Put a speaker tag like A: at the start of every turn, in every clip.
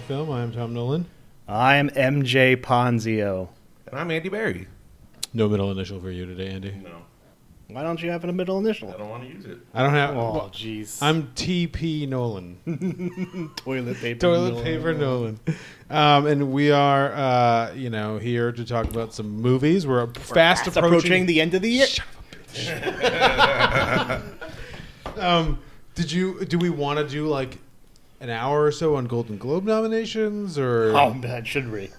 A: Tom Nolan.
B: I am MJ Ponzio.
C: And I'm Andy Barry.
A: No middle initial for you today, Andy.
C: No,
B: Why don't you have a middle initial?
C: don't want to use it.
A: I don't have.
B: Oh,
A: Oh, well,
B: jeez.
A: I'm TP Nolan.
B: toilet paper.
A: Toilet
B: Nolan.
A: paper Nolan. Um, and we are, uh, you know, here to talk about some movies. We're fast,
B: It's
A: approaching.
B: approaching the end of the year.
A: um, did you? Do we want to do like an hour or so on Golden Globe nominations or?
B: Oh man, should we?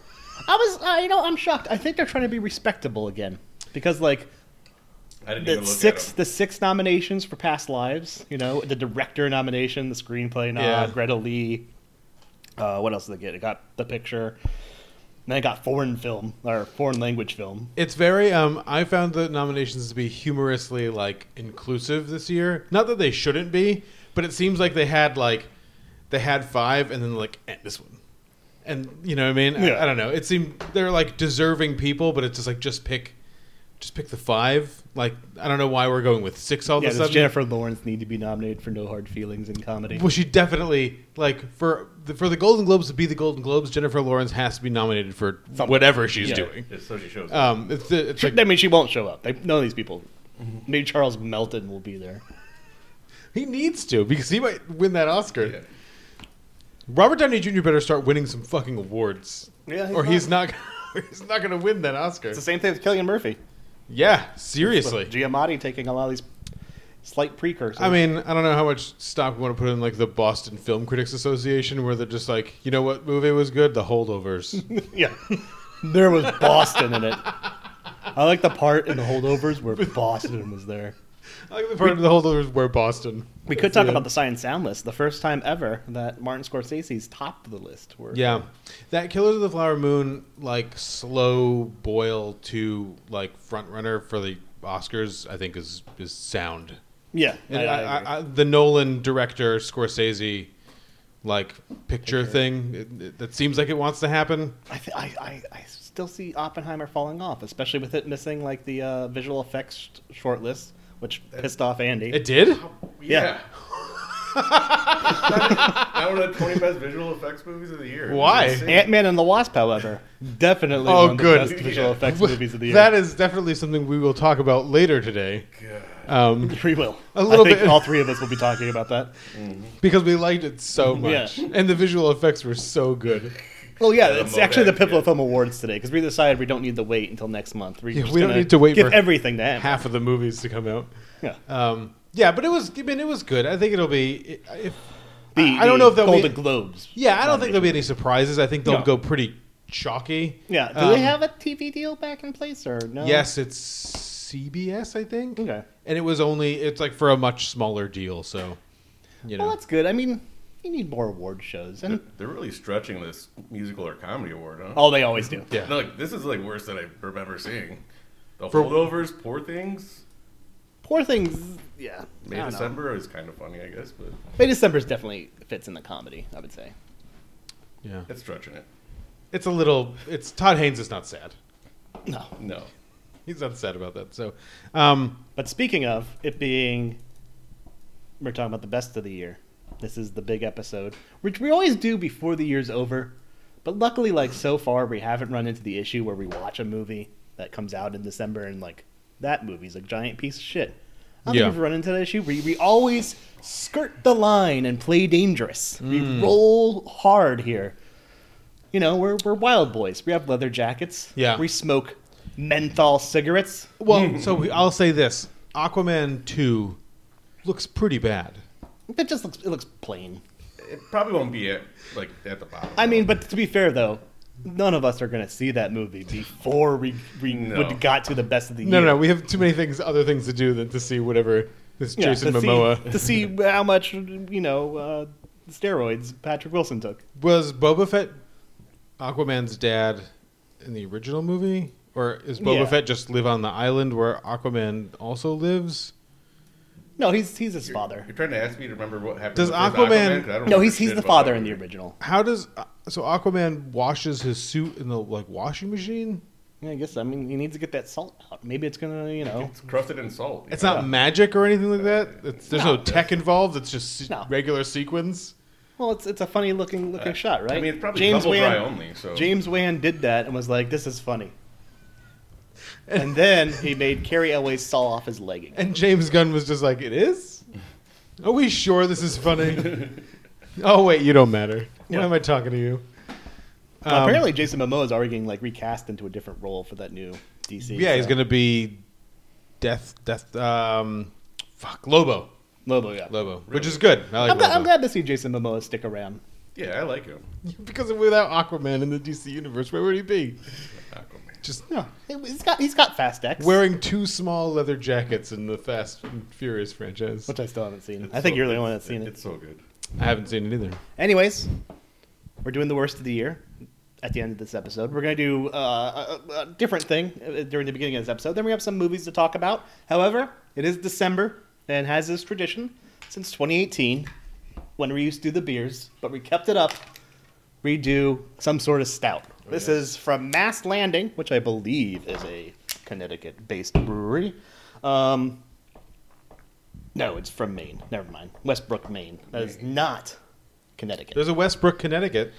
B: I was, uh, you know, I'm shocked. I think they're trying to be respectable again because, like,
C: I didn't
B: the
C: even look
B: six
C: at
B: the six nominations for Past Lives. You know, the director nomination, the screenplay nod,
A: Yeah.
B: Greta Lee. Uh, what else did they get? It got the picture. And then it got foreign film or foreign language film.
A: It's very. Um, I found the nominations to be humorously like inclusive this year. Not that they shouldn't be, but it seems like they had like they had five, and then like eh, this one, and you know what I mean. I-
B: Yeah.
A: I, don't know. It seemed they're like deserving people, but it's just like just pick, just pick the five. Like I don't know why we're going with six all of a
B: yeah, does
A: sudden.
B: Jennifer Lawrence need to be nominated for No Hard Feelings in comedy?
A: Well, she definitely like for the, for the Golden Globes to be the Golden Globes, Jennifer Lawrence has to be nominated for whatever she's
B: Yeah.
A: doing.
C: it. Just so she shows up.
A: Um, it's, it's
B: She-
A: like
B: I mean, she won't show up. They, none of these people. Maybe Charles Melton will be there.
A: He needs to because he might win that Oscar.
C: Yeah.
A: Robert Downey Jr. better start winning some fucking awards.
B: Yeah, he's
A: or he's not. or he's not going to win that Oscar.
B: It's the same thing with Killian Murphy.
A: Yeah,
B: With
A: seriously.
B: Giamatti taking a lot of these slight precursors.
A: I mean, I don't know how much stock we want to put in like the Boston Film Critics Association, where they're just like, you know what movie was good? The Holdovers.
B: yeah, there was Boston in it. I like the part in the holdovers where Boston was there.
A: I like the part of the Holdovers where Boston.
B: We could talk
A: Yeah.
B: about the science sound list. The first time ever that Martin Scorsese's topped the list. Were
A: Yeah, that Killers of the Flower Moon like slow boil to like front runner for the Oscars. I think is is sound.
B: yeah.
A: And
B: I-
A: I,
B: I agree.
A: I, I, the Nolan director Scorsese like picture thing it- it- that seems like it wants to happen.
B: I, th- I, I, I still see Oppenheimer falling off, especially with it missing like the uh, visual effects shortlist, which pissed off Andy.
A: It did.
B: yeah.
C: I one of the 20 best visual effects movies of the year.
A: Why?
C: It's insane.
B: Ant Man and the Wasp, however, definitely
A: Oh,
B: one of
A: good.
B: the best visual
C: Yeah.
B: effects movies of the year.
A: That is definitely something we will talk about later today,
C: God.
A: um,
B: we will.
A: A little
B: I think
A: bit.
B: All three of us will be talking about that.
A: because we liked it so much,
B: Yeah.
A: and the visual effects were so good.
B: Well, yeah,
C: Yeah,
B: it's
C: I'm
B: actually the
C: okay,
B: Pivotal
C: yeah.
B: Film Awards today because we decided we don't need to wait until next month. We're
A: Yeah,
B: just
A: we don't
B: gonna
A: need to wait
B: give
A: for
B: everything to Ant.
A: Half of the movies to come out.
B: Yeah.
A: Um, yeah, but it was. I mean, it was good. I think it'll be. If,
B: The,
A: I I don't know if there'll
B: Golden
A: be.
B: Globes.
A: yeah, I don't think there'll be any surprises. I think they'll
B: No.
A: go pretty chalky.
B: Yeah. Do
A: Um,
B: they have a TV deal back in place or no?
A: Yes, it's CBS, I think.
B: Okay.
A: And it was only it's like for a much smaller deal, so you know.
B: Well, that's good. I mean, you need more award shows, and
C: They're really stretching this musical or comedy award, huh?
B: oh, they always do.
A: yeah.
C: No, like, this is like worse than I remember seeing. The
A: For-
C: holdovers, poor things.
B: Poor things. Yeah. I
C: May
B: don't know.
C: December is kind of funny, I guess, but
B: May December's definitely fits in the comedy. I would say.
A: yeah.
C: it's stretching it.
A: It's a little it's Todd Haynes is not sad.
B: No.
C: No.
A: He's not sad about that. So um
B: But speaking of it being, we're talking about the best of the year. This is the big episode, which we always do before the year's over. But luckily, like so far, we haven't run into the issue where we watch a movie that comes out in December and like that movie's a giant piece of shit. I don't
A: Yeah.
B: think we've run into that issue. We, we always skirt the line and play dangerous.
A: Hmm.
B: We roll hard here. You know, we're, we're wild boys. We have leather jackets.
A: Yeah.
B: We smoke menthol cigarettes.
A: well, so we, I'll say this. Aquaman 2 looks pretty bad.
B: It just looks it looks plain.
C: It probably won't be at, like, at the bottom.
B: I mean, but to be fair though, none of us are gonna see that movie before we, we
C: No.
B: would got to the best of the
A: No,
B: year.
A: no, no, we have too many things other things to do than to see whatever this
B: Yeah,
A: Jason
B: to see-
A: Momoa
B: to see how much you know uh, steroids Patrick Wilson took.
A: was Boba Fett Aquaman's dad in the original movie or is Boba
B: Yeah.
A: Fett just live on the island where Aquaman also lives?
B: No, he's he's his
C: You're-
B: father.
C: You're trying to ask me to remember what happened.
A: Does
C: in the
A: Aquaman-
C: first 'Cause I don't
B: No,
C: remember
B: he's he's
C: shit
B: the
C: about
B: father
C: that
B: in the
C: movie.
B: original.
A: How does uh, so Aquaman washes his suit in the like washing machine?
B: Yeah, I guess I mean he needs to get that salt out. Maybe it's gonna you know.
C: It's crusted in salt.
A: It's
C: you know?
A: not magic or anything like that. It's, there's no,
B: Uh, No.
A: tech involved. It's just se-
B: No.
A: regular sequins.
B: Well, it's it's a funny looking looking shot, right?
C: Uh, I mean, it's probably double dry only. So
B: James Wan did that and was like, "This is funny," and then he made Carrie Elway saw off his legging.
A: And James Gunn was just like, "It is? Are we sure this is funny?" oh wait, you don't matter. Why
B: Yeah.
A: am I talking to you? Um,
B: Apparently, Jason Momoa is already getting like recast into a different role for that new DC.
A: Um, yeah, he's
B: so-
A: gonna be death, death. Um, fuck, Lobo,
B: Lobo. Yeah,
A: Lobo, which is good. I like
B: I'm, glad,
A: Lobo.
B: I'm glad to see Jason Momoa stick around.
C: yeah, I like him.
A: because without Aquaman in the DC universe, where would he be?
C: Aquaman.
A: Just
B: No, he's got he's got Fast X,
A: wearing two small leather jackets in the Fast and Furious franchise.
B: which I still haven't seen. I
C: It's
B: think
C: so
B: you're the
C: good.
B: only one that's seen
C: It's
B: it.
C: so good.
A: I haven't seen it either.
B: Anyways, we're doing the worst of the year. At the end of this episode, we're going to do uh, a, a- a different thing uh, during the beginning of this episode. Then we have some movies to talk about. However, it is December and has this tradition since 2018 when we used to do the beers, but we kept it up. We do some sort of stout. this is from Mass Landing, which I believe is a Connecticut based brewery. Um, no, it's from Maine. Never mind. Westbrook, Maine. That is not Connecticut.
A: There's a Westbrook, Connecticut.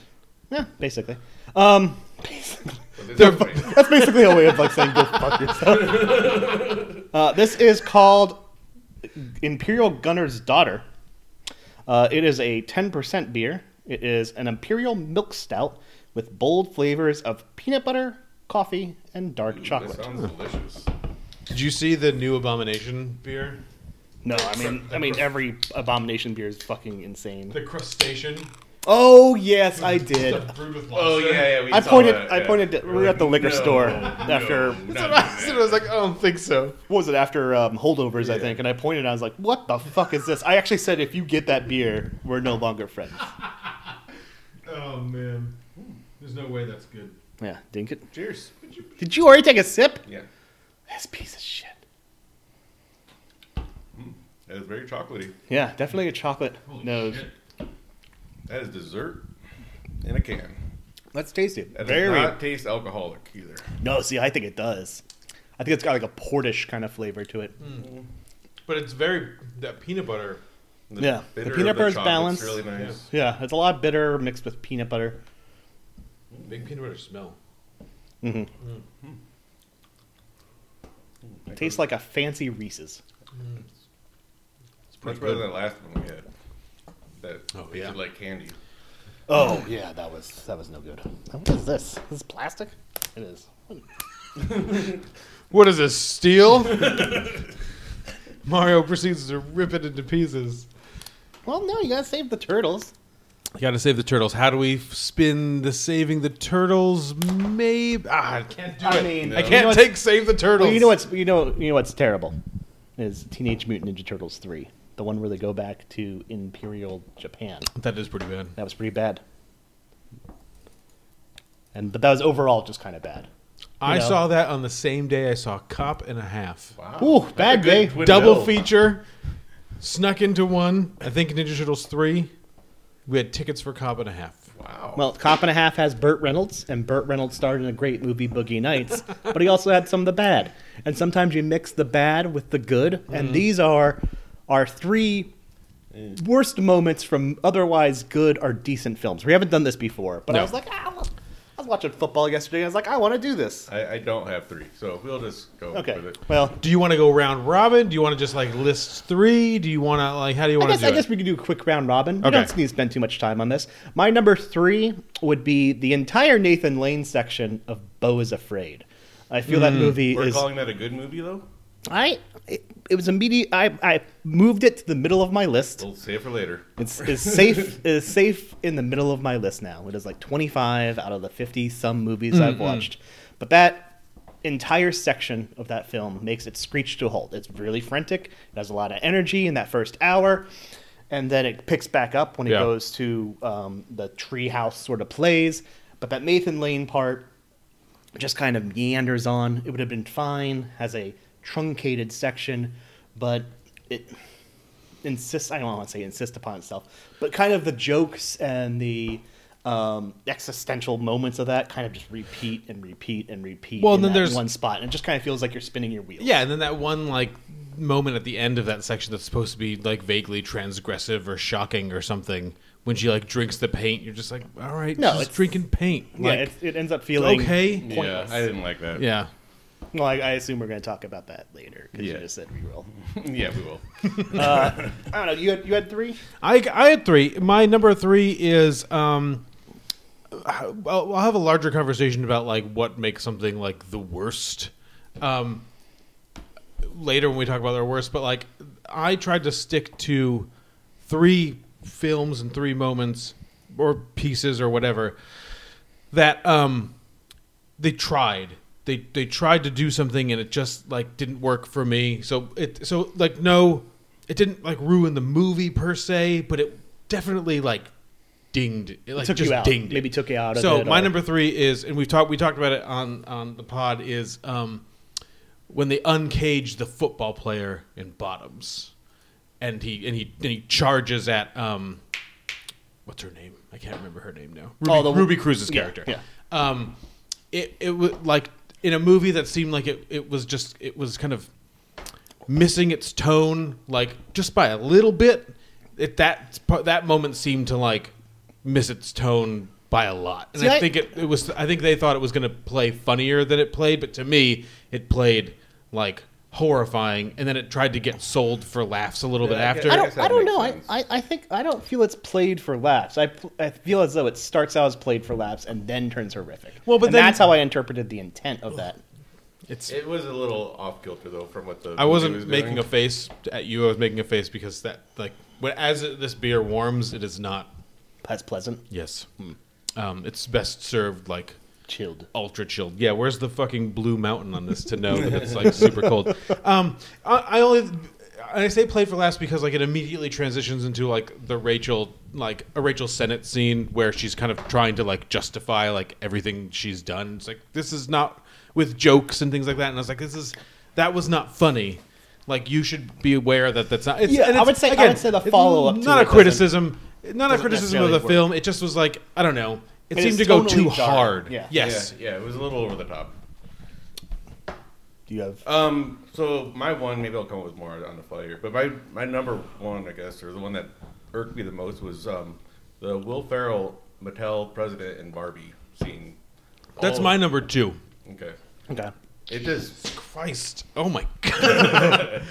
B: Yeah, basically. Um, basically.
C: But it's
A: They're-
C: Aquaman.
B: That's basically a way of like saying go fuck yourself. uh, this is called Imperial Gunner's Daughter. Uh, it is a 10% beer. It is an imperial milk stout with bold flavors of peanut butter, coffee, and dark
C: That
B: chocolate.
C: sounds delicious.
A: Did you see the new Abomination beer?
B: No, I mean, I mean every abomination beer is fucking insane.
A: The crustacean
B: Oh yes, I did.
A: stuff brewed with
C: Oh
A: lobster?
C: yeah, yeah. We
B: I
C: saw
B: pointed.
C: that,
B: I
C: yeah.
B: pointed. we were at the liquor
C: No,
B: store
C: no,
B: after
A: That's what
C: not doing
A: I said. I was like, I don't think so.
B: what was it after um, holdovers i
C: Yeah.
B: think and i pointed and i was like what the fuck is this i actually said if you get that beer we're no longer friends
A: Oh man, there's no way that's good.
B: yeah dink it
C: Cheers.
B: did you already take a sip
C: Yeah,
B: this piece of shit
C: that is very chocolatey.
B: yeah definitely a chocolate nose
C: That is dessert in a can.
B: let's taste it
C: That does
B: very
C: not taste alcoholic either.
B: no see i think it does i think it's got like a portish kind of flavor to it
A: But it's very that peanut butter.
C: The
B: Yeah, the
C: bitter
B: peanut
C: of
B: butter's
C: chocolate's
B: balanced.
C: Really nice.
B: yeah it's a lot bitter mixed with peanut butter
A: Big peanut butter smell.
B: it tastes like a fancy reese's
C: It's much better than the last one we had. That
A: Oh,
C: tasted
A: yeah.
C: like candy.
B: oh yeah that was that was no good what is this this is plastic it is
A: What is this steel? Mario proceeds to rip it into pieces.
B: well no you gotta save the turtles
A: You gotta save the turtles. How do we spin the saving the turtles? Maybe ah, I can't do
B: I
A: it.
B: mean,
A: I
B: you
A: can't
B: know what's-
A: take save the turtles.
B: Well, you know what's you know you know what's terrible is Teenage Mutant Ninja Turtles three, the one where they go back to Imperial Japan.
A: That is pretty bad.
B: That was pretty bad. And but that was overall just kind of bad.
A: I
B: know.
A: saw that on the same day I saw Cop and a Half.
C: Wow.
B: Ooh,
C: That's
B: bad
C: a good
B: day.
C: twin
A: double
C: bill.
A: feature snuck into one i think ninja turtles 3 we had tickets for cop and a half
C: Wow.
B: Well, Cop and a Half has Burt Reynolds, and Burt Reynolds starred in a great movie, Boogie Nights, but he also had some of the bad. And sometimes you mix the bad with the good, and these are our three worst moments from otherwise good or decent films. We haven't done this before, but I
A: No.
B: was like, ah, look." I was watching football yesterday, and I was like, I want to do this.
C: I, I don't have three, so we'll just go
B: Okay,
C: with it.
B: well,
A: do you want to go round robin do you want to just like list three do you want to like how do you
B: I
A: want to
B: guess,
A: do
B: I
A: it
B: guess we could do a quick round robin. We
A: Okay.
B: don't need to spend too much time on this. My number three would be the entire Nathan Lane section of Bo is Afraid. I feel
A: Mm.
B: that movie
C: We're
B: is.
C: calling that a good movie, though.
B: I it, it was immediate. I I moved it to the middle of my list.
C: We'll save for later.
B: It's is safe is safe in the middle of my list now. It is like 25 out of the 50 some movies I've watched. But that entire section of that film makes it screech to a halt. It's really frantic. It has a lot of energy in that first hour. And then it picks back up when it
A: Yeah.
B: goes to um, the treehouse sort of plays. But that Nathan Lane part just kind of meanders on. It would have been fine, has a truncated section, but it insists, I don't want to say insist upon itself, but kind of the jokes and the um, existential moments of that kind of just repeat and repeat and repeat
A: Well,
B: in
A: then
B: that
A: there's-
B: one spot. And it just kind of feels like you're spinning your wheels.
A: yeah and then that one like moment at the end of that section that's supposed to be like vaguely transgressive or shocking or something when she like drinks the paint, you're just like, all right,
B: No,
A: she's
B: it's-
A: drinking paint.
B: Yeah,
A: Like,
B: it, it ends up feeling
A: okay.
C: Yeah,
B: Pointless.
C: I didn't like that.
A: yeah.
B: Well, I, I assume we're going to talk about that later because
C: Yeah.
B: you just said reroll.
C: yeah, we will.
B: I don't know. You had you had three.
A: I, I had three. My number three is um, I'll, I'll have a larger conversation about like what makes something like the worst. Um, later when we talk about their worst, but like I tried to stick to three films and three moments or pieces or whatever that um they tried they they tried to do something and it just like didn't work for me so it so like no it didn't like ruin the movie per se but it definitely like dinged it like
B: Took you
A: just
B: out.
A: dinged it.
B: Maybe took you out of
A: so
B: it
A: my
B: or-
A: number three is and we've talked we talked about it on on the pod is um when they uncage the football player in bottoms and he and he and he charges at um what's her name i can't remember her name now ruby,
B: Oh, the-
A: ruby cruz's
B: yeah,
A: character
B: yeah.
A: um it it was like in a movie that seemed like it it was just it was kind of missing its tone like just by a little bit it that that moment seemed to like miss its tone by a lot and
B: See,
A: i
B: I-
A: think it, it was i think they thought it was going to play funnier than it played but to me it played like horrifying and then it tried to get sold for laughs a little
C: Yeah,
A: bit
C: I get-
A: after
B: I
C: guess
B: don't.
C: that
B: I don't
C: makes
B: know. I,
C: sense.
B: I, I think I don't feel it's played for laughs. I, pl- I feel as though it starts out as played for laughs and then turns horrific.
A: Well, but
B: And
A: then-
B: that's how I interpreted the intent of that.
A: it's
C: It was a little off kilter though from what the
A: I wasn't making a face at you. I was making a face because that like when as it, this beer warms, it is not.
B: That's pleasant.
A: Yes, um, it's best served like
B: Chilled.
A: ultra chilled. Yeah, where's the fucking blue mountain on this to know that it's like super cold? Um, I, I only I say play for last because like it immediately transitions into like the Rachel like a Rachel Senate scene where she's kind of trying to like justify like everything she's done. It's like this is not with jokes and things like that. And I was like, this is that was not funny. Like you should be aware that that's not. It's,
B: Yeah,
A: and
B: I
A: it's-
B: would say- I
A: again,
B: would say the
A: it's
B: follow-up to
A: Not
B: it
A: a
B: doesn't-
A: criticism. Not a
B: doesn't
A: criticism of
B: necessarily
A: the
B: work.
A: film. It just was like I don't know. It,
B: It
A: seemed to
B: is
A: go
B: tonally
A: too
B: dark.
A: hard.
B: Yeah.
A: Yes.
C: Yeah, yeah, it was a little over the top.
B: Do you have?
C: Um, so my one, maybe I'll come up with more on the fire, but my my number one, I guess, or the one that irked me the most was um, the Will Ferrell Mattel president and Barbie scene.
A: That's
C: All-
A: my number two.
C: Okay.
B: Okay.
C: It just
A: Christ. Oh my god.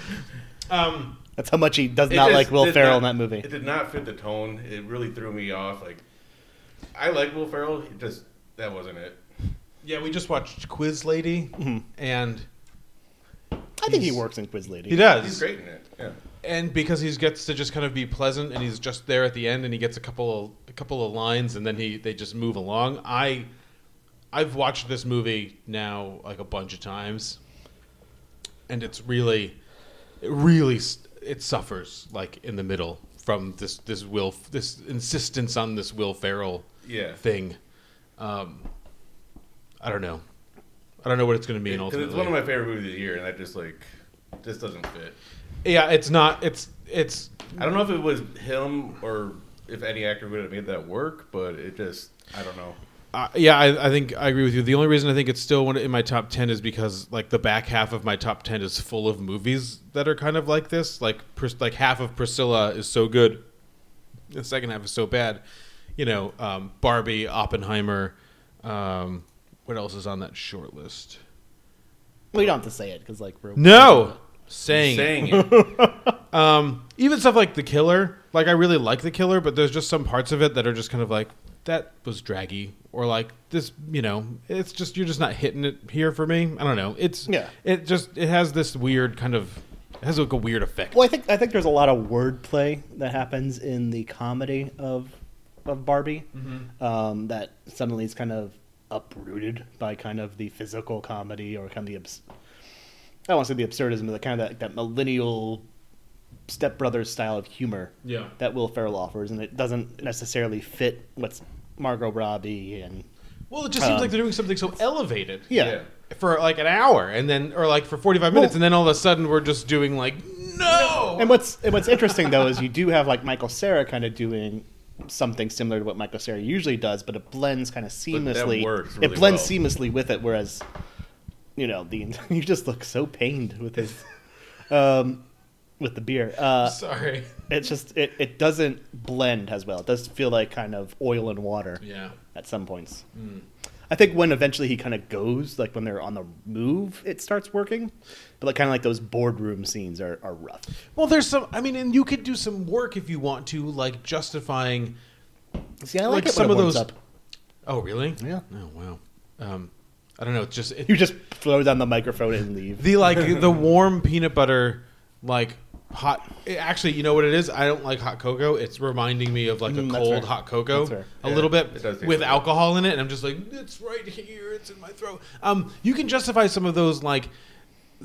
A: um,
B: That's how much he does
C: it
B: not
C: just
B: like Will
C: did
B: Ferrell
C: not-
B: in that movie.
C: It did not fit the tone. It really threw me off. Like, I like Will Ferrell. It just that wasn't it.
A: yeah, we just watched Quiz Lady, and
B: I think he
A: he's-
B: works in Quiz Lady.
A: he does.
C: He's great in it. Yeah.
A: And because he gets to just kind of be pleasant, and he's just there at the end, and he gets a couple of, a couple of lines, and then he they just move along. I I've watched this movie now like a bunch of times, and it's really, it really s- it suffers like in the middle from this this will this insistence on this Will Ferrell
C: Yeah.
A: thing. Um, I don't know. I don't know what it's going to mean
C: Because
A: ultimately.
C: it's one of my favorite movies of the year, and that just like just doesn't fit.
A: yeah, it's not. It's it's
C: I don't know if it was him or if any actor would have made that work, but it just I don't know.
A: Uh, yeah, I, I think I agree with you. The only reason I think it's still one in my top ten is because like the back half of my top ten is full of movies that are kind of like this. Like Pris- like half of Priscilla is so good, the second half is so bad. You know, um, Barbie, Oppenheimer. Um, what else is on that short list?
B: We don't have to say it because like we're
A: No, saying, it.
C: it.
A: even stuff like The Killer. Like I really like The Killer, but there's just some parts of it that are just kind of like that was draggy or like this, you know, it's just you're just not hitting it here for me. I don't know. It's
B: Yeah.
A: It just it has this weird kind of it has like a weird effect.
B: Well, I think I think there's a lot of wordplay that happens in the comedy of of Barbie um, that suddenly is kind of uprooted by kind of the physical comedy or kind of the abs- I don't want to say the absurdism, but the kind of that, that millennial stepbrothers style of humor
A: Yeah.
B: that Will Ferrell offers, and it doesn't necessarily fit what's Margot Robbie and
A: Well, it just seems
B: Um,
A: like they're doing something so elevated.
B: yeah.
C: Yeah.
A: For like an hour, and then or like for forty five minutes, and then all of a sudden we're just doing like no.
B: And what's and what's interesting though is you do have like Michael Sarah kind of doing something similar to what Michael Sarah usually does, but it blends kind of seamlessly.
C: works
B: it
C: really
B: blends
C: well.
B: seamlessly with it, whereas you know the you just look so pained with this. Um, with the beer. Uh,
A: Sorry.
B: it's just it, it doesn't blend as well. It does feel like kind of oil and water
A: Yeah.
B: at some points.
C: Mm.
B: I think when eventually he kind of goes, like when they're on the move, it starts working. But like kind of like those boardroom scenes are, are rough.
A: Well, there's some. I mean, and you could do some work if you want to, like justifying.
B: See, I
A: like
B: like, it
A: some
B: when
A: of
B: it warms
A: those-
B: Up.
A: Oh, really?
B: Yeah.
A: Oh, wow. Um, I don't know. It's just it,
B: You just throw down the microphone and leave.
A: the like the warm peanut butter, like hot. it- actually, you know what it is? I don't like hot cocoa. It's reminding me of like a
B: Mm, that's
A: cold
B: fair.
A: hot cocoa,
B: That's fair.
A: a
C: Yeah,
A: little bit
C: it does taste
A: with
C: like that.
A: alcohol in it, and I'm just like, it's right here. It's in my throat. Um, you can justify some of those like.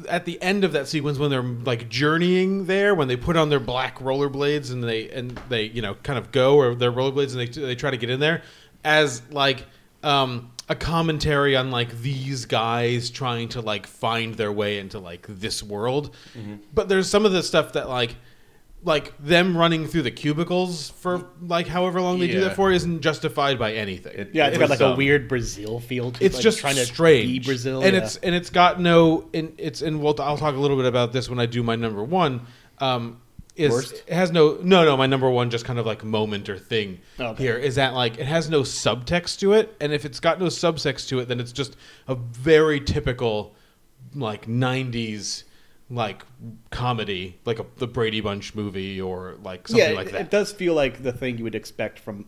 A: At the end of that sequence, when they're like journeying there, when they put on their black rollerblades and they and they you know kind of go or their rollerblades and they they try to get in there, as like um, a commentary on like these guys trying to like find their way into like this world. But there's some of the stuff that like like them running through the cubicles for like however long they do that
C: Yeah.
A: for isn't justified by anything.
C: It-
B: Yeah,
C: it
B: it's got
C: was,
B: like a
C: um,
B: weird Brazil feel. To it,
A: it's
B: like
A: just
B: trying to
A: strange.
B: be Brazil,
A: and
B: yeah.
A: it's and it's got no and it's and we'll, I'll talk a little bit about this when I do my number one. Um, is
B: Worst?
A: it has no no no my number one just kind of like moment or thing
B: Okay.
A: here is that like it has no subtext to it and if it's got no subtext to it then it's just a very typical like 90s like comedy like a, the Brady Bunch movie or like something
B: yeah,
A: like
B: it-
A: that
B: It does feel like the thing you would expect from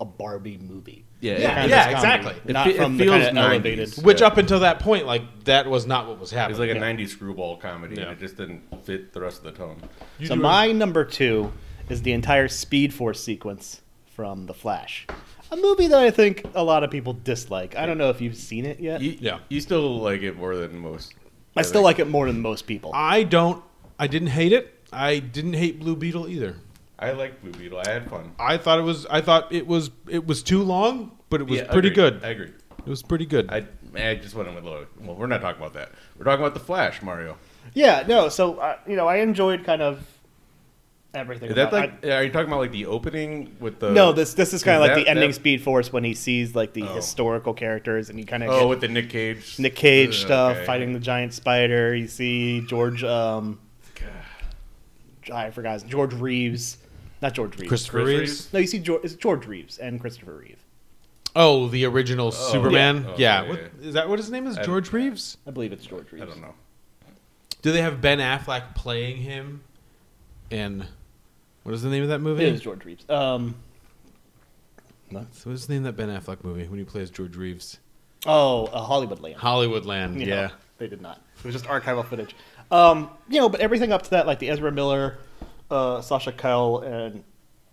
B: a Barbie movie.
C: Yeah,
A: Yeah,
B: Kind of
A: yeah,
B: comedy,
A: exactly.
C: It
B: Not
C: fe- it
B: from the
C: feels
B: kind of
C: 90s.
B: elevated.
A: which
C: Yeah.
A: up until that point like that was not what was
C: It was
A: happening
C: like a
B: Yeah.
C: '90s screwball comedy,
A: Yeah.
C: and it just didn't fit the rest of the tone.
A: You
B: so
A: do-
B: my number two is the entire Speed Force sequence from The Flash, a movie that I think a lot of people dislike. I don't know if you've seen it yet.
C: You,
A: Yeah.
C: you still like it more than most.
B: I still
C: think.
B: like it more than most people.
A: I don't. I didn't hate it. I didn't hate Blue Beetle either.
C: I like Blue Beetle. I had fun.
A: I thought it was. I thought it was. It was too long, but it was
C: Yeah,
A: pretty
C: agreed.
A: good.
C: I agree.
A: It was pretty good.
C: I I just went in with low. Well, we're not talking about that. We're talking about the Flash, Mario.
B: Yeah, no. So uh, you know, I enjoyed kind of everything.
C: Is that
B: about- I-
C: like? are you talking about like the opening with the?
B: no, this this is kind of
C: Uh, Is
B: like the
C: that-
B: ending
C: that-
B: Speed Force when he sees like the
C: Oh.
B: historical characters and he kind of
C: Oh, with the Nick Cage.
B: Nick Cage
C: Ugh,
B: stuff,
C: okay.
B: fighting the giant spider. You see George, um, I forgot his- George Reeves, not George Reeves.
A: Christopher
C: Chris
A: Reeves.
C: Reeves?
B: no, you see George, it's George Reeves and Christopher Reeve,
A: Oh, the original Superman.
C: yeah. Oh,
A: yeah.
C: yeah,
A: What,
C: yeah.
A: is that what his name is?
C: I-
A: George Reeves.
B: I believe it's George Reeves.
C: I don't know.
A: Do they have Ben Affleck playing him? In what is the name of that movie?
B: It is George Reeves. Um,
A: So what's the name of that Ben Affleck movie when he plays George Reeves?
B: oh, uh, Hollywood Land.
A: Hollywoodland.
B: You know,
A: yeah.
B: they did not. It was just archival footage. Um, you know, but everything up to that, like the Ezra Miller, uh, Sasha Kell, and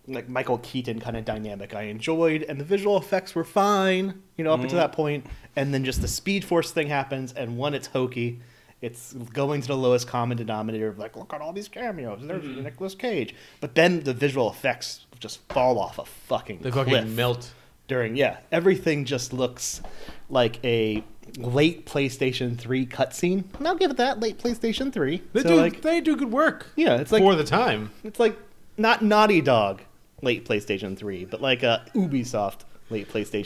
B: like Michael Keaton kind of dynamic, I enjoyed, and the visual effects were fine. You know, up
A: Mm-hmm.
B: until that point, and then just the Speed Force thing happens, and one, it's hokey. It's going to the lowest common denominator of like, look at all these cameos. There's
A: Mm-hmm.
B: Nicolas Cage, but then the visual effects just fall off a fucking.
A: They
B: cliff
A: fucking melt.
B: during yeah everything just looks like a late playstation 3 cutscene and i'll give it that late playstation 3
A: They
B: so
A: do.
B: like
A: they do good work.
B: yeah it's like
A: for the time.
B: it's like not naughty dog late playstation 3 but like a ubisoft late playstation 3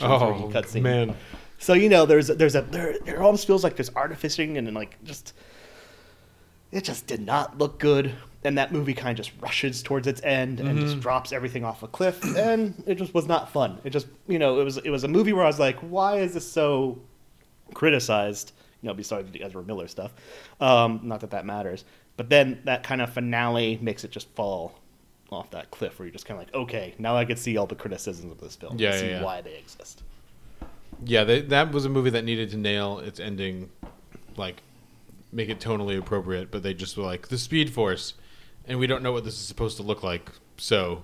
B: cutscene
A: Oh, man.
B: so you know there's there's a there it almost feels like there's artificing and then, like just it just did not look good and that movie kind of just rushes towards its end and just
A: Mm-hmm.
B: drops everything off a cliff and it just was not fun it just you know it was it was a movie where i was like why is this so criticized you know besides the ezra miller stuff um, not that that matters but then that kind of finale makes it just fall off that cliff where you're just kind of like okay now i can see all the criticisms of this film
A: Yeah, yeah,
B: see
A: yeah.
B: why they exist
A: Yeah, they, that was a movie that needed to nail its ending, like make it tonally appropriate. But they just were like the Speed Force, and we don't know what this is supposed to look like. So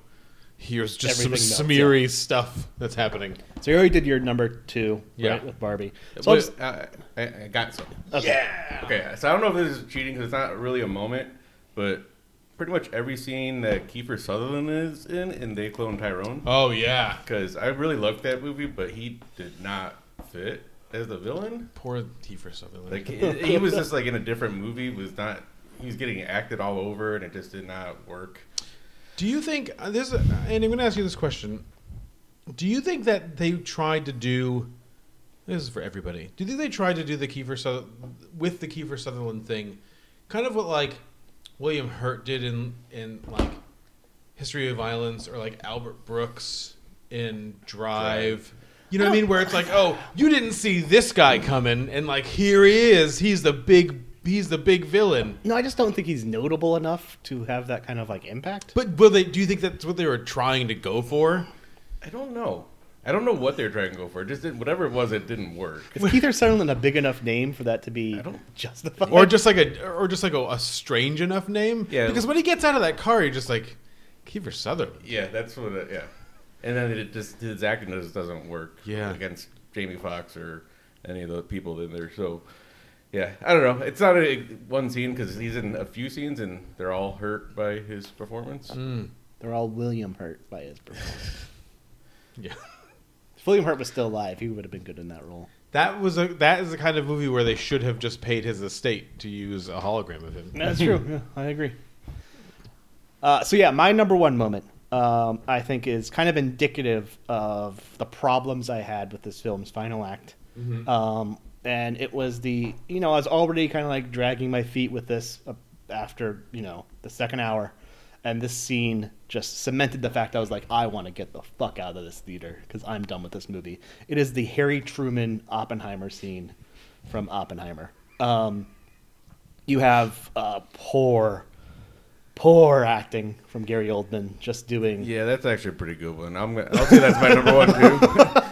A: here's just
B: Everything melts,
A: some smeary stuff that's happening.
B: So you already did your number two,
A: Yeah.
B: right, with Barbie. So I'll
C: Wait,
B: just,
C: I, I, I got something.
B: okay.
C: Okay, so I don't know if this is cheating because it's not really a moment, but pretty much every scene that Kiefer Sutherland is in, and they clone Tyrone,
A: Oh yeah,
C: because I really loved that movie, but he did not fit as the villain.
A: poor Kiefer Sutherland.
C: Like he he was just like in a different movie. Was not he was getting acted all over, and it just did not work.
A: Do you think uh, this? And I'm going to ask you this question. Do you think that they tried to do? This is for everybody. Do you think they tried to do the Kiefer Suther- with the Kiefer Sutherland thing, kind of what like William Hurt did in in like History of Violence or like Albert Brooks in Drive. You know what I mean? Where it's like, oh, you didn't see this guy coming, and like here he is. He's the big. He's the big villain.
B: No, I just don't think he's notable enough to have that kind of like impact.
A: But will they? Do you think that's what they were trying to go for?
C: I don't know. I don't know what they were trying to go for. It just didn't, whatever it was, it didn't work.
B: Is Keith Sutherland a big enough name for that to be
C: I don't-
B: justified?
A: or just like a or just like a, a strange enough name.
C: Yeah.
A: Because when he gets out of that car, you're just like, Kiefer Sutherland.
C: Yeah, that's what. It, yeah, and then it just his acting just doesn't work.
A: Yeah.
C: against Jamie Foxx or any of the people in there. So, yeah, I don't know. It's not a one scene because he's in a few scenes and they're all hurt by his performance.
B: They're all William Hurt by his performance.
A: Yeah.
B: if William Hurt was still alive, he would have been good in that role.
A: That was a that is the kind of movie where they should have just paid his estate to use a hologram of him.
B: That's true. Yeah, I agree. Uh, so yeah, my number one moment um, I think is kind of indicative of the problems I had with this film's final act, um, and it was the you know I was already kind of like dragging my feet with this uh, after you know the second hour, and this scene just cemented the fact I was like I want to get the fuck out of this theater because I'm done with this movie. It is the Harry Truman Oppenheimer scene from Oppenheimer. Um, you have uh, poor, poor acting from Gary Oldman just doing.
C: Yeah, that's actually a pretty good one. I'm gonna, I'll say that's my number one too.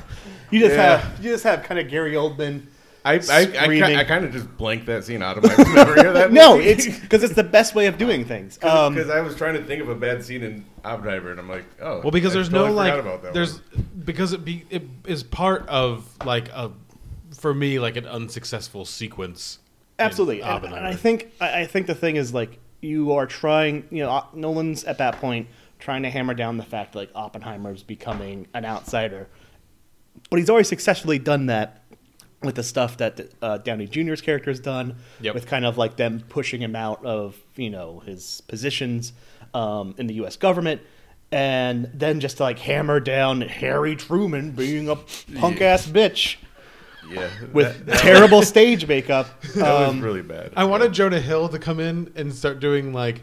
B: You just
C: Yeah.
B: have you just have kind of Gary Oldman.
C: I I, I, ki-
B: Screaming.
C: I kind of just blanked that scene out of my memory. of that
B: No,
C: movie.
B: it's because it's the best way of doing things. Um,
C: because I was trying to think of a bad scene in Oppenheimer, and I'm like, oh,
A: Well, because
C: I
A: there's
C: totally
A: no
C: forgot
A: like
C: about that
A: there's
C: one.
A: because it be it is part of like a for me like an unsuccessful sequence. in
B: absolutely, and,
A: Oppenheimer.
B: and I think I, I think the thing is like you are trying. You know, O- Nolan's at that point trying to hammer down the fact like Oppenheimer's becoming an outsider, but he's already successfully done that with the stuff that uh, Downey Jr.'s character has done,
A: Yep.
B: with kind of like them pushing him out of you know his positions um, in the U.S. government, and then just to like hammer down Harry Truman being a punk ass bitch
C: yeah,
B: with
C: that,
B: terrible stage makeup.
C: that
B: Uh,
C: was really bad.
A: I wanted Jonah Hill to come in and start doing like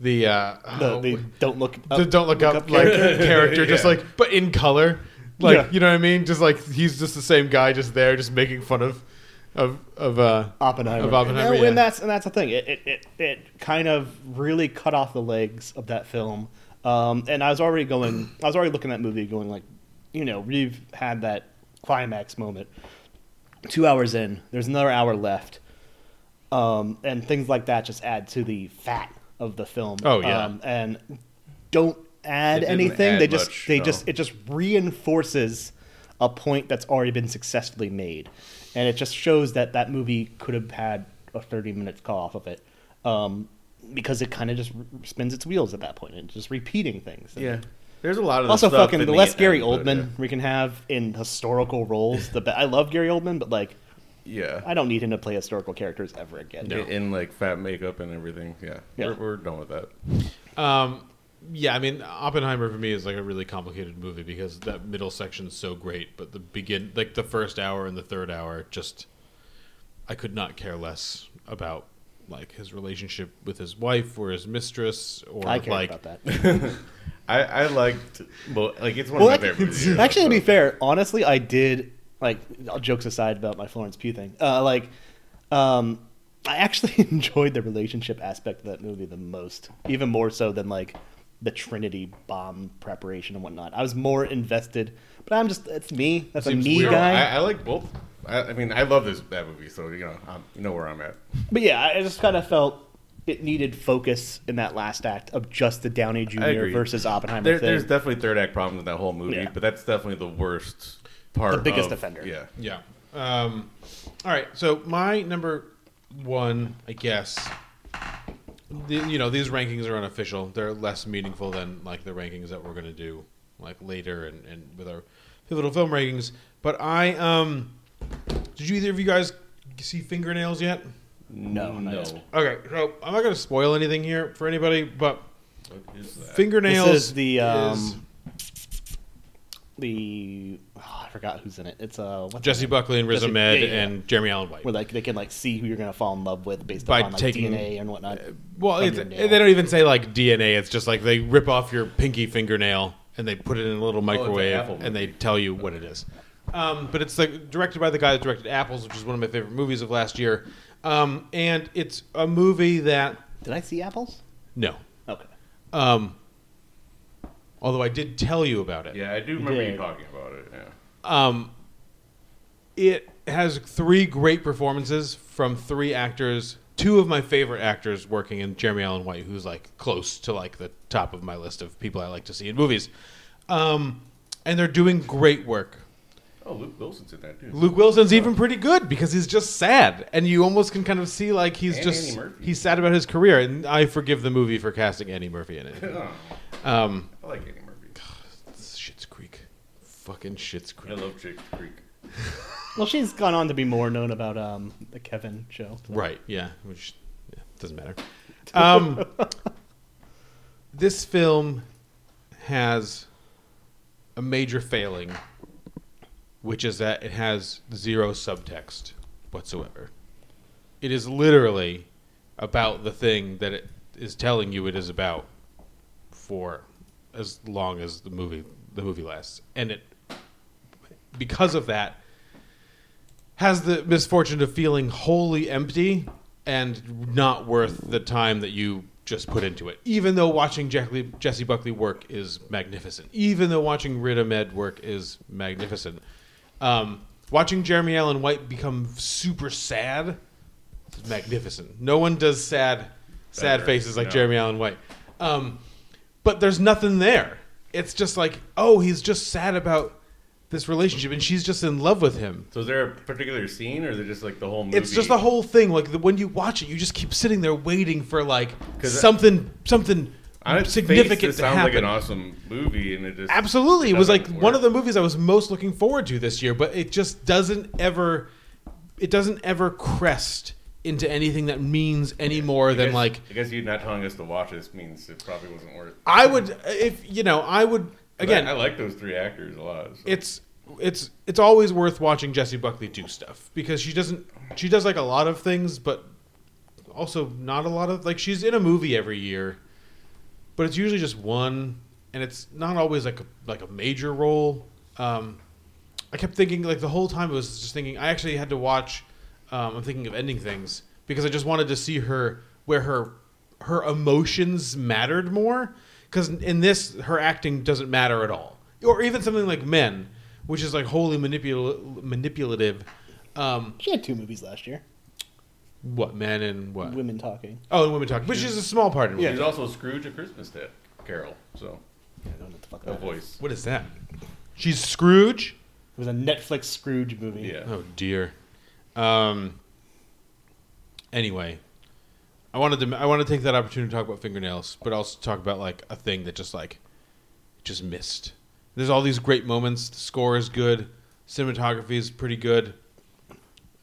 A: the uh
B: the,
A: oh,
B: the don't look up,
A: the don't look, up, like character, just
C: Yeah.
A: like but in color like
B: Yeah.
A: you know what i mean just like he's just the same guy just there just making fun of of of uh
B: Oppenheimer.
A: of Oppenheimer,
B: And,
A: yeah.
B: and that's and that's the thing. It, it, it, it kind of really cut off the legs of that film. Um, and I was already going. I was already looking at that movie, going like, you know, we've had that climax moment. Two hours in, there's another hour left, um, and things like that just add to the fat of the film.
A: Oh, yeah.
B: um, and don't add
C: It didn't
B: anything. they
C: add
B: just
C: much,
B: they
C: no.
B: just it just reinforces a point that's already been successfully made, and it just shows that that movie could have had a thirty minutes cut off of it, um, because it kind of just r- spins its wheels at that point and just repeating things.
C: yeah, there's a lot of
B: Also,
C: stuff
B: fucking
C: in
B: the less Gary
C: end, but,
B: Oldman we can have in historical roles, the be- I love Gary Oldman, but like
C: Yeah,
B: I don't need him to play historical characters ever again.
C: In- in like fat makeup and everything. Yeah,
B: Yeah.
C: We're, we're done with that.
A: um yeah i mean oppenheimer for me is like a really complicated movie because that middle section's so great but the begin like the first hour and the third hour just i could not care less about like his relationship with his wife or his mistress or
B: I care
A: like
B: about that.
C: I, I liked well, like it's one
B: Well,
C: of my favorite. movies,
B: actually,
C: yeah,
B: actually, to be
C: so.
B: fair, honestly, I did like all jokes aside about my Florence Pugh thing. Uh, like, um, I actually enjoyed the relationship aspect of that movie the most, even more so than like the Trinity bomb preparation and whatnot. I was more invested, but I'm just that's me. That's
A: Seems
B: a me
A: weird.
B: guy.
C: I, I like both. I, I mean, I love this that movie, so you know, i you know where I'm at.
B: But yeah, I I just kind of felt. It needed focus in that last act of just the Downey Jr.
C: agree.
B: versus Oppenheimer
C: There,
B: thing.
C: there's definitely third act problems in that whole movie,
B: Yeah.
C: but that's definitely the worst part.
B: The biggest
C: of-
B: offender.
C: Yeah,
A: Yeah. Um, all right. So my number one, I guess. The, you know, these rankings are unofficial. They're less meaningful than like the rankings that we're gonna do like later and, and with our pivotal film rankings. But I um, did you either of you guys see fingernails yet?
B: no, no.
C: no.
A: Okay, so I'm not gonna spoil anything here for anybody, but
C: What is that?
A: fingernails
B: This is the um, the oh, I forgot who's in it. It's uh what's
A: Jesse Buckley and Riz
B: Jesse-
A: Ahmed
B: yeah, yeah, yeah.
A: E and Jeremy Allen White.
B: where like they can like see who you're gonna fall in love with based
A: By
B: upon like
A: taking-
B: DNA and whatnot.
A: Well,
B: from
A: it's,
B: your nail.
A: they don't even say like DNA. It's just like they rip off your pinky fingernail and they put it in a little microwave
C: Apple
A: and they
C: movie.
A: tell you what it is. Um, but it's like directed by the guy that directed Apples, which is one of my favorite movies of last year. Um, and it's a movie that
B: Did I see apples?
A: no,
B: Okay.
A: um, although I did tell you about it.
C: Yeah, I do remember
B: Yeah.
C: you talking about it. Yeah.
A: Um, it has three great performances from three actors. Two of my favorite actors working in Jeremy Allen White, who's like close to like the top of my list of people I like to see in movies. Um, and they're doing great work.
C: Oh, Luke Wilson's in that too.
A: Luke Wilson's even pretty good because he's just sad, and you almost can kind of see like he's
C: And
A: just
C: Annie Murphy.
A: he's sad about his career. And I forgive the movie for casting Annie Murphy in it.
C: Oh,
A: Um,
C: I like Annie Murphy.
A: Shit's Creek, fucking Shit's Creek.
C: I love Chick Creek.
B: Well, she's gone on to be more known about um the Kevin show. so-
A: Right. Yeah. Which yeah, doesn't matter. Um, this film has a major failing, which is that it has zero subtext whatsoever. It is literally about the thing that it is telling you it is about for as long as the movie the movie lasts, and it because of that has the misfortune of feeling wholly empty and not worth the time that you just put into it. Even though watching Jackie, Jesse Buckley work is magnificent, even though watching Rita Med work is magnificent, um, watching Jeremy Allen White become super sad is magnificent. No one does sad, sad
C: Better,
A: faces like
C: no.
A: Jeremy Allen White. Um, but there's nothing there. It's just like, oh, he's just sad about this relationship, and she's just in love with him.
C: So is there a particular scene, or is it just like the whole movie?
A: It's just the whole thing. Like the, when you watch it, you just keep sitting there waiting for like
C: 'Cause I-
A: something, something
C: On its
A: significant
C: face, it
A: to
C: sounds
A: happen.
C: like an awesome movie, and it just
A: Absolutely, it was like
C: doesn't
A: one
C: work.
A: of the movies I was most looking forward to this year, but it just doesn't ever, it doesn't ever crest into anything that means any more
C: I
A: than
C: guess-
A: like
C: I guess you not telling us to watch this means it probably wasn't worth.
A: I would if you know I would
C: But
A: again.
C: I, I like those three actors a lot. so-
A: it's it's it's always worth watching Jessie Buckley do stuff because she doesn't she does like a lot of things, but also not a lot of like she's in a movie every year, but it's usually just one, and it's not always like a, like a major role. Um, I kept thinking like the whole time I was just thinking I actually had to watch. Um, I'm thinking of ending things because I just wanted to see her where her her emotions mattered more. Because in this, her acting doesn't matter at all, or even something like Men, which is like wholly manipul- manipulative. Um,
B: She had two movies last year.
A: what men and what?
B: Women talking.
A: Oh, and women talk, which is a small part in.
C: He's
A: Women.
C: also Scrooge at Christmas Day, Carol. So
B: Yeah, I don't know what the fuck
C: a
B: that is.
C: voice.
A: What is that? She's Scrooge.
B: It was a Netflix Scrooge movie.
C: Yeah.
A: Oh dear. Um. Anyway, I wanted to I want to take that opportunity to talk about fingernails, but also talk about like a thing that just like just missed. There's all these great moments. The score is good. Cinematography is pretty good.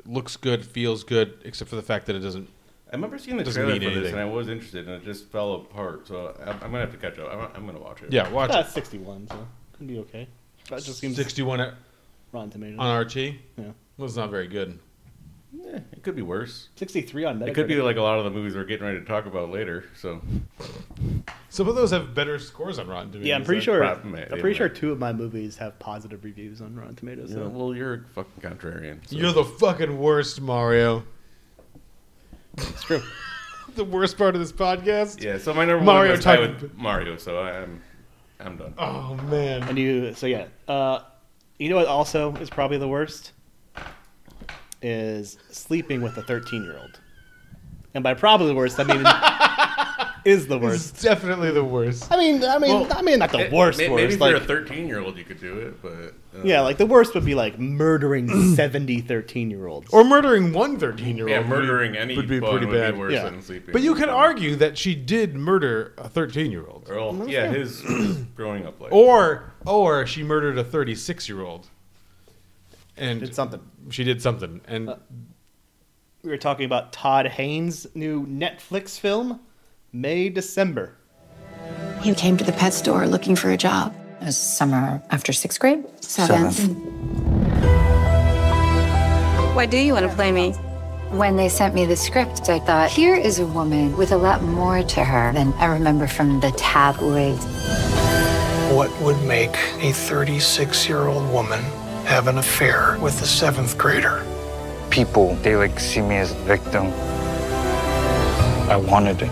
A: Looks good. Feels good, except for the fact that it doesn't.
C: I remember seeing the
A: Doesn't
C: trailer for
A: mean
C: this,
A: anything.
C: and I was interested, and it just fell apart. So I'm, I'm gonna have to catch up. I'm, I'm gonna watch it.
A: Yeah, watch
B: Ah,
A: it.
B: it's 61, so it'd be okay. That just seems
A: 61 at-
B: Rotten Tomatoes.
A: on RT.
B: yeah.
A: Well, it's not very good.
C: Eh, it could be worse.
B: 63 on Netflix.
C: It could be like a lot of the movies we're getting ready to talk about later. So
A: Some of those have better scores on Rotten Tomatoes.
B: Yeah, I'm pretty
A: though.
B: sure.
C: Rotten
B: I'm
C: Tomatoes,
B: pretty
C: yeah.
B: sure two of my movies have positive reviews on Rotten Tomatoes. So.
C: well, you're a fucking contrarian. so-
A: You're the fucking worst, Mario.
B: It's true.
A: The worst part of this podcast.
C: yeah. So my number
A: Mario
C: one was tied
A: type-
C: with Mario. So I- I'm I'm done.
A: Oh man.
B: And you, so yeah. Uh, you know what also is probably the worst? Is sleeping with a 13 year old. And by probably the worst, I mean is the worst.
A: It's definitely the worst.
B: I mean, I mean,
C: Well,
B: I mean, not the
C: Eh,
B: worst,
C: may- Maybe
B: worst.
C: if
B: Like,
C: you're a 13 year old, you could do it, but uh,
B: yeah, like the worst would be like murdering 70 13 year olds.
A: Or murdering one 13 year old.
C: yeah, murdering any
A: would be
C: bug
A: pretty
C: would
A: bad.
C: Be worse
B: Yeah.
C: than sleeping.
A: But you can
C: So-
A: argue that she did murder a 13 year old.
C: Well, yeah, his growing up
A: Oh,
C: like.
A: Or or she murdered a 36 year old. And
B: Did Uh, something.
A: She did something. And
B: we were talking about Todd Haynes' new Netflix film, May December.
D: You came to the pet store looking for a job. It was summer after sixth grade? Seventh.
E: Why do you want to play me?
D: When they sent me the script, I thought, here is a woman with a lot more to her than I remember from the tabloids.
F: What would make a 36 year old woman have an affair with a seventh grader?
G: people they like see me as a victim i wanted it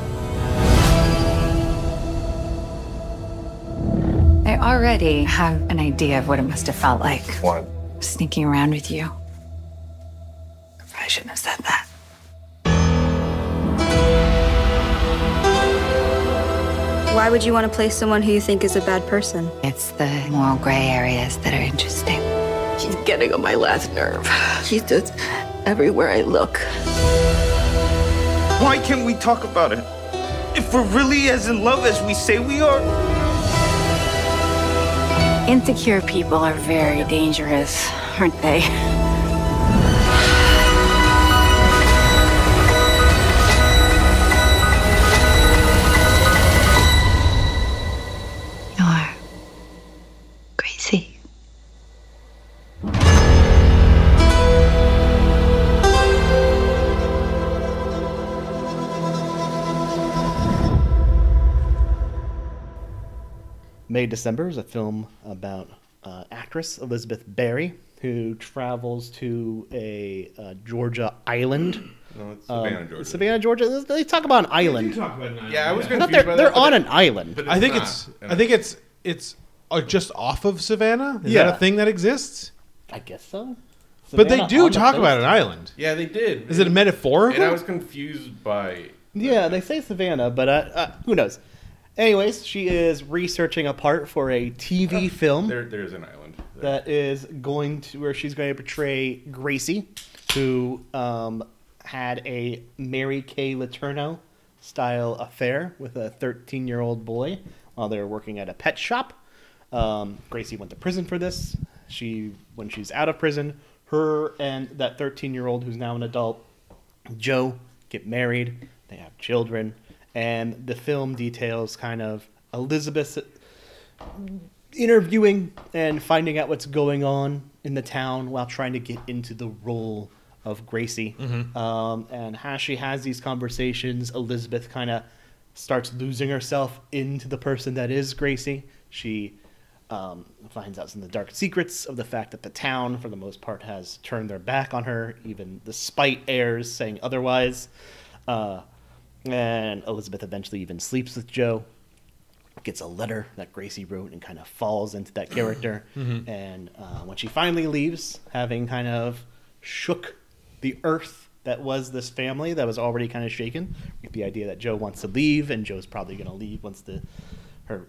D: I already have an idea of what it must have felt like
G: wanted
D: sneaking around with you. I probably shouldn't have said that.
E: Why would you want to play someone who you think is a bad person?
D: It's the moral gray areas that are interesting.
H: She's getting on my last nerve. She's just everywhere I look.
G: why can't we talk about it if we're really as in love as we say we are
H: Insecure people are very dangerous, aren't they?
D: You are crazy.
B: May December is a film about uh, actress Elizabeth Barry who travels to a uh, Georgia island.
C: No, it's Savannah, Georgia.
B: Savannah, Georgia. They talk about an island.
C: Yeah, I was
B: Not they're,
C: confused by that,
B: they're
C: but
B: on
C: it-
B: an island.
C: but
A: I think
C: not.
A: it's.
C: And
A: I think it's. It's uh, just off of Savannah. Is
B: Yeah.
A: that a thing that exists?
B: I guess so.
A: but they do talk about an island.
C: Yeah, they did.
A: Is it a metaphor?
B: Uh-huh.
C: And I was confused by.
B: Yeah, they say Savannah, but uh, uh, who knows? Anyways, she is researching a part for a TV film.
C: There, there's an island. There.
B: that is going to where she's going to portray Gracie, who um, had a Mary Kay Letourneau style affair with a 13 year old boy while they were working at a pet shop. Um, Gracie went to prison for this. She, when she's out of prison, her and that 13 year old who's now an adult, Joe, get married. They have children, and the film details kind of Elizabeth interviewing and finding out what's going on in the town while trying to get into the role of Gracie. Um, and as she has these conversations, Elizabeth kind of starts losing herself into the person that is Gracie. She um, finds out some of the dark secrets of the fact that the town, for the most part, has turned their back on her, even despite heirs saying otherwise. Uh, and Elizabeth eventually even sleeps with Joe gets a letter that Gracie wrote and kind of falls into that character. And uh, when she finally leaves, having kind of shook the earth that was this family that was already kind of shaken, with the idea that Joe wants to leave, and Joe's probably going to leave once the her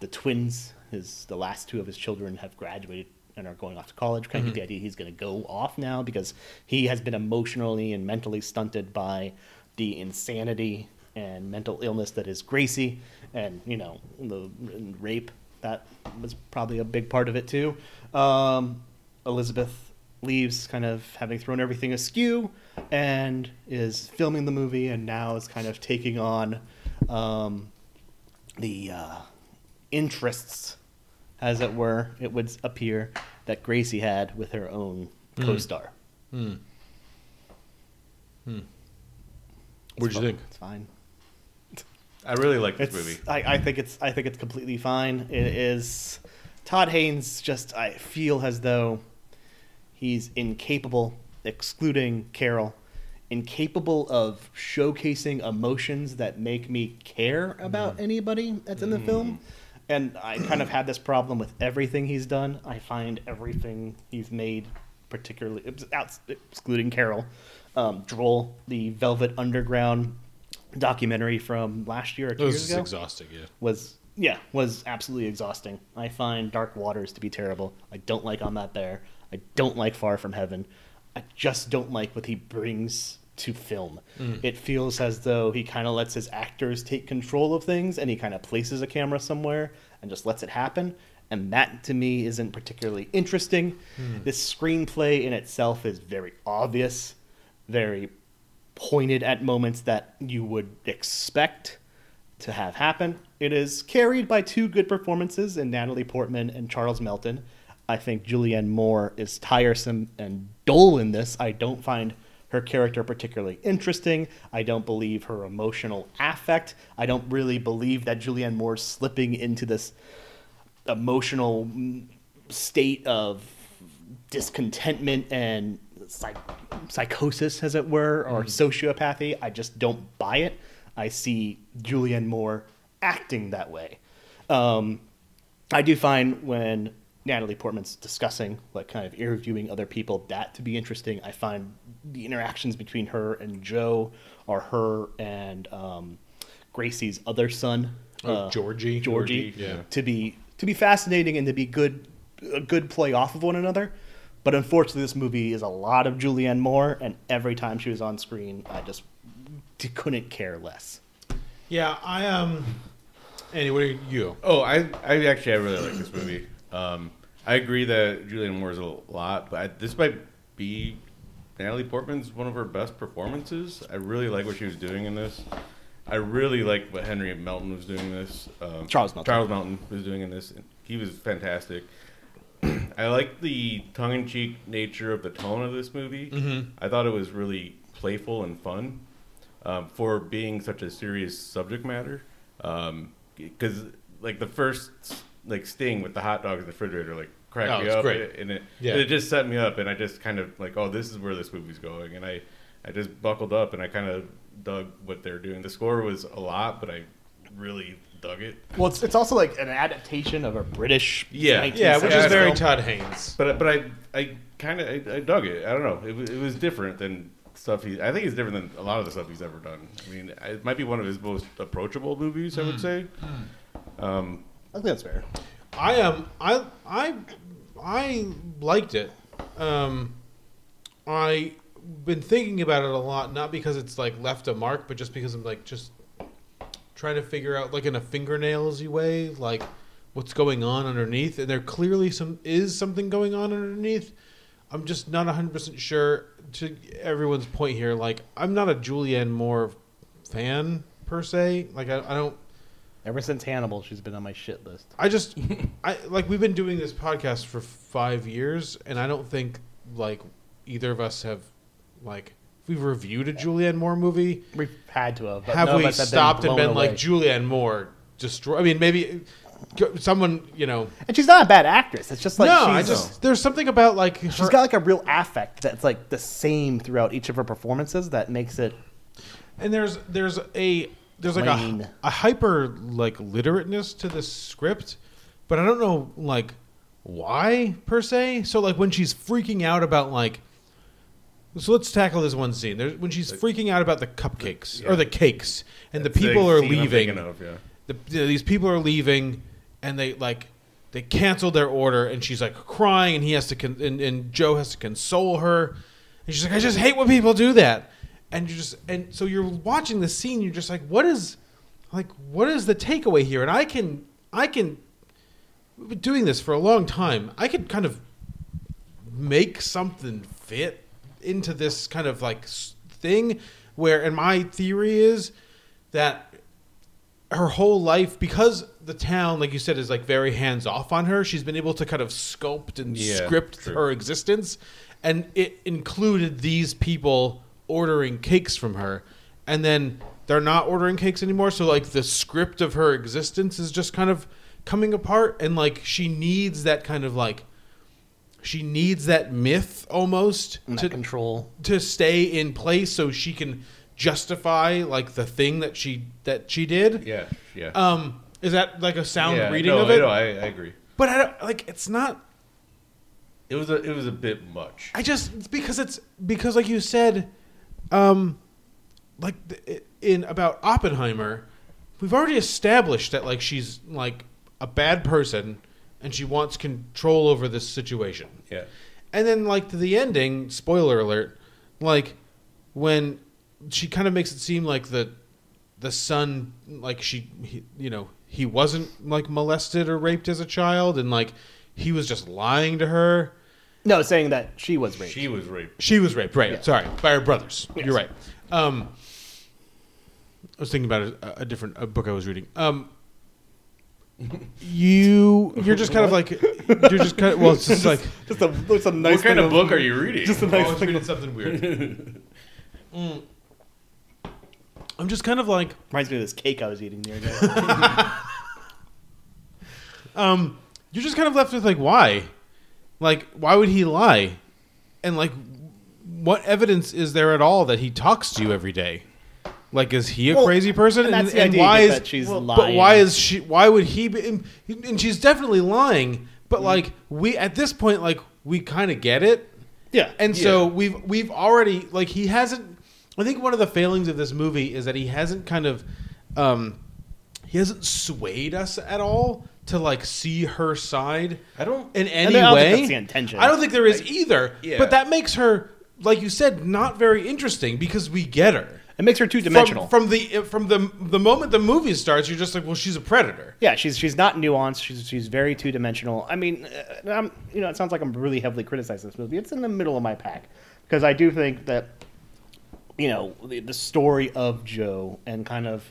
B: the twins, his the last two of his children have graduated and are going off to college. Kind of get the idea he's going to go off now because he has been emotionally and mentally stunted by the insanity and mental illness that is Gracie, and you know the and rape that was probably a big part of it too. Um, Elizabeth leaves, kind of having thrown everything askew, and is filming the movie, and now is kind of taking on. Um, the uh, interests, as it were, it would appear that Gracie had with her own
A: Hmm.
B: co-star.
A: What'd you think?
B: It's fine.
C: I really like this
B: It's
C: movie.
B: I, I think it's I think it's completely fine. It is Todd Haynes. Just I feel as though he's incapable, excluding Carol, incapable of showcasing emotions that make me care about anybody that's in the film. And I kind of had this problem with everything he's done. I find everything he's made, particularly outs- excluding Carol, um, droll. The Velvet Underground documentary from last year or two
A: This
B: years
A: is
B: ago
A: exhausting. Yeah.
B: was yeah was absolutely exhausting. I find Dark Waters to be terrible. I don't like On That Bear. I don't like Far From Heaven. I just don't like what he brings to film. It feels as though he kind of lets his actors take control of things, and he kind of places a camera somewhere and just lets it happen. And that to me isn't particularly interesting. This screenplay in itself is very obvious, very pointed at moments that you would expect to have happen. It is carried by two good performances in Natalie Portman and Charles Melton. I think Julianne Moore is tiresome and dull in this. I don't find her character particularly interesting. I don't believe her emotional affect. I don't really believe that Julianne Moore's slipping into this emotional mm, state of discontentment and psych- psychosis, as it were, or sociopathy. I just don't buy it. I see Julianne Moore acting that way. Um, I do find when Natalie Portman's discussing, like, kind of interviewing other people, that to be interesting. I find the interactions between her and Joe, or her and um, Gracie's other son,
A: Oh,
B: uh,
A: Georgie.
B: Georgie,
A: Georgie, yeah.
B: to be to be fascinating and to be good a good play off of one another. But unfortunately, this movie is a lot of Julianne Moore, and every time she was on screen, I just d- couldn't care less.
A: Yeah, I um. Andy, what are you?
C: Oh, I, I actually I really like this movie. Um, I agree that Julianne Moore's a lot, but I, this might be Natalie Portman's one of her best performances. I really like what she was doing in this. I really like what Henry Melton was doing in this. Um,
B: Charles Melton.
C: Charles Melton was doing in this. He was fantastic. I like the tongue-in-cheek nature of the tone of this movie.
A: Mm-hmm.
C: I thought it was really playful and fun um, for being such a serious subject matter. Because like the first like sting with the hot dog in the refrigerator like
A: Oh,
C: cracked me
A: it's
C: up,
A: great.
C: and it
A: Yeah.
C: it just set me up, and I just kind of like oh this is where this movie's going, and I I just buckled up and I kind of dug what they're doing. The score was a lot, but I really dug it.
B: Well, it's, it's also like an adaptation of a British
C: Yeah.
B: 19th
A: Yeah, which is
B: century
A: very
B: film.
A: Todd Haynes.
C: But but I I kind of I, I dug it. I don't know. It, wa- it was different than stuff he. I think it's different than a lot of the stuff he's ever done. I mean, it might be one of his most approachable movies. I would say.
B: I think that's fair.
A: I um I I I liked it. Um, I been thinking about it a lot, not because it's like left a mark, but just because I'm like just trying to figure out like in a fingernailsy way, like what's going on underneath. And there clearly some is something going on underneath. I'm just not 100% sure to everyone's point here. Like I'm not a Julianne Moore fan per se. Like I, I don't
B: Ever since Hannibal, she's been on my shit list.
A: I just, I like we've been doing this podcast for five years, and I don't think like either of us have like we've reviewed a Julianne Moore movie.
B: We've had to have. but
A: Have
B: none of
A: we
B: us been
A: stopped and
B: blown
A: been
B: away.
A: like Julianne Moore destroy? I mean, maybe go- someone you know.
B: and she's not a bad actress. It's just like
A: no,
B: she's,
A: I just there's something about like her,
B: she's got like a real affect that's like the same throughout each of her performances that makes it
A: and there's there's a there's like a,
B: Plain.
A: a hyper like literateness to this script but i don't know like why per se so like when she's freaking out about like so let's tackle this one scene there's when she's freaking out about the cupcakes or the cakes and the
C: The
A: people are
C: scene I'm
A: leaving
C: thinking of, yeah.
A: the, you know, these people are leaving and they like they canceled their order and she's like crying and he has to con- and, and joe has to console her and she's like i just hate when people do that and you just and so you're watching the scene you're just like what is like what is the takeaway here and i can i can we've been doing this for a long time i could kind of make something fit into this kind of like s- thing where and my theory is that her whole life because the town like you said is like very hands off on her she's been able to kind of sculpt and
C: Yeah,
A: script
C: true.
A: her existence and it included these people ordering cakes from her and then they're not ordering cakes anymore so like the script of her existence is just kind of coming apart and like she needs that kind of like she needs that myth almost to
B: that control.
A: to stay in place so she can justify like the thing that she that she did.
C: Yeah, yeah.
A: Um, is that like a sound
C: Yeah,
A: reading
C: no,
A: of it?
C: No, I, I agree.
A: but I don't like it's not.
C: It was a it was a bit much.
A: I just it's because it's because like you said, um, like th- in about Oppenheimer, we've already established that like she's like a bad person and she wants control over this situation.
C: Yeah.
A: And then like to the ending, spoiler alert, like when she kind of makes it seem like the the son like she he, you know, he wasn't like molested or raped as a child and like he was just lying to her.
B: No, saying that she was raped.
C: She was raped.
A: She was raped, right? Sorry, by her brothers. You're right. Um, I was thinking about a, a different a book I was reading. Um, you you're just kind of like you're just kind of well it's just like
B: Just a, just a nice
C: what kind
B: thing
C: of book are you reading?
B: Just a
A: I
B: nice
A: was
B: thing.
A: reading something weird. Mm. I'm just kind of like
B: Reminds me of this cake I was eating the other day.
A: um, you're just kind of left with like why, like why would he lie, and like what evidence is there at all that he talks to you every day? Like, is he a
B: Well,
A: crazy person?
B: and that's the idea you
A: why
B: get
A: is
B: that she's
A: But
B: lying.
A: why is she? Why would he? Be, and, and she's definitely lying. But
B: Mm-hmm.
A: like we at this point, like we kind of get it.
B: yeah.
A: And so we've we've already like he hasn't. I think one of the failings of this movie is that he hasn't kind of, um, he hasn't swayed us at all to like see her side.
C: I don't-
A: in
B: And
A: any
B: I don't
A: way.
B: think that's the intention.
A: I don't think there is either.
C: yeah.
A: But that makes her, like you said, not very interesting because we get her
B: it makes her two dimensional.
A: from, from the from the the moment the movie starts. You're just like, well, she's a predator.
B: yeah, she's she's not nuanced. She's she's very two dimensional. I mean, uh, I'm, you know, it sounds like I'm really heavily criticizing this movie. It's in the middle of my pack because I do think that you know the, the story of Joe and kind of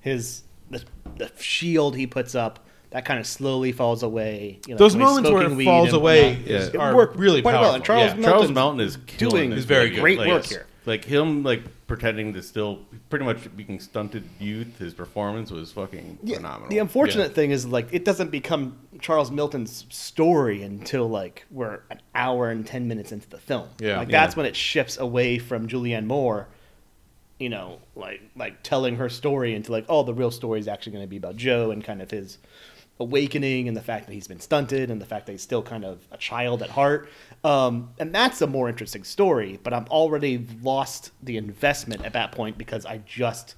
B: his the, the shield he puts up that kind of slowly falls away. You know,
A: Those
B: when he's
A: moments where
B: smoking
A: it
B: weed
A: falls
B: and
A: away
B: whatnot.
A: is,
C: It
A: are
B: worked
A: really
B: quite well,
A: powerful.
B: and Charles
A: yeah.
B: Mountain-
C: Charles Mountain is killing
B: doing
C: this
A: very
C: movie.
A: great
C: Like,
B: work here.
C: Like him, like pretending to still pretty much being stunted youth. His performance was fucking
B: Yeah,
C: phenomenal.
B: The unfortunate thing is like it doesn't become Charles Milton's story until like we're an hour and ten minutes into the film.
A: Yeah.
B: like
A: Yeah.
B: that's when it shifts away from Julianne Moore, you know, like like telling her story into like oh the real story is actually going to be about Joe and kind of his awakening and the fact that he's been stunted and the fact that he's still kind of a child at heart. Um, and that's a more interesting story, but I'm already lost the investment at that point because I just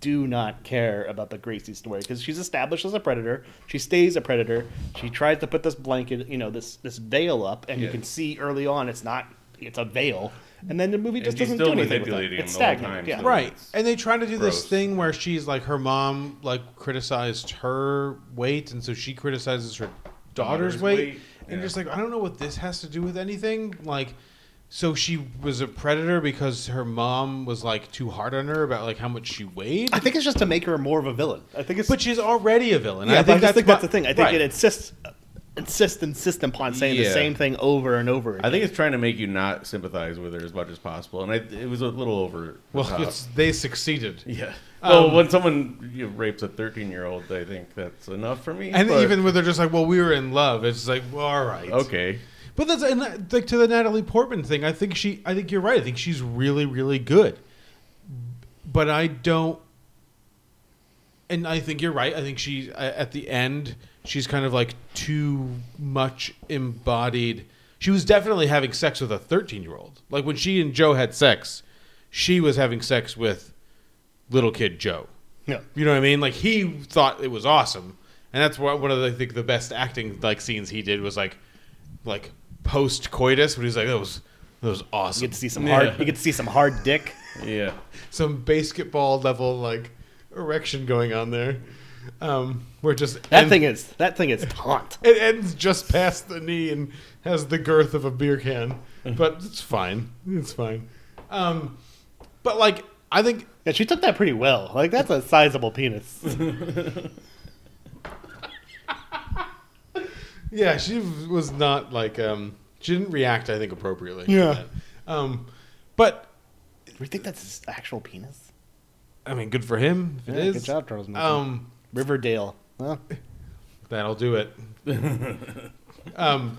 B: do not care about the Gracie story because she's established as a predator. She stays a predator. She tries to put this blanket, you know, this this veil up, and you
C: Yeah.
B: can see early on it's not it's a veil. And then the movie just
C: she's
B: doesn't
C: still
B: do anything with it.
C: manipulating
B: It's
C: him the whole
B: stagnant.
C: time,
B: yeah.
C: so-
A: Right.
C: It's
A: And they try to do this
C: gross.
A: thing where she's like her mom like criticized her weight and so she criticizes her daughter's,
C: Daughter's
A: weight.
C: weight,
A: And
C: yeah.
A: just like I don't know what this has to do with anything. Like so she was a predator because her mom was like too hard on her about like how much she weighed.
B: I think it's just to make her more of a villain. I think it's
A: But she's already a villain.
B: Yeah,
A: I
B: but I
A: think,
B: just
A: that's,
B: think
A: my-
B: that's the thing. I think
A: Right.
B: it insists, insists, insist upon saying the
C: Yeah.
B: same thing over and over. Again.
C: I think it's trying to make you not sympathize with her as much as possible, and I, it was a little over. the
A: Well,
C: top.
B: Uh,
A: it's, they succeeded.
C: yeah. Um, Well, when someone you know, rapes a thirteen-year-old, I think that's enough for me.
A: And
C: but-
A: even when they're just like, "Well, we were in love," it's like, well, "All right,
C: okay,
A: But that's and that, like to the Natalie Portman thing. I think she. I think you're right. I think she's really, really good. But I don't. And I think you're right. I think she a- at the end she's kind of like too much embodied. She was definitely having sex with a 13 year old. Like when she and Joe had sex, she was having sex with little kid Joe.
B: Yeah.
A: You know what I mean? Like he thought it was awesome, and that's what one of the, I think the best acting like scenes he did was like, like post coitus, when he's like, "That was that was
B: you
A: awesome."
B: get to see some
C: Yeah.
B: hard. You get to see some hard dick.
C: yeah.
A: Some basketball level like erection going on there, um, where just
B: That
A: and-
B: thing is that thing is taunt.
A: it ends just past the knee and has the girth of a beer can,
B: Mm-hmm.
A: but it's fine. It's fine. Um, but like I think
B: Yeah, she took that pretty well. Like that's a sizable penis.
A: Yeah, she w- was not like um she didn't react I think appropriately. to
B: Yeah.
A: that. Um but
B: Do you think that's his actual penis?
A: I mean good for him if it
B: Yeah,
A: is.
B: good job, Charles Manson.
A: Um
B: Riverdale. Huh?
A: that'll do it. um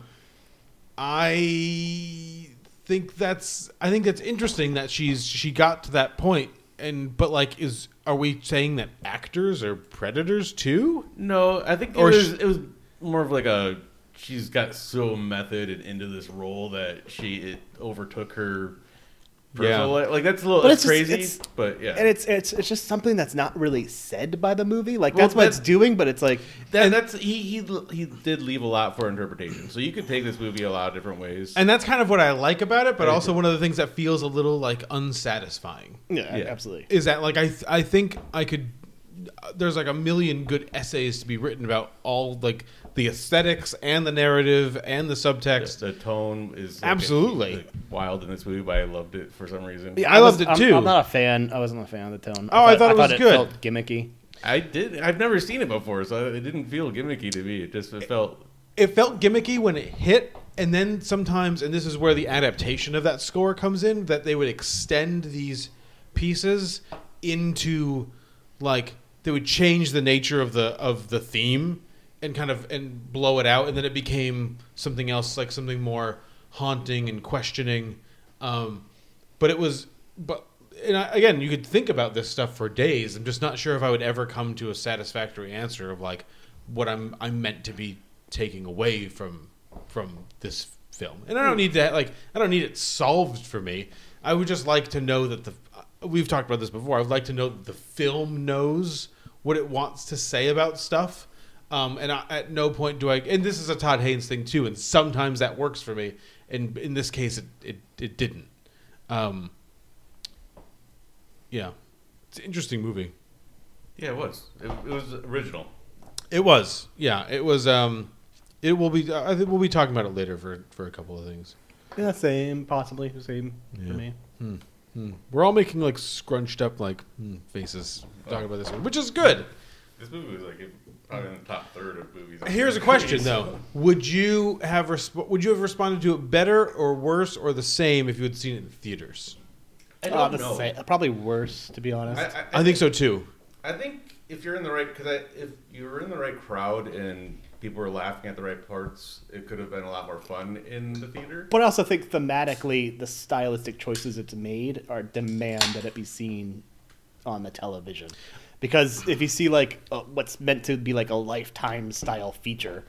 A: I think that's I think that's interesting that she's she got to that point and but like is are we saying that actors are predators too?
C: No, I think
A: Or
C: it,
A: sh-
C: was, it was more of like a she's got so method and into this role that she it overtook her personal
A: Yeah.
C: life. Like that's a little
B: But
C: that's
B: it's just-
C: crazy,
B: it's-
C: but yeah,
B: And it's it's it's just something that's not really said by the movie. Like
C: Well,
B: that's what
C: that-
B: it's doing, but it's like
C: that, that's he he he did leave a lot for interpretation. So you could take this movie a lot of different ways.
A: And that's kind of what I like about it, but also one of the things that feels a little like unsatisfying.
B: yeah,
C: Yeah.
B: absolutely.
A: is that like I th- I think I could there's like a million good essays to be written about all like the aesthetics and the narrative and the subtext.
C: The tone is like,
A: Absolutely.
C: like, wild in this movie, but I loved it for some reason.
A: Yeah, I loved it
B: I'm-
A: too.
B: I'm not a fan. I wasn't a fan of the tone.
A: Oh, I thought it was good.
B: felt gimmicky.
C: I did. I've never seen it before, so it didn't feel gimmicky to me. It just felt
A: it felt gimmicky when it hit and then sometimes and this is where the adaptation of that score comes in that they would extend these pieces into like they would change the nature of the of the theme and kind of and blow it out and then it became something else like something more haunting and questioning um but it was but and I, again you could think about this stuff for days i'm just not sure if i would ever come to a satisfactory answer of like what i'm i'm meant to be taking away from from this film and i don't need that like i don't need it solved for me i would just like to know that the we've talked about this before i'd like to know that the film knows what it wants to say about stuff um, and I, at no point do I. And this is a Todd Haynes thing too. And sometimes that works for me. And in this case, it it, it didn't. Um, yeah, it's an interesting movie.
C: yeah, it was. It, it was original.
A: It was. Yeah, it was. Um, it will be. I think we'll be talking about it later for for a couple of things.
B: Yeah, same, possibly the same for me.
A: We're all making like scrunched up like hmm, faces talking about this one, which is good.
C: This movie was like in- probably in the top third of movies. I've
A: Here's a
C: seen.
A: question though: Would you have resp- Would you have responded to it better or worse or the same if you had seen it in theaters?
C: I
B: Uh,
C: don't
B: the
C: know.
B: sa- probably worse, to be honest.
C: I, I,
A: I think so too.
C: I think if you're in the right, because if you were in the right crowd and people were laughing at the right parts, it could have been a lot more fun in the theater.
B: but I also think thematically, the stylistic choices it's made are demand that it be seen on the television. Because if you see like uh, what's meant to be like a lifetime style feature,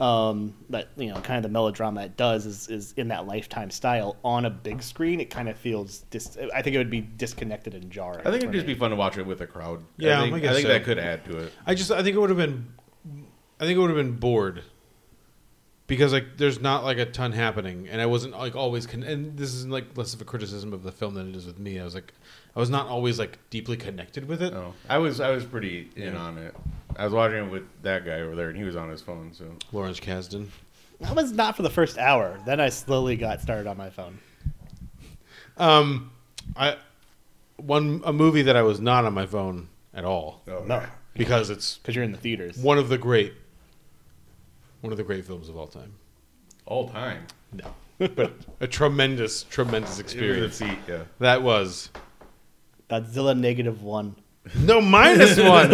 B: um, that you know kind of the melodrama it does is, is in that lifetime style on a big screen, it kind of feels dis- I think it would be disconnected and jarring.
C: I think
B: for
C: it'd just
B: me.
C: be fun to watch it with a crowd.
A: Yeah,
C: I think,
A: I guess
C: think
A: so.
C: that could add to it.
A: I just I think it would have been I think it would have been bored because like there's not like a ton happening and I wasn't like always con- and this is like less of a criticism of the film than it is with me. I was like I was not always like deeply connected with it.
C: No, I was I was pretty in on it. I was watching it with that guy over there, and he was on his phone. So
A: Lawrence Kasdan.
B: that was not for the first hour. Then I slowly got started on my phone.
A: Um I one a movie that I was not on my phone at all
C: oh,
B: No,
A: because it's
B: because you're in the theaters.
A: one of the great one of the great films of all time.
C: all time
A: No. But a tremendous tremendous experience.
C: It was a seat, yeah.
A: That was
B: Godzilla negative one.
A: No minus one.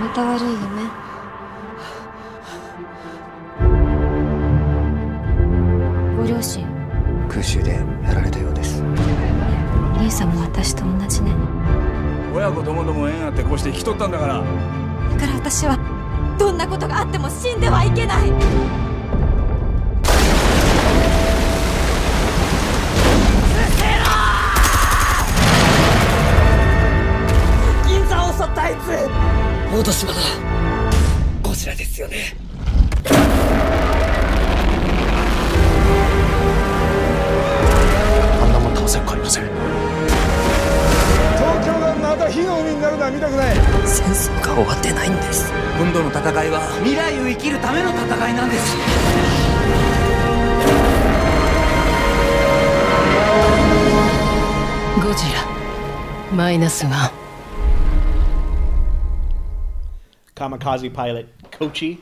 E: What the hell are you, man? kamikaze pilot Kochi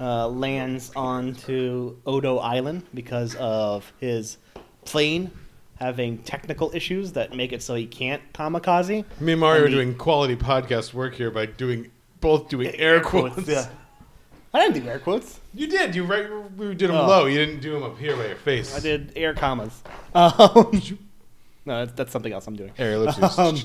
E: uh, lands onto Odo Island because of his plane having technical issues that make it so he can't kamikaze.
A: Me and Mario are
B: And he-
A: doing quality podcast work here by doing both doing air quotes.
B: Yeah. I didn't do air quotes.
A: You did. You right. We did them
B: Oh.
A: low. You didn't do them up here by your face.
B: I did air commas. Um, no, that's, that's something else I'm doing.
A: Air ellipses.
B: Um,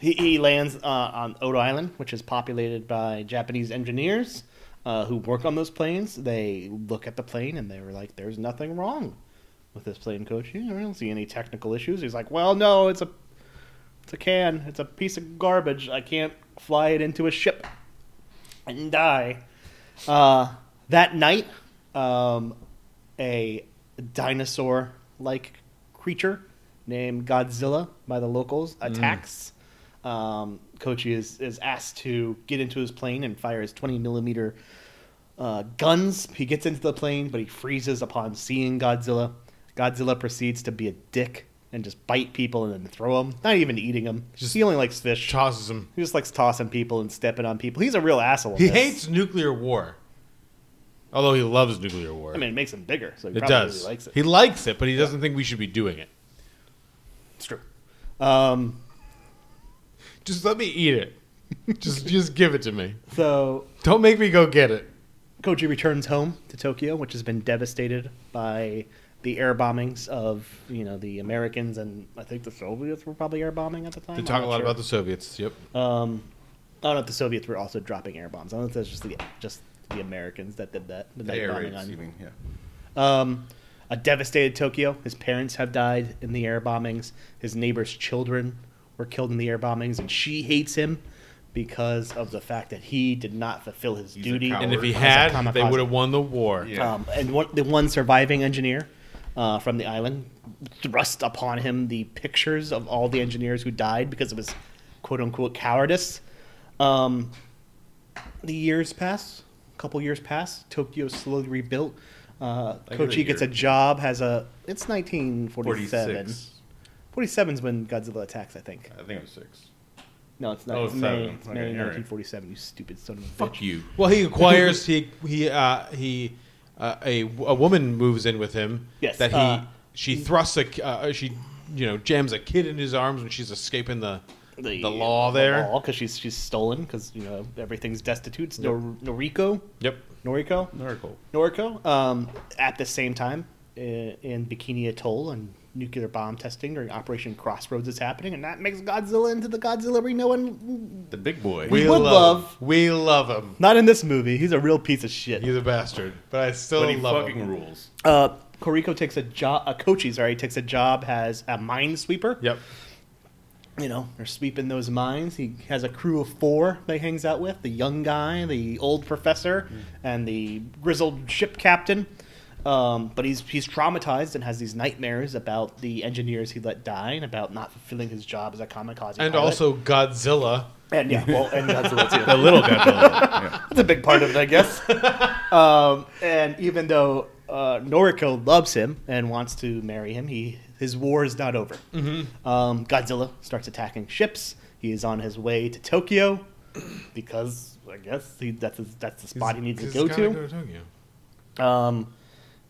B: He, he lands uh, on Odo Island, which is populated by Japanese engineers uh, who work on those planes. They look at the plane and they were like, "There's nothing wrong with this plane, coach. You know, I don't see any technical issues." He's like, "Well, no, it's a it's a can. It's a piece of garbage. I can't fly it into a ship and die." Uh, that night, um, a dinosaur-like creature named Godzilla by the locals attacks. Um, Kochi is, is asked to get into his plane and fire his 20 millimeter uh, guns. He gets into the plane, but he freezes upon seeing Godzilla. Godzilla proceeds to be a dick and just bite people and then throw them. Not even eating them. he only likes fish.
A: tosses him.
B: He just likes tossing people and stepping on people. He's a real asshole. in
A: He
B: this.
A: hates nuclear war, although he loves nuclear war.
B: I mean, it makes him bigger, so he
A: it
B: probably
A: does.
B: likes it.
A: He likes it, but he doesn't think we should be doing it.
B: It's true. Um,
A: Just let me eat it. just, just give it to me.
B: so
A: Don't make me go get it.
B: Koji returns home to Tokyo, which has been devastated by the air bombings of you know the Americans and I think the Soviets were probably air bombing at the time.
A: They
B: I'm
A: talk a
B: not
A: lot
B: sure. Oh,
A: about the Soviets. Yep.
B: I don't know if the Soviets were also dropping air bombs. I don't know if that's just the just the Americans that did that. The night
C: Air
B: bombing
C: raids,
B: on-
C: you mean, yeah.
B: Um, a devastated Tokyo. His parents have died in the air bombings. His neighbor's children were killed in the air bombings, and she hates him because of the fact that he did not fulfill his
C: He's a
B: duty.
C: coward.
A: And if he
B: as a
A: had,
B: kamikaze.
A: they would have won the war.
C: Yeah.
B: Um, and one, the one surviving engineer uh, from the island thrust upon him the pictures of all the engineers who died because of his quote unquote cowardice. Um, the years pass, a couple years pass. Tokyo is slowly rebuilt. Uh,
C: Like
B: Kochi
C: the
B: gets a
C: year.
B: job, has a. It's 1947.
C: 46.
B: 47 is when Godzilla attacks, I think.
C: I think it was six.
B: No, it's not.
C: Uh, Oh,
B: it's
C: seven.
B: May,
C: It's not
B: May
C: gonna air it.
B: 1947, you stupid son of a bitch.
C: Fuck you.
A: Well, he acquires he he uh, he uh, a a woman moves in with him.
B: Yes,
A: That he
B: uh,
A: she thrusts a ki- uh, she you know jams a kid in his arms when she's escaping the the, law there.
B: because she's she's stolen because you know everything's destitute. It's Nor- Noriko,
A: Yep.
B: Noriko,
C: Miracle.
B: Noriko. Um, at the same time, uh, in Bikini Atoll and nuclear bomb testing during Operation Crossroads is happening, and that makes Godzilla into the Godzilla we know and
C: The big boy.
B: We would love-
A: we love him.
B: not in this movie. He's a real piece of shit.
A: He's a bastard, but I still
C: but he
A: love
C: fucking
A: him.
C: rules.
B: Uh, Koriko takes a job. Uh, Kochi, sorry, takes a job as a minesweeper.
A: Yep.
B: you know, they're sweeping those mines. He has a crew of four that he hangs out with the young guy, the old professor, and the grizzled ship captain. Um, but he's he's traumatized and has these nightmares about the engineers he let die and about not fulfilling his job as a kamikaze.
A: And
B: pilot.
A: also Godzilla.
B: and yeah, well, and that's what
C: The little guy.
B: that's a big part of it, I guess. um, and even though uh, Noriko loves him and wants to marry him, he his war is not over.
A: Mm-hmm.
B: Um, Godzilla starts attacking ships. He is on his way to Tokyo because I guess he, that's his, that's the spot he needs to
A: He's
B: go
A: gotta
B: to.
A: go to Tokyo.
B: Um,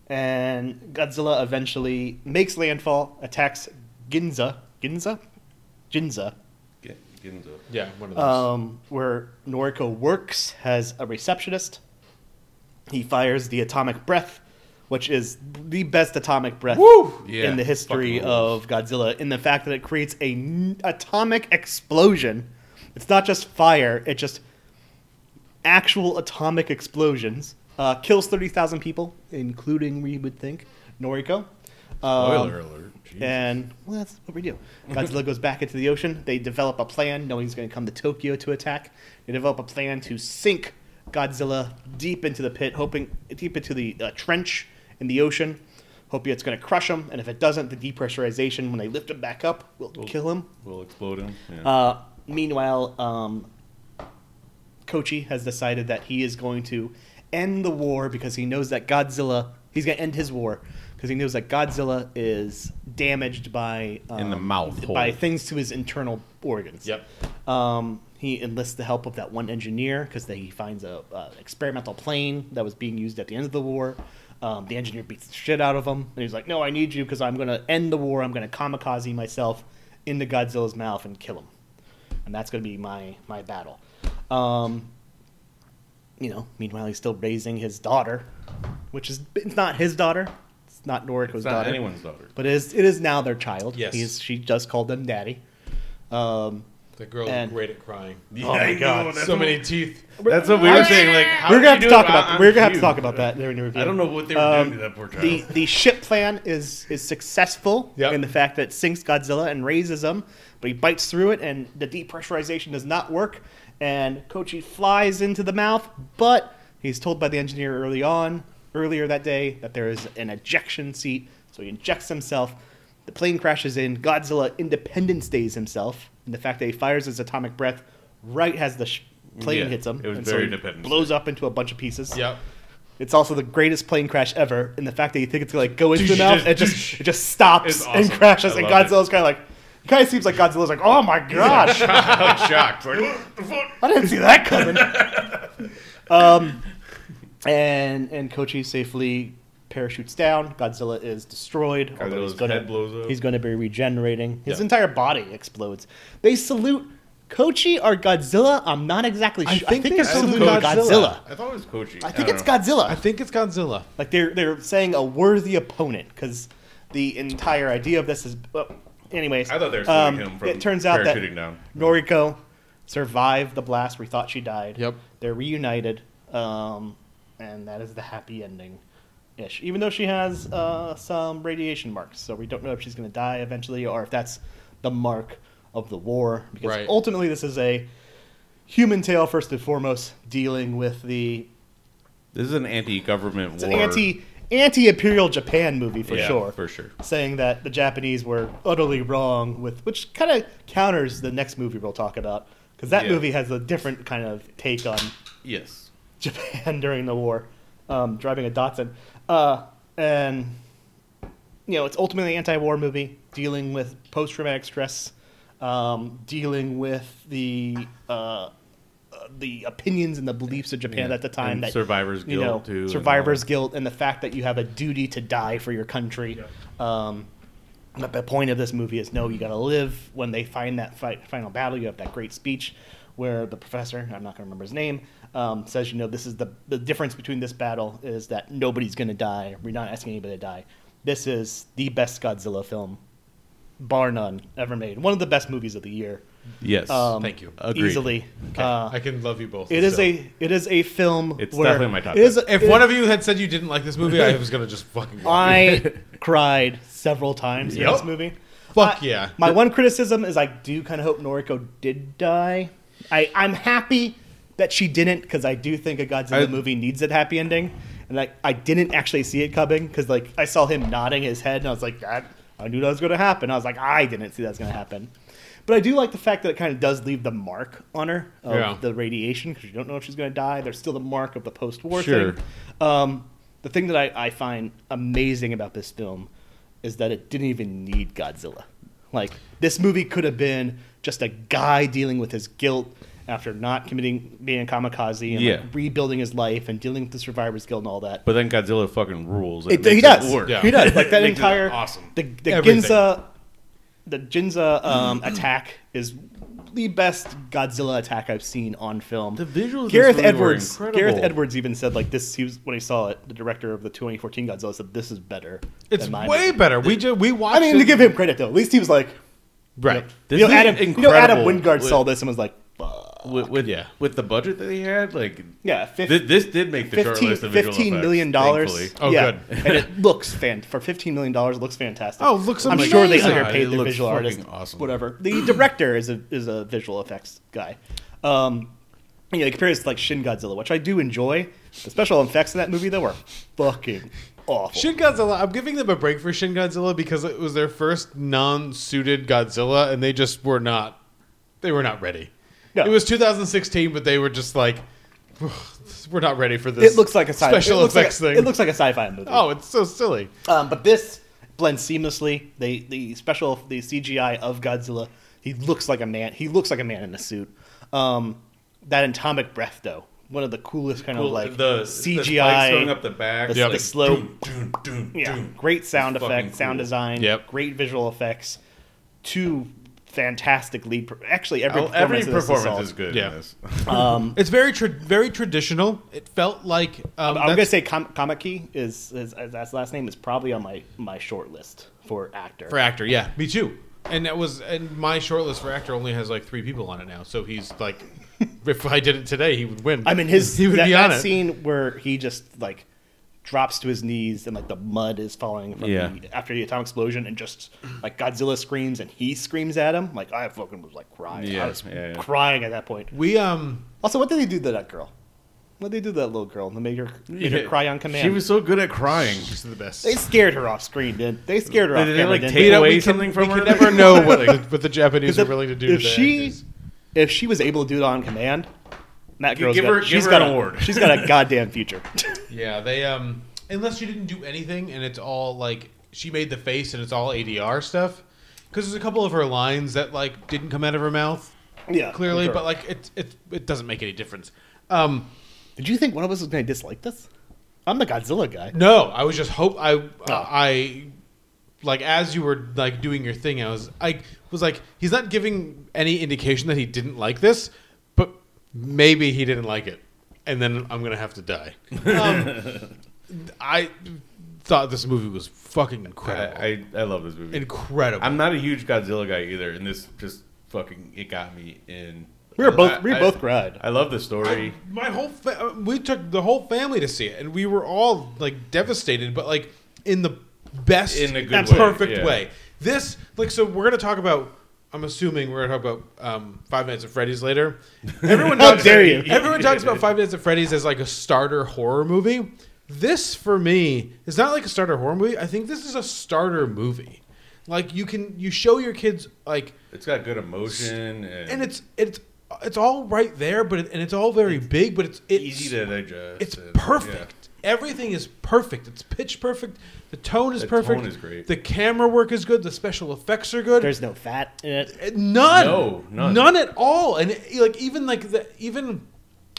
B: and Godzilla eventually makes landfall, attacks Ginza, Ginza, Ginza,
C: Yeah. Ginzo.
A: Yeah, uh, one of those.
B: um, where Noriko works as a receptionist. He fires the atomic breath, which is the best atomic breath
C: Yeah,
B: in the history
C: fucking rules.
B: of Godzilla. In the fact that it creates a n- atomic explosion. It's not just fire; it just actual atomic explosions. Uh, kills thirty thousand people, including we would think Noriko. Um,
C: Spoiler alert. Jesus.
B: and well, that's what we do. Godzilla goes back into the ocean. They develop a plan, knowing he's going to come to Tokyo to attack. They develop a plan to sink Godzilla deep into the pit, hoping deep into the uh, trench in the ocean, hoping it's going to crush him. And if it doesn't, the depressurization when they lift him back up will kill him.
C: We'll explode him. Yeah.
B: Uh, meanwhile, um, Kochi has decided that he is going to end the war because he knows that Godzilla. He's going to end his war because he knows that Godzilla is damaged by um,
C: In the mouth hole.
B: by things to his internal organs.
A: Yep.
B: Um, he enlists the help of that one engineer because he finds a uh, experimental plane that was being used at the end of the war. Um, the engineer beats the shit out of him, and he's like, "No, I need you because I'm going to end the war. I'm going to kamikaze myself into Godzilla's mouth and kill him, and that's going to be my my battle." Um, you know, meanwhile he's still raising his daughter, which is it's not his daughter. It's not Noriko's
C: it's not
B: daughter.
C: anyone's daughter.
B: But it is, it is now their child.
A: Yes.
B: He's, she just called them daddy. Um,
A: the girl's
B: and-
A: great at crying. Oh
C: Yeah,
B: my
C: I know,
B: God,
C: that's
A: so
C: what-
A: many teeth.
C: That's what we were saying. Like, how
B: we're
C: did
B: gonna have
C: you
B: to
C: do
B: talk
C: it?
B: about
C: I-
B: that. We're gonna have to
C: I'm
B: talk
C: confused.
B: about that during the review.
C: I don't know what they were
B: Um,
C: doing to that poor child.
B: The the ship plan is is successful
A: Yep.
B: in the fact that it sinks Godzilla and raises him, but he bites through it, and the depressurization does not work, and Kochi flies into the mouth, but he's told by the engineer early on earlier that day that there is an ejection seat, so he injects himself. The The plane crashes in. Godzilla independence days himself, and the fact that he fires his atomic breath right as the sh- plane
C: Yeah,
B: hits him,
C: it was
B: and
C: very
B: he
C: Independence
B: blows up into a bunch of pieces.
A: Yep.
B: It's also the greatest plane crash ever, and the fact that you think it's gonna like go into the mouth, it just it just stops
C: It's
B: and
C: awesome.
B: crashes,
C: I
B: and
C: love it.
B: Godzilla's kind of like, kind of seems like Godzilla's like, oh my gosh,
C: I'm shocked. Like, what the fuck?
B: I didn't see that coming. um, and and Kochi safely parachutes down. Godzilla is destroyed. although
C: Godzilla's
B: he's gonna,
C: head blows up.
B: He's going to be regenerating. His
A: Yeah.
B: entire body explodes. They salute Kochi or Godzilla. I'm not exactly sure.
A: think they salute Godzilla.
C: I thought it was Kochi.
B: I think
C: don't
B: it's
C: know.
B: Godzilla.
A: I think it's Godzilla.
B: Like they're they're saying a worthy opponent because the entire idea of this is. Well, anyways,
C: I thought they were
B: um,
C: shooting him from
B: It turns out that
C: parachuting down.
B: Noriko survived the blast. We thought she died.
A: Yep.
B: They're reunited, um, and that is the happy ending, ish. Even though she has uh, some radiation marks, so we don't know if she's going to die eventually or if that's the mark of the war. Because
A: Right.
B: ultimately, this is a human tale first and foremost, dealing with the
C: This is an anti-government
B: it's an
C: war.
B: anti anti imperial Japan movie for
C: Yeah,
B: sure.
C: for sure.
B: Saying that the Japanese were utterly wrong with which kind of counters the next movie we'll talk about because that
C: Yeah.
B: movie has a different kind of take on
C: Yes.
B: Japan during the war, um, driving a Datsun, uh, and you know it's ultimately an anti-war movie dealing with post-traumatic stress, um, dealing with the uh, uh, the opinions and the beliefs of Japan
C: Yeah,
B: at the time
C: and
B: that
C: survivor's
B: you
C: guilt,
B: know,
C: too, and
B: survivor's
C: all that.
B: guilt, and the fact that you have a duty to die for your country. Um, but the point of this movie is no, you got to live. When they find that fight, final battle, you have that great speech where the professor, I'm not going to remember his name, um, says, you know, this is the, the difference between this battle is that nobody's going to die. We're not asking anybody to die. This is the best Godzilla film, bar none, ever made. One of the best movies of the year.
C: Yes.
B: Um,
A: Thank you.
C: Agreed.
B: Easily. Uh,
A: I can love you both.
B: it is
A: still.
B: a it is a film.
C: It's
B: where
C: definitely my top
B: It is
C: pick.
A: If one of you had said you didn't like this movie, I was gonna just fucking.
B: I cried several times in
A: Yep.
B: this movie.
A: Fuck
B: I-
A: yeah.
B: My one criticism is I do kind of hope Noriko did die. I, I'm happy that she didn't because I do think a Godzilla
C: I-
B: movie needs a happy ending. And like I didn't actually see it coming because like I saw him nodding his head and I was like, that, I knew that was going to happen. I was like, I didn't see that was going to happen. But I do like the fact that it kind of does leave the mark on her of
A: Yeah.
B: the radiation because you don't know if she's going to die. There's still the mark of the post-war
C: Sure.
B: thing. Um, the thing that I, I find amazing about this film is that it didn't even need Godzilla. Like this movie could have been just a guy dealing with his guilt after not committing being a kamikaze and like,
C: Yeah.
B: rebuilding his life and dealing with the survivor's guilt and all that.
C: But then Godzilla fucking rules.
B: It,
C: makes
B: he does.
C: work.
A: Yeah.
B: He does. Like that
A: Makes it
B: entire
A: awesome.
B: The, the
A: Everything.
B: Ginza, the Ginza um, attack is the best Godzilla attack I've seen on film. The
C: visuals in this
B: Gareth
C: movie were
B: Edwards. Gareth
C: incredible.
B: Edwards even said like this. He was when he saw it. The director of the 2014 Godzilla said this is better.
A: It's
B: than mine."
A: way better. We just we watched.
B: I mean, to
A: it-
B: give him credit though, at least he was like,
A: right.
B: you
C: This
B: know,
C: is
B: Adam, you know, Adam
C: incredible.
B: Wingard saw this and was like, "Fuck."
C: With, with,
A: yeah.
C: with the budget that he had, like
B: yeah, fif-
C: Th- this did make the short
B: 15,
C: list of visual
B: 15
C: effects,
B: million dollars.
C: thankfully.
A: Oh,
B: yeah.
A: good.
B: and it looks fan for fifteen million dollars. It looks fantastic.
A: Oh, it looks
B: I'm sure they
A: amazing.
B: underpaid
C: It
B: their
C: looks
B: visual
C: fucking
B: artist.
C: awesome.
B: Whatever. The director is a is a visual effects guy. Um, you know, compare this to like Shin Godzilla, which I do enjoy. The special effects in that movie though are fucking awful.
A: Shin Godzilla. I'm giving them a break for Shin Godzilla because it was their first non-suited Godzilla, and they just were not. They were not ready.
B: No.
A: It was 2016, but they were just like, we're not ready for this.
B: it looks like a sci-
A: special
B: it looks like
A: effects
B: a-
A: thing.
B: It looks like a sci-fi movie.
A: Oh, it's so silly.
B: Um, but this blends seamlessly. They the special the CGI of Godzilla. He looks like a man. He looks like a man in a suit. Um, that atomic breath though, one of the coolest kind of
C: Well,
B: like
C: the- the
B: CGI
C: spikes going up the back,
B: The,
C: Yeah.
B: the
C: like,
B: slow,
C: Doom, doom,
B: yeah,
C: doom.
B: great sound
C: It's
B: effect,
C: fucking
B: sound
C: cool.
B: design,
A: Yep.
B: great visual effects. Two fantastic lead. Per- Actually, every
C: Oh,
B: performance,
C: every
B: in this
C: performance
B: solid.
C: is good.
A: Yeah.
C: In this.
B: Um,
A: It's very tra- very traditional. It felt like um,
B: I'm gonna
A: that's-
B: say Kam- Kamaki is, is, is that's last name is probably on my my short list for actor.
A: for actor. Yeah, me too. And that was and my shortlist for actor only has like three people on it now. So he's like, if I did it today, he would win.
B: I mean, his
A: he would
B: that,
A: be on
B: that
A: it.
B: scene where he just like drops to his knees and like the mud is falling from
C: Yeah.
B: the, after the atomic explosion, and just like Godzilla screams and he screams at him. Like I fucking was like crying. I
C: Yeah,
B: was
C: yeah, yeah.
B: crying at that point.
A: We um
B: Also, what did he do to that girl? What they do to that little girl? They made her, made her cry on command.
C: She was so good at crying.
A: She's the best.
B: They scared her off screen, did they? Scared her off
C: Did they
B: camera.
C: like
B: didn't
C: take
B: they?
C: away something from
A: we can
C: her?
A: never know what the, what the Japanese are
B: If-
A: willing to do.
B: If
A: to the
B: she,
A: actors.
B: if she was able to do it on command, that
C: Gi-
B: girl
C: give
B: got,
C: her- give
B: she's
C: her
B: got
C: an
B: a,
C: award.
B: She's got a goddamn future.
A: yeah, they um, unless you didn't do anything, and it's all like she made the face, and it's all ADR stuff. Because there's a couple of her lines that like didn't come out of her mouth
B: yeah,
A: clearly,
B: sure.
A: but like it it it doesn't make any difference. Um,
B: did you think one of us was going to dislike this? I'm the Godzilla guy.
A: No, I was just hope I
C: Oh.
A: I like as you were like doing your thing, I was I was like he's not giving any indication that he didn't like this, but maybe he didn't like it, and then I'm gonna have to die. Um, I thought this movie was fucking
C: I,
A: incredible,
C: I, I love this movie.
A: incredible.
C: I'm not a huge Godzilla guy either, and this just fucking it got me in.
B: We were both-
C: I-
B: we
C: I-
B: both cried.
C: I love the story.
A: my whole fa- uh, we took the whole family to see it, and we were all like devastated, but like in the best,
C: In a good
A: and
C: way,
A: perfect
C: yeah.
A: way. This like so we're gonna talk about. I'm assuming we're gonna talk about um, Five Nights at Freddy's later. Everyone
B: How
A: talks,
B: dare you.
A: Everyone talks about Five Nights at Freddy's as like a starter horror movie. This for me is not like a starter horror movie. I think this is a starter movie. Like you can you show your kids like
C: It's got good emotion, and,
A: and it's it's it's all right there, but it, and it's all very big, but it's it's
C: easy to digest.
A: it's
C: and-
A: perfect. Everything is perfect. It's pitch perfect. The tone is
C: The
A: perfect.
C: tone is great.
A: The camera work is good. The special effects are good.
B: There's no fat in it.
A: none,
C: No, none.
A: at all. And like even like the even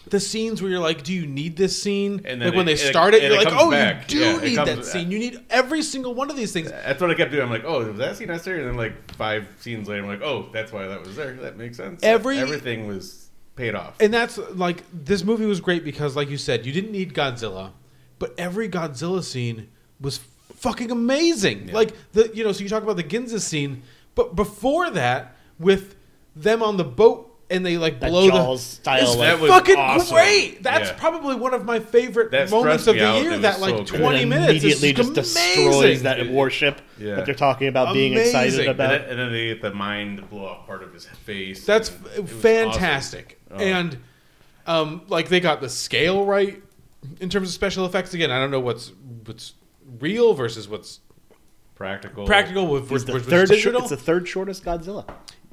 A: the scenes where you're like, do you need this scene?
C: And then
A: like when
C: it-
A: they
C: and it-
A: start it,
C: and
A: you're
C: it
A: like,
C: comes
A: oh,
C: back.
A: you do
C: Yeah, it
A: need that
C: comes-
A: scene. You need every single one of these things.
C: Yeah. That's what I kept doing. I'm like, oh, was that scene necessary? And then like five scenes later, I'm like, oh, that's why that was there. That makes sense.
A: Every-
C: everything was paid off.
A: And that's like this movie was great because, like you said, you didn't need Godzilla, but every Godzilla scene was fucking amazing. Like the you know, so you talk about the Ginza scene, but before that, with them on the boat and they like
B: That
A: blow
B: Jaws
A: the
B: style,
A: it's
B: like- That
C: was
A: fucking
C: awesome.
A: great. That's
C: Yeah.
A: probably one of my favorite
C: That
A: moments
C: stressed
A: of
C: me
A: the
C: out.
A: year.
C: It
A: that
C: was
A: like
C: so good.
A: twenty
B: It
A: minutes It's
B: immediately just
A: amazing.
B: destroys that warship
C: Yeah.
B: that they're talking about being
A: Amazing.
B: excited
A: And
C: And
B: about.
C: then, and then they get the mind blow off part of his face.
A: That's
C: and
A: f-
C: it was
A: fantastic.
B: Uh-huh.
C: awesome. Oh.
A: And um, like they got the scale right in terms of special effects. Again, I don't know what's what's real versus what's
C: practical.
A: practical with
B: Oh,
A: with-
B: it's the
A: with
B: third. shor-
A: digital.
B: it's the third shortest Godzilla.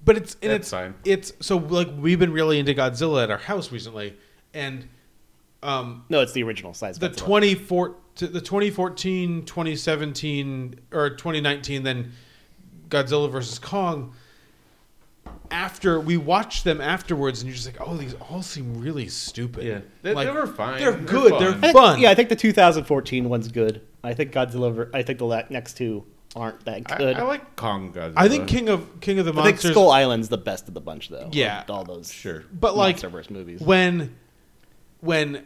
A: but it's and
C: That's
A: it's
C: fine.
A: it's so like we've been really into Godzilla at our house recently, and um,
B: No, it's the original size.
A: the
B: Godzilla.
A: 24 to the 2014 2017 or 2019 then godzilla versus kong after we watched them afterwards and you're just like oh these all seem really stupid
C: Yeah. They-
A: Like,
C: they were fine.
A: they're
C: They're
A: good they're
C: fun.
B: I
A: fun,
B: think- Yeah, I think the 2014 one's good. I think Godzilla. ver- I think the la- next two aren't that
C: I,
B: good.
C: I like Kong Godzilla.
A: I think king of king of the
B: I think
A: monsters
B: Skull Island's the best of the bunch, though.
A: Yeah.
B: of all those
C: Sure.
A: but like
B: MonsterVerse movies.
A: when when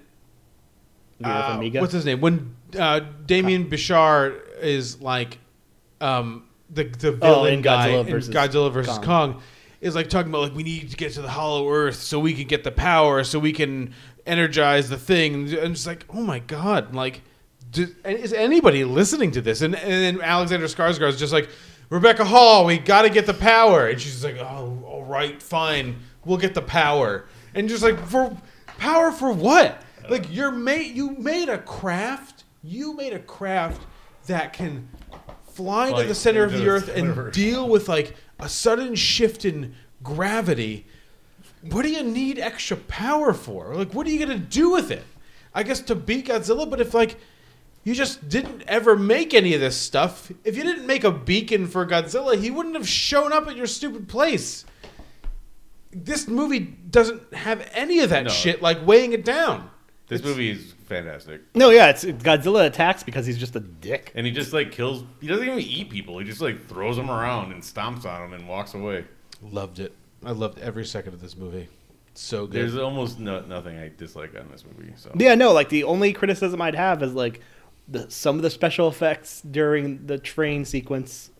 B: Vera
A: uh,
B: Farmiga.
A: what's his name when uh, Damien Bishar is like um, the the
B: Oh,
A: villain
B: in
A: guy
B: Godzilla
A: in
B: versus
A: Godzilla versus Kong.
B: Kong.
A: is like talking about like we need to get to the Hollow Earth so we can get the power so we can energize the thing and it's just like oh my god like do, is anybody listening to this and and then Alexander Skarsgård is just like Rebecca Hall we got to get the power and she's like oh all right fine we'll get the power and just like for power for what like you're made you made a craft you made a craft that can fly to
C: Fly
A: the center of
C: into
A: the
C: the
A: earth
C: center.
A: and deal with like a sudden shift in gravity what do you need extra power for like what are you going to do with it i guess to beat godzilla but if like you just didn't ever make any of this stuff if you didn't make a beacon for godzilla he wouldn't have shown up at your stupid place this movie doesn't have any of that
C: No.
A: shit like weighing it down
C: this movie is fantastic.
B: no, yeah, it's Godzilla attacks because he's just a dick.
C: And he just like kills. He doesn't even eat people. He just like throws them around and stomps on them and walks away.
A: Loved it. I loved every second of this movie. So good.
C: There's almost no, nothing I dislike on this movie. So
B: Yeah, no, like the only criticism I'd have is like the, some of the special effects during the train sequence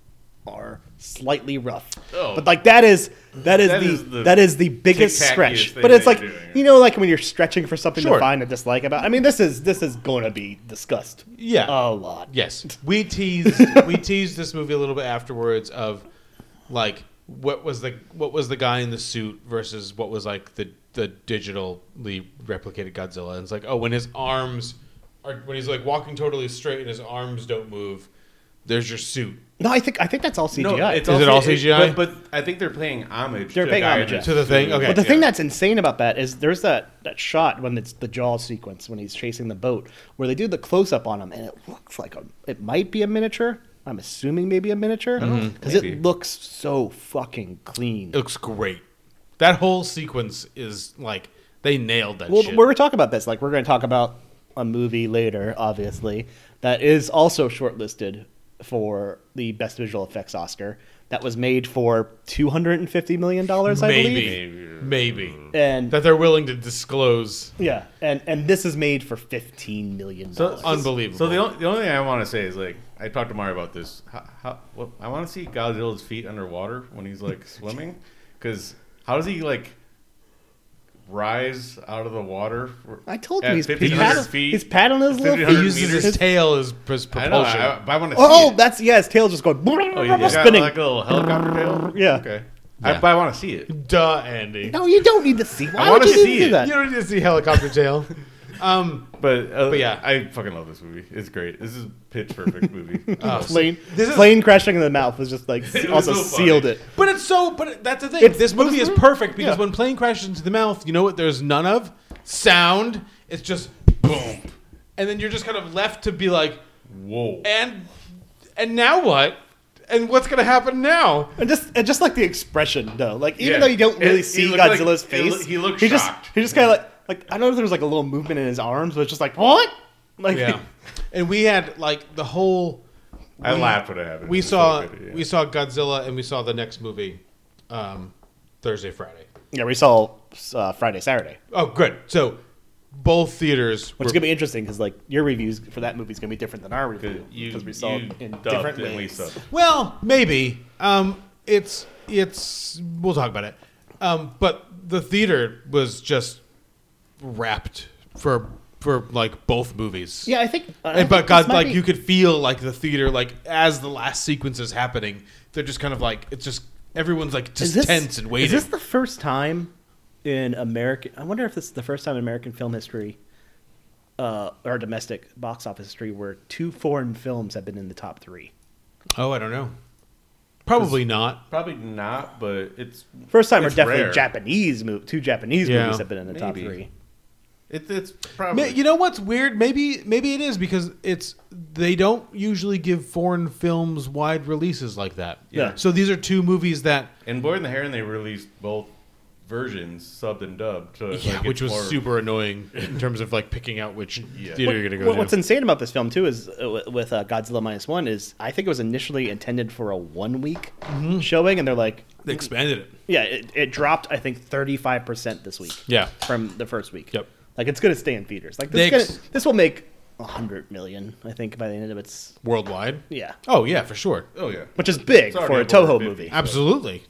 B: are slightly rough.
C: Oh.
B: But like that is that is
C: That
B: the,
C: is the
B: that is the biggest
C: tic-taciest
B: stretch.
C: thing
B: But it's
C: that
B: like
C: you're doing.
B: you know like when you're stretching for something
A: Sure.
B: to find a dislike about. I mean this is this is going to be discussed
A: Yeah.
B: a lot.
A: yes, we teased we teased this movie a little bit afterwards of like what was the what was the guy in the suit versus what was like the the digitally replicated Godzilla. And it's like, oh, when his arms are when he's like walking totally straight and his arms don't move, there's your suit
B: No, I think I think that's all CGI.
C: No, it's
A: Is it all CGI?
C: but, but I think they're playing homage.
B: They're
C: to
B: paying
C: Guy
B: homage, yeah.
C: Ritchie.
A: to the thing. Okay,
B: But the thing
A: yeah.
B: that's insane about that is there's that, that shot when it's the jaw sequence when he's chasing the boat where they do the close up on him and it looks like a, it might be a miniature. I'm assuming maybe a miniature because
C: Maybe.
B: it looks so fucking clean.
A: Mm-hmm. it looks great. That whole sequence is like they nailed that.
B: Well,
A: shit.
B: we're talking about this. Like we're going to talk about a movie later, obviously that is also shortlisted for the best visual effects Oscar that was made for 250 million dollars, I believe.
A: maybe, maybe
B: And
A: that they're willing to disclose.
B: yeah, and and this is made for 15 million dollars.
A: Unbelievable.
C: So the only, the only thing I want to say is like I talked to Mario about this. How, how what, I want to see Godzilla's feet underwater when he's like swimming, because how does he like rise out of the water? for-
B: I told
C: at
B: you he's, he's,
C: 1,500
B: paddling,
C: feet?
B: he's paddling his little
C: 1,500
B: feet.
A: he uses
C: meters.
A: his tail as as
C: I know.
A: propulsion.
C: I, but I want to.
B: Oh,
C: see it.
B: that's yeah. His tail's Oh, just going
C: He's got,
B: spinning.
C: Oh, like a little helicopter tail.
B: Yeah.
C: Okay. I, but I want to see it.
A: Duh, Andy.
B: no, you don't need to see. Why would
C: wanna
B: you need
C: see
B: to
C: it.
B: do that?
A: You don't need to see helicopter tail. Um,
C: But, uh,
A: But yeah.
C: I fucking love this movie. It's great. This is a pitch perfect movie.
A: oh,
B: Plane,
A: This is-
B: plane crashing in the mouth was just like
C: It was
B: also
C: so funny.
B: sealed it.
A: But it's so. But it- that's the thing.
B: It's-
A: this
B: but
A: movie
B: it's
A: is
B: not-
A: perfect because
B: yeah.
A: when plane crashes into the mouth, you know what? There's none of sound. It's just boom, and then you're just kind of left to be like,
C: Whoa.
A: and and now what? And what's gonna happen now?
B: And just and just like the expression though, like even
C: Yeah.
B: though you don't really
C: It- he
B: see
C: looked like-
B: Godzilla's
C: it
B: face,
C: loo- he looked
B: he just,
C: shocked.
B: He just kind of like like I don't know if there was like a little movement in his arms, but it's just like what? Like
A: Yeah, and we had like the whole.
C: I laughed when it happened.
A: We
C: It was
A: saw
C: so good, yeah.
A: we saw Godzilla and we saw the next movie, um, Thursday Friday.
B: yeah, we saw uh, Friday Saturday.
A: Oh, good. So both theaters.
B: Which
A: were
B: is gonna be interesting because like your reviews for that movie is gonna be different than our review
C: You-
B: because we saw
C: you
B: it in
C: dubbed
B: different
C: and we
B: ways.
C: subbed.
A: Well, maybe. Um, it's it's. We'll talk about it. Um, but the theater was just wrapped for for like both movies.
B: Yeah, I think. I
A: And,
B: think
A: but
B: this
A: God,
B: might
A: like
B: be-
A: you could feel like the theater, like as the last sequence is happening, they're just kind of like it's just everyone's like just tense and waiting.
B: Is this the first time in American? I wonder if this is the first time in American film history, uh, or domestic box office history, where two foreign films have been in the top three.
A: oh, I don't know. Probably not.
C: Probably not, but it's
B: First time, or
C: It's
B: definitely
C: rare.
B: Japanese move. Two Japanese
A: Yeah,
B: movies have been in the top
C: maybe.
B: three.
C: it, it's
A: Ma-
C: probably
A: You know what's weird? Maybe maybe it is because it's they don't usually give foreign films wide releases like that.
B: Yeah.
A: So these are two movies that
C: And Boy in the Heron, they released both versions, subbed and dubbed. So it's
A: yeah,
C: like
A: which
C: it's
A: was
C: more-
A: super annoying in terms of like picking out which
C: Yeah.
A: theater you're gonna go
B: What-
A: to.
B: what's insane about this film too is uh, wi- with uh, Godzilla minus one is I think it was initially intended for a one week
A: Mm-hmm.
B: showing, and they're like,
A: they expanded it.
B: yeah, it, it dropped I think thirty five percent this week.
A: Yeah.
B: from the first week.
A: Yep.
B: Like it's gonna stay in theaters. Like
A: They
B: this,
A: ex-
B: is gonna, this will make hundred million, I think, by the end of its
A: Worldwide.
B: yeah,
A: Oh yeah, for sure.
C: Oh yeah,
B: which is big
C: It's already
B: for a
C: up over
B: Toho
C: 50.
B: movie.
A: Absolutely.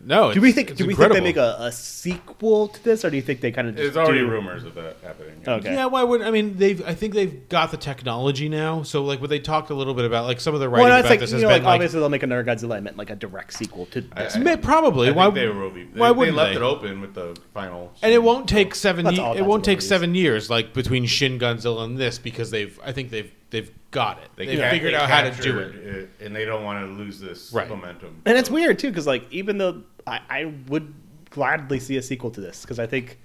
A: No.
B: Do we think? Do we
A: incredible.
B: think they make a, a sequel to this, or do you think they kind of?
C: there's already rumors of that happening.
B: Okay.
A: Yeah, why would I mean they've I think they've got the technology now. So like what they talked a little bit about, like some of the writing
B: Well, that's
A: about
B: like
A: this
B: you
A: has
B: know, like,
A: been like,
B: obviously they'll make another Godzilla. I meant like a direct sequel to this.
C: I-
A: may- probably.
C: I
A: why
C: think they will be. They,
A: why
C: they
A: wouldn't
C: left
A: they?
C: it open with the final,
A: and it won't take seven.
B: That's
A: ye-
B: all
A: it won't
B: Godzilla
A: take
B: movies.
A: seven years, like between Shin Godzilla and this, because they've. I think they've they've got it. They have
C: ca-
A: figured
C: they
A: out how to do
C: captured
A: it.
C: and they don't want to lose this
A: Right.
C: momentum.
B: And it's
C: So-
B: weird too, because like even though I, I would gladly see a sequel to this, because I think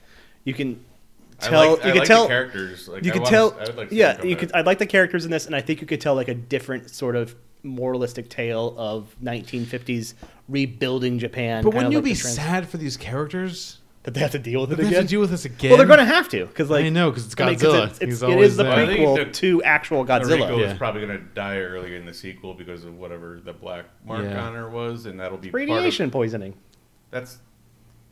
B: you can
C: I
B: tell
C: like-
B: you
C: I
B: can
C: like the
B: tell
C: characters. Like,
B: you
C: I
B: could
C: wanna-
B: tell
C: I would like to see them
B: yeah
C: come
B: you
C: back.
B: could i like the characters in this and i think you could tell like a different sort of moralistic tale of 1950s rebuilding japan
A: But
B: kinda
A: wouldn't you
B: like
A: be
B: the trans-
A: sad for these characters?
B: that they have to deal with it
A: They
B: again
A: have to deal with this again.
B: well they're gonna have to because like
A: I know, 'cause it's
B: I mean,
A: Godzilla.
B: it's, it's,
A: He's
B: it
A: always
B: is the
A: there. I
C: think the-
B: prequel to actual
C: Rico
B: godzilla
A: Yeah.
C: is probably going to die earlier in the sequel because of whatever the black mark
A: Yeah.
C: on her was, and that'll be part of-
B: radiation poisoning
C: that's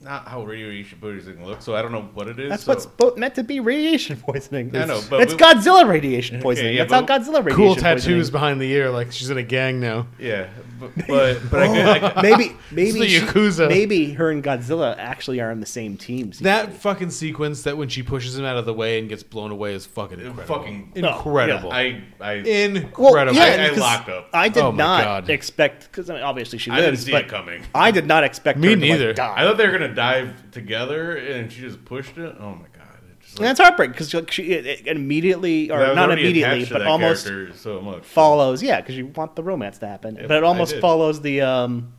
C: not how radiation poisoning looks, so I don't know what it is.
B: That's
C: so-
B: what's bo- meant to be radiation poisoning.
C: I know, but
B: it's
C: we-
B: Godzilla radiation poisoning.
C: yeah,
B: That's how
C: but-
B: Godzilla radiation
A: Cool
B: poisoning-
A: tattoos behind the ear, like she's in a gang now.
C: yeah, but but, but I, could, I could-
B: maybe maybe
A: the
B: she-
A: Yakuza.
B: maybe her and Godzilla actually are on the same team. secretly.
A: That fucking sequence that when she pushes him out of the way and gets blown away is fucking incredible.
C: fucking
A: incredible.
C: I I
A: incredible.
C: I- I
B: because
C: locked up.
B: I did
A: Oh my
B: not
A: God.
B: expect because I mean, obviously she
C: I didn't
B: lives,
C: see
B: but
C: it coming.
B: I did not expect
A: Me
B: her to, like,
A: neither.
B: die.
C: I thought they were gonna dive together, and she just pushed it. Oh my god! It just,
B: and
C: like-
B: that's heartbreaking because like, she it, it immediately
C: I
B: or
C: was
B: not
C: already
B: immediately,
C: attached to
B: but
C: that
B: almost
C: character so much.
B: follows. Yeah, because you want the romance to happen, but it
C: I
B: almost
C: did.
B: follows the um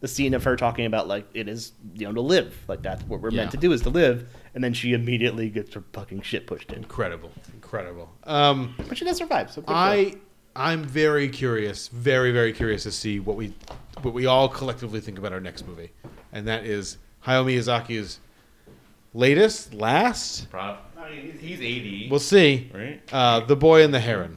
B: the scene of her talking about like it is you know to live like that's what we're
A: Yeah.
B: meant to do is to live, and then she immediately gets her fucking shit pushed in,
A: incredible, incredible. Um,
B: but she does survive. So good for her.
A: I I'm very curious, very very curious to see what we what we all collectively think about our next movie, and that is Hayao Miyazaki's latest, last.
C: Pro- I mean, he's- he's eighty,
A: We'll see.
C: right?
A: Uh, the Boy and the Heron.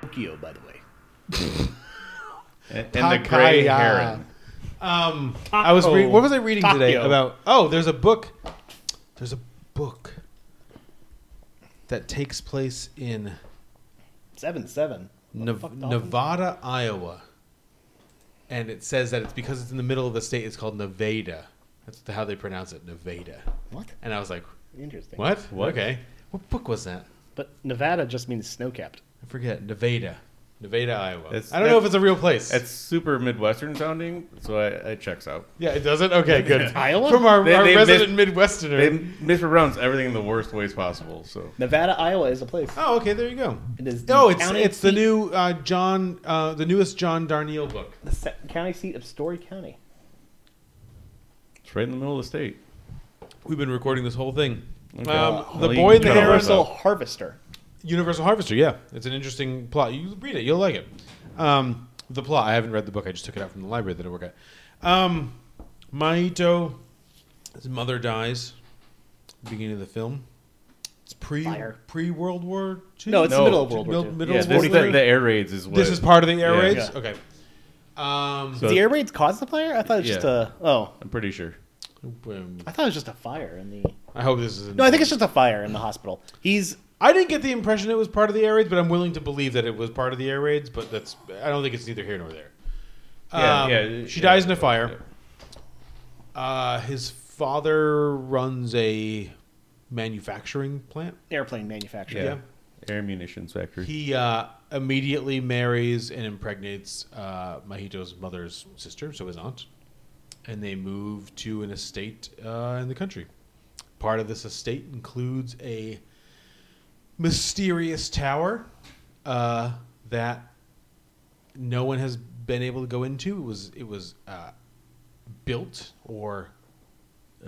B: Tokyo, by the way.
C: And, and the gray heron.
A: Um, I was re- what was I reading today
B: Taco.
A: about? Oh, there's a book. There's a book that takes place in
B: Seven seven.
A: Nev- Nevada, Iowa, and it says that it's because it's in the middle of the state. It's called Nevada. That's how they pronounce it, Nevada.
B: What?
A: And I was like,
B: Interesting.
A: what? Okay. What book was that?
B: But Nevada just means snow capped.
A: I forget. Nevada. Nevada, Iowa.
C: That's-
A: I don't know if
C: that-
A: it's a real place.
C: That's super midwestern sounding, so I, I checks out.
A: yeah, it doesn't? Okay, good.
B: Iowa?
A: From our,
C: They-
A: our
C: they
A: resident Midwesterner.
C: They mispronounce everything in the worst ways possible. So
B: Nevada, Iowa is a place.
A: Oh, okay. There you go.
B: It is the
A: oh, it's
B: county
A: it's the
B: seat-
A: new uh, John, uh, the newest John Darnielle book.
B: The se- county seat of Story County.
C: it's right in the middle of the state.
A: We've been recording this whole thing.
C: Well,
A: Um, the
C: you
A: boy in the
C: cut it off.
A: heron.
B: Universal Oh, Harvester.
A: Universal Harvester. Yeah, it's an interesting plot. You read it, you'll like it. Um, the plot. I haven't read the book. I just took it out from the library that I work at. Um, Maito, his mother dies. at the Beginning of the film. It's pre
B: Fire.
A: pre World War Two.
B: No, it's the
C: No,
B: middle of World War
A: middle,
B: II.
A: middle
C: Yeah,
A: of
C: this,
A: World
C: the,
A: War
C: the
A: II.
C: air raids is what.
A: This is part of the air
C: Yeah.
A: raids.
B: Yeah.
A: Okay. Um,
C: So-
B: the air raids caused the fire? I thought it was just
C: Yeah.
B: a. Oh,
C: I'm pretty sure.
B: I thought it was just a fire in the.
A: I hope this is.
B: No, I think it's just a fire in the hospital. He's
A: I didn't get the impression it was part of the air raids, but I'm willing to believe that it was part of the air raids. But that's I don't think it's neither here nor there.
C: Yeah,
A: Um,
C: yeah,
A: she
C: yeah,
A: dies in a
C: yeah,
A: fire. Uh, his father runs a manufacturing plant.
B: airplane manufacturer.
C: Yeah. Air munitions factory.
A: He uh, immediately marries and impregnates uh, Mahito's mother's sister, so his aunt, and they move to an estate uh, in the country. Part of this estate includes a mysterious tower uh, that no one has been able to go into. It was it was uh, built or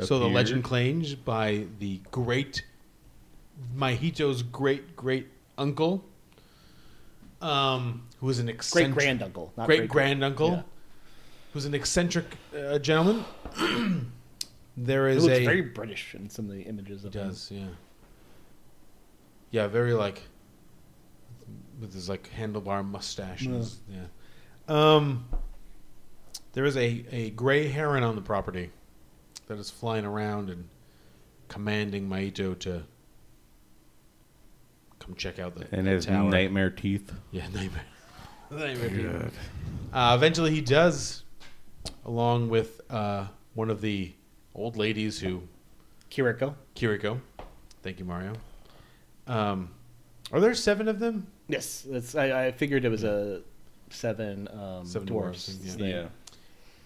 A: so the legend
C: Appeared.
A: claims by the great Mahito's great great uncle, um, who was an
B: Great
A: eccentric
B: granduncle. Not
A: great granduncle,
B: Yeah.
A: who's an eccentric uh, gentleman. there
B: He
A: is
B: looks
A: a
B: very British in some of the images
A: he
B: of him.
A: does yeah, yeah, very like with his like handlebar mustache. and his- Yeah. Um, there is a a gray heron on the property that is flying around and commanding Maito to come check out the
C: And
A: the
C: his
A: tower.
C: nightmare teeth.
A: Yeah, nightmare. nightmare dream. Uh, eventually, he does, along with uh, one of the old ladies who
B: Kiriko.
A: Kiriko. Thank you, Mario. Um, are there seven of them?
B: Yes, it's, I, I figured it was a seven, um,
A: Seven
B: dwarves.
A: dwarves, yeah.
B: thing.
C: Yeah.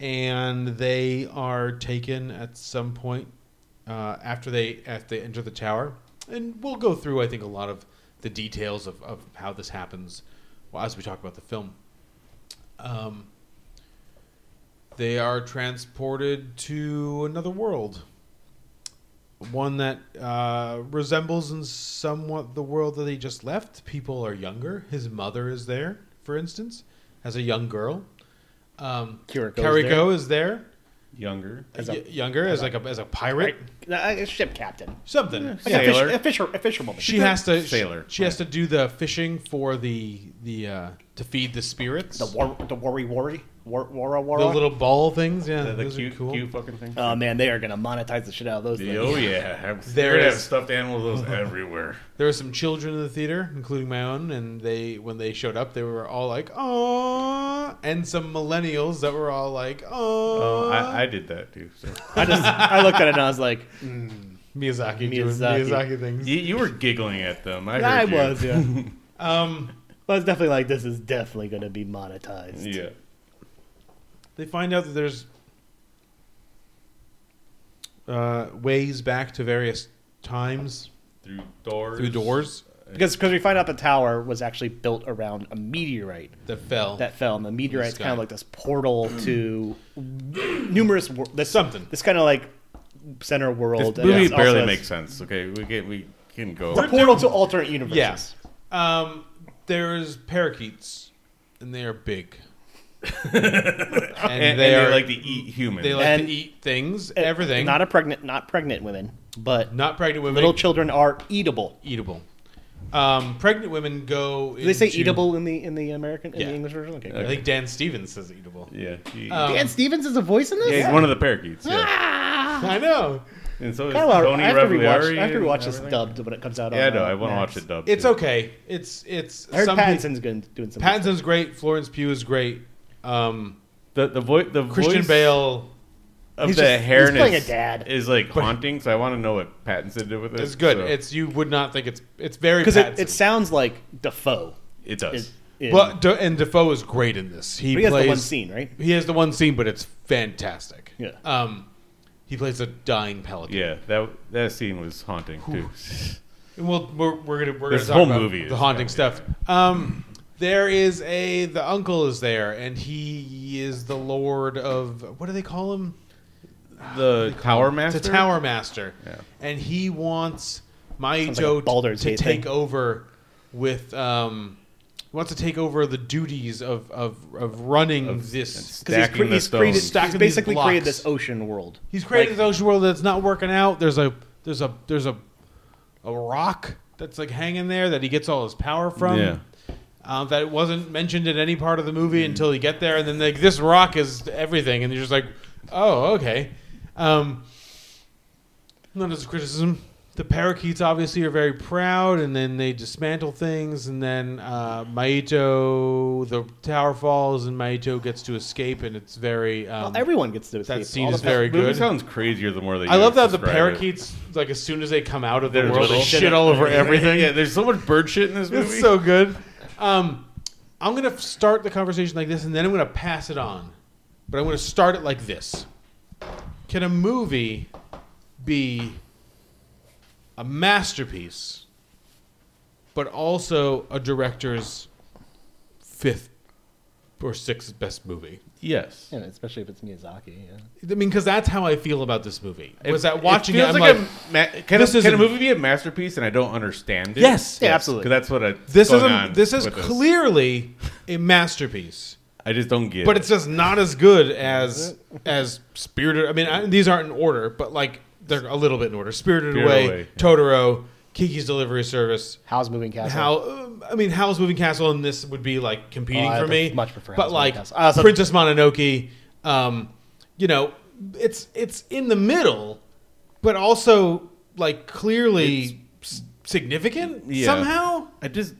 A: and they are taken at some point uh, after they after they enter the tower. And we'll go through, I think, a lot of the details of, of how this happens well, as we talk about the film. Um, they are transported to another world, one that uh, resembles in somewhat the world that they just left. People are younger. His mother is there, for instance, as a young girl. Um,
B: Kiriko is
A: Kariko is there,
C: Younger.
B: As a-
A: y- younger as, like a as a pirate,
B: Uh, a ship captain.
A: something.
B: Like a, fish, eh,
C: Sailor.
B: a, fisher, a fisherwoman.
A: She has to
C: Sailor.
A: She has to do the fishing for the the uh, to feed the spirits.
B: the war, the worry, worry, war, wara,
A: The
B: wara.
A: little ball things, yeah,
C: The, the
A: those
C: cute,
A: are cool.
C: cute fucking thing.
B: oh man, they are gonna monetize the shit out of those. things.
C: oh yeah,
A: There
C: there
A: it
C: is
A: is.
C: stuffed animals of those everywhere.
A: There were some children in the theater, including my own, and they when they showed up, they were all like, "Aww," and some millennials that were all like, "Aww."
B: Uh,
C: Oh, I, I did that too. So.
B: I just, I looked at it and I was like,
A: Miyazaki, doing
B: Miyazaki.
A: Miyazaki things.
C: you, you were giggling at them. I, heard
B: I
C: you.
B: was, yeah.
A: Um,
B: I was definitely like, this is definitely gonna be monetized.
C: Yeah.
A: they find out that there's uh, ways back to various times
C: Through doors.
A: through doors
B: Because because we find out the tower was actually built around a meteorite
A: that fell.
B: that fell, and the meteorite's
A: sky.
B: kind of like this portal to numerous wor- this
A: Something.
B: This kind of like center world.
C: This
B: and
C: movie
B: it's also
C: barely
B: has-
C: makes sense. Okay, we get we can go.
B: a portal to alternate universes.
A: Yes. Um, there's parakeets, and they are big. and,
C: and, and
A: they
C: they,
A: are
C: like to eat humans.
A: they like
B: And-
A: to eat things, everything.
B: Not
A: Not,
B: a pregnant, not pregnant women, but
A: pregnant women.
B: little children are eatable.
A: eatable. Um, pregnant women go.
B: Do they say eatable in the in the American in
A: Yeah.
B: the English version? Okay.
A: I think Dan Stevens says eatable.
C: yeah, he-
A: Um,
B: Dan Stevens is a voice in this.
C: yeah, he's one of the parakeets. Yeah.
A: I know.
C: And so is
B: Ah. Kinda wild.
C: Tony
B: I have to
C: Revegliari.
B: rewatch. I have to
C: and
B: rewatch this
C: everything.
B: dubbed when it comes out.
C: Yeah, I
B: on,
C: know.
B: uh,
C: I want to
B: Max.
C: watch it dubbed.
A: It's
C: too.
A: okay. It's it's.
B: I heard
A: some pe-
B: Pattinson's good doing some.
A: Pattinson's great. Florence Pugh is great. Um,
C: The the, vo- the
A: Christian
C: voice
A: Bale
C: of
B: He's
C: the
B: just- he's
C: hairness
B: playing a dad.
C: is like haunting. So I want to know what Pattinson did with it.
A: is good.
C: so-
A: It's you would not think it's it's very
B: because it, it
A: Pattinson.
B: sounds like Defoe.
C: it
B: Is,
C: does.
B: in,
A: Well, De- and Defoe is great in this. He,
B: but he has
A: plays
B: the one scene, right?
A: He has the one scene, but it's fantastic.
B: Yeah.
A: Um, he plays a dying pelican.
C: Yeah, that that scene was haunting too.
A: And we'll, we're, we're gonna we're gonna
C: This
A: talk
C: whole
A: about
C: movie
A: the
C: is-
A: haunting
C: yeah,
A: stuff. Um, there is a the uncle is there, and he is the lord of what do they call him?
C: The Tower Master.
A: The tower master.
C: Yeah.
A: And he wants
B: like a
A: Maito
B: Baldur's
A: to
B: Gate
A: take
B: thing.
A: over with um, wants to take over the duties of of, of running this.
B: Because he's,
C: Stacking
B: cre-
C: the
B: he's created,
C: stones.
B: he's
A: Stacking these
B: basically
A: blocks.
B: created this ocean world.
A: He's created this ocean world that's not working out. There's a there's a there's a a rock that's like hanging there that he gets all his power from.
C: Yeah.
A: Uh, that it wasn't mentioned in any part of the movie until you get there, and then like this rock is everything, and you're just like, oh okay. Um, not as a criticism. The parakeets obviously are very proud, and then they dismantle things, and then uh, Maito, the tower falls, and Maito gets to escape, and it's very. Um,
B: Well, everyone gets to escape.
A: that scene
B: All
A: is
B: the
A: very
C: That movie
A: good.
C: sounds crazier the more they.
A: I love that the
C: describe it.
A: parakeets, like as soon as they come out of the
C: They're
A: world, they
C: little.
A: shit all over everything.
C: Yeah, there's so much bird shit in this movie.
A: It's so good. Um, I'm gonna f- start the conversation like this, and then I'm gonna pass it on. But I'm gonna start it like this. Can a movie be a masterpiece, but also a director's fifth or sixth best movie?
C: yes.
B: Yeah, especially if it's Miyazaki. Yeah.
A: I mean, because that's how I feel about this movie. Was that watching it?
C: feels
A: I'm
C: like,
A: like
C: a ma- can,
A: this
C: a, can a
A: isn't-
C: movie be a masterpiece and I don't understand it?
A: Yes. Yeah,
B: absolutely.
C: Because that's what I.
A: This is
C: going
A: a,
C: on
A: this is
C: with
A: clearly a masterpiece,
C: I just don't get.
A: but
C: it.
A: it's just not as good as as Spirited. I mean, I, these aren't in order, but like they're a little bit in order. Spirited
C: Spirited
A: Away,
C: Away, yeah.
A: Totoro, Kiki's Delivery Service.
B: How's moving castle?
A: How um, I mean, Howl's Moving Castle and this would be like competing
B: Oh, I
A: for me.
B: pref- much prefer
A: but
B: Howl's Moving
A: like
B: Castle. Uh, I also-
A: Princess Mononoke, um, you know, it's it's in the middle, but also like clearly s- significant
C: Yeah.
A: somehow.
C: I just,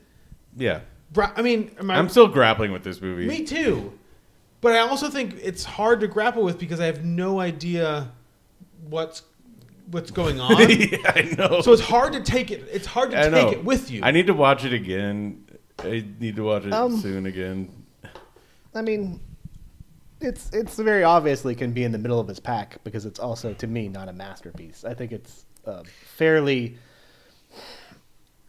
C: yeah.
A: Bra- I mean, am I-
C: I'm still grappling with this movie.
A: me too. But I also think it's hard to grapple with because I have no idea what's what's going on.
C: yeah, I know.
A: So it's hard to take it. It's hard to
C: I
A: take
C: know.
A: it with you.
C: I need to watch it again. I need to watch it
B: Um,
C: soon again.
B: I mean, it's it's very obviously can be in the middle of his pack because it's also to me not a masterpiece. I think it's uh, fairly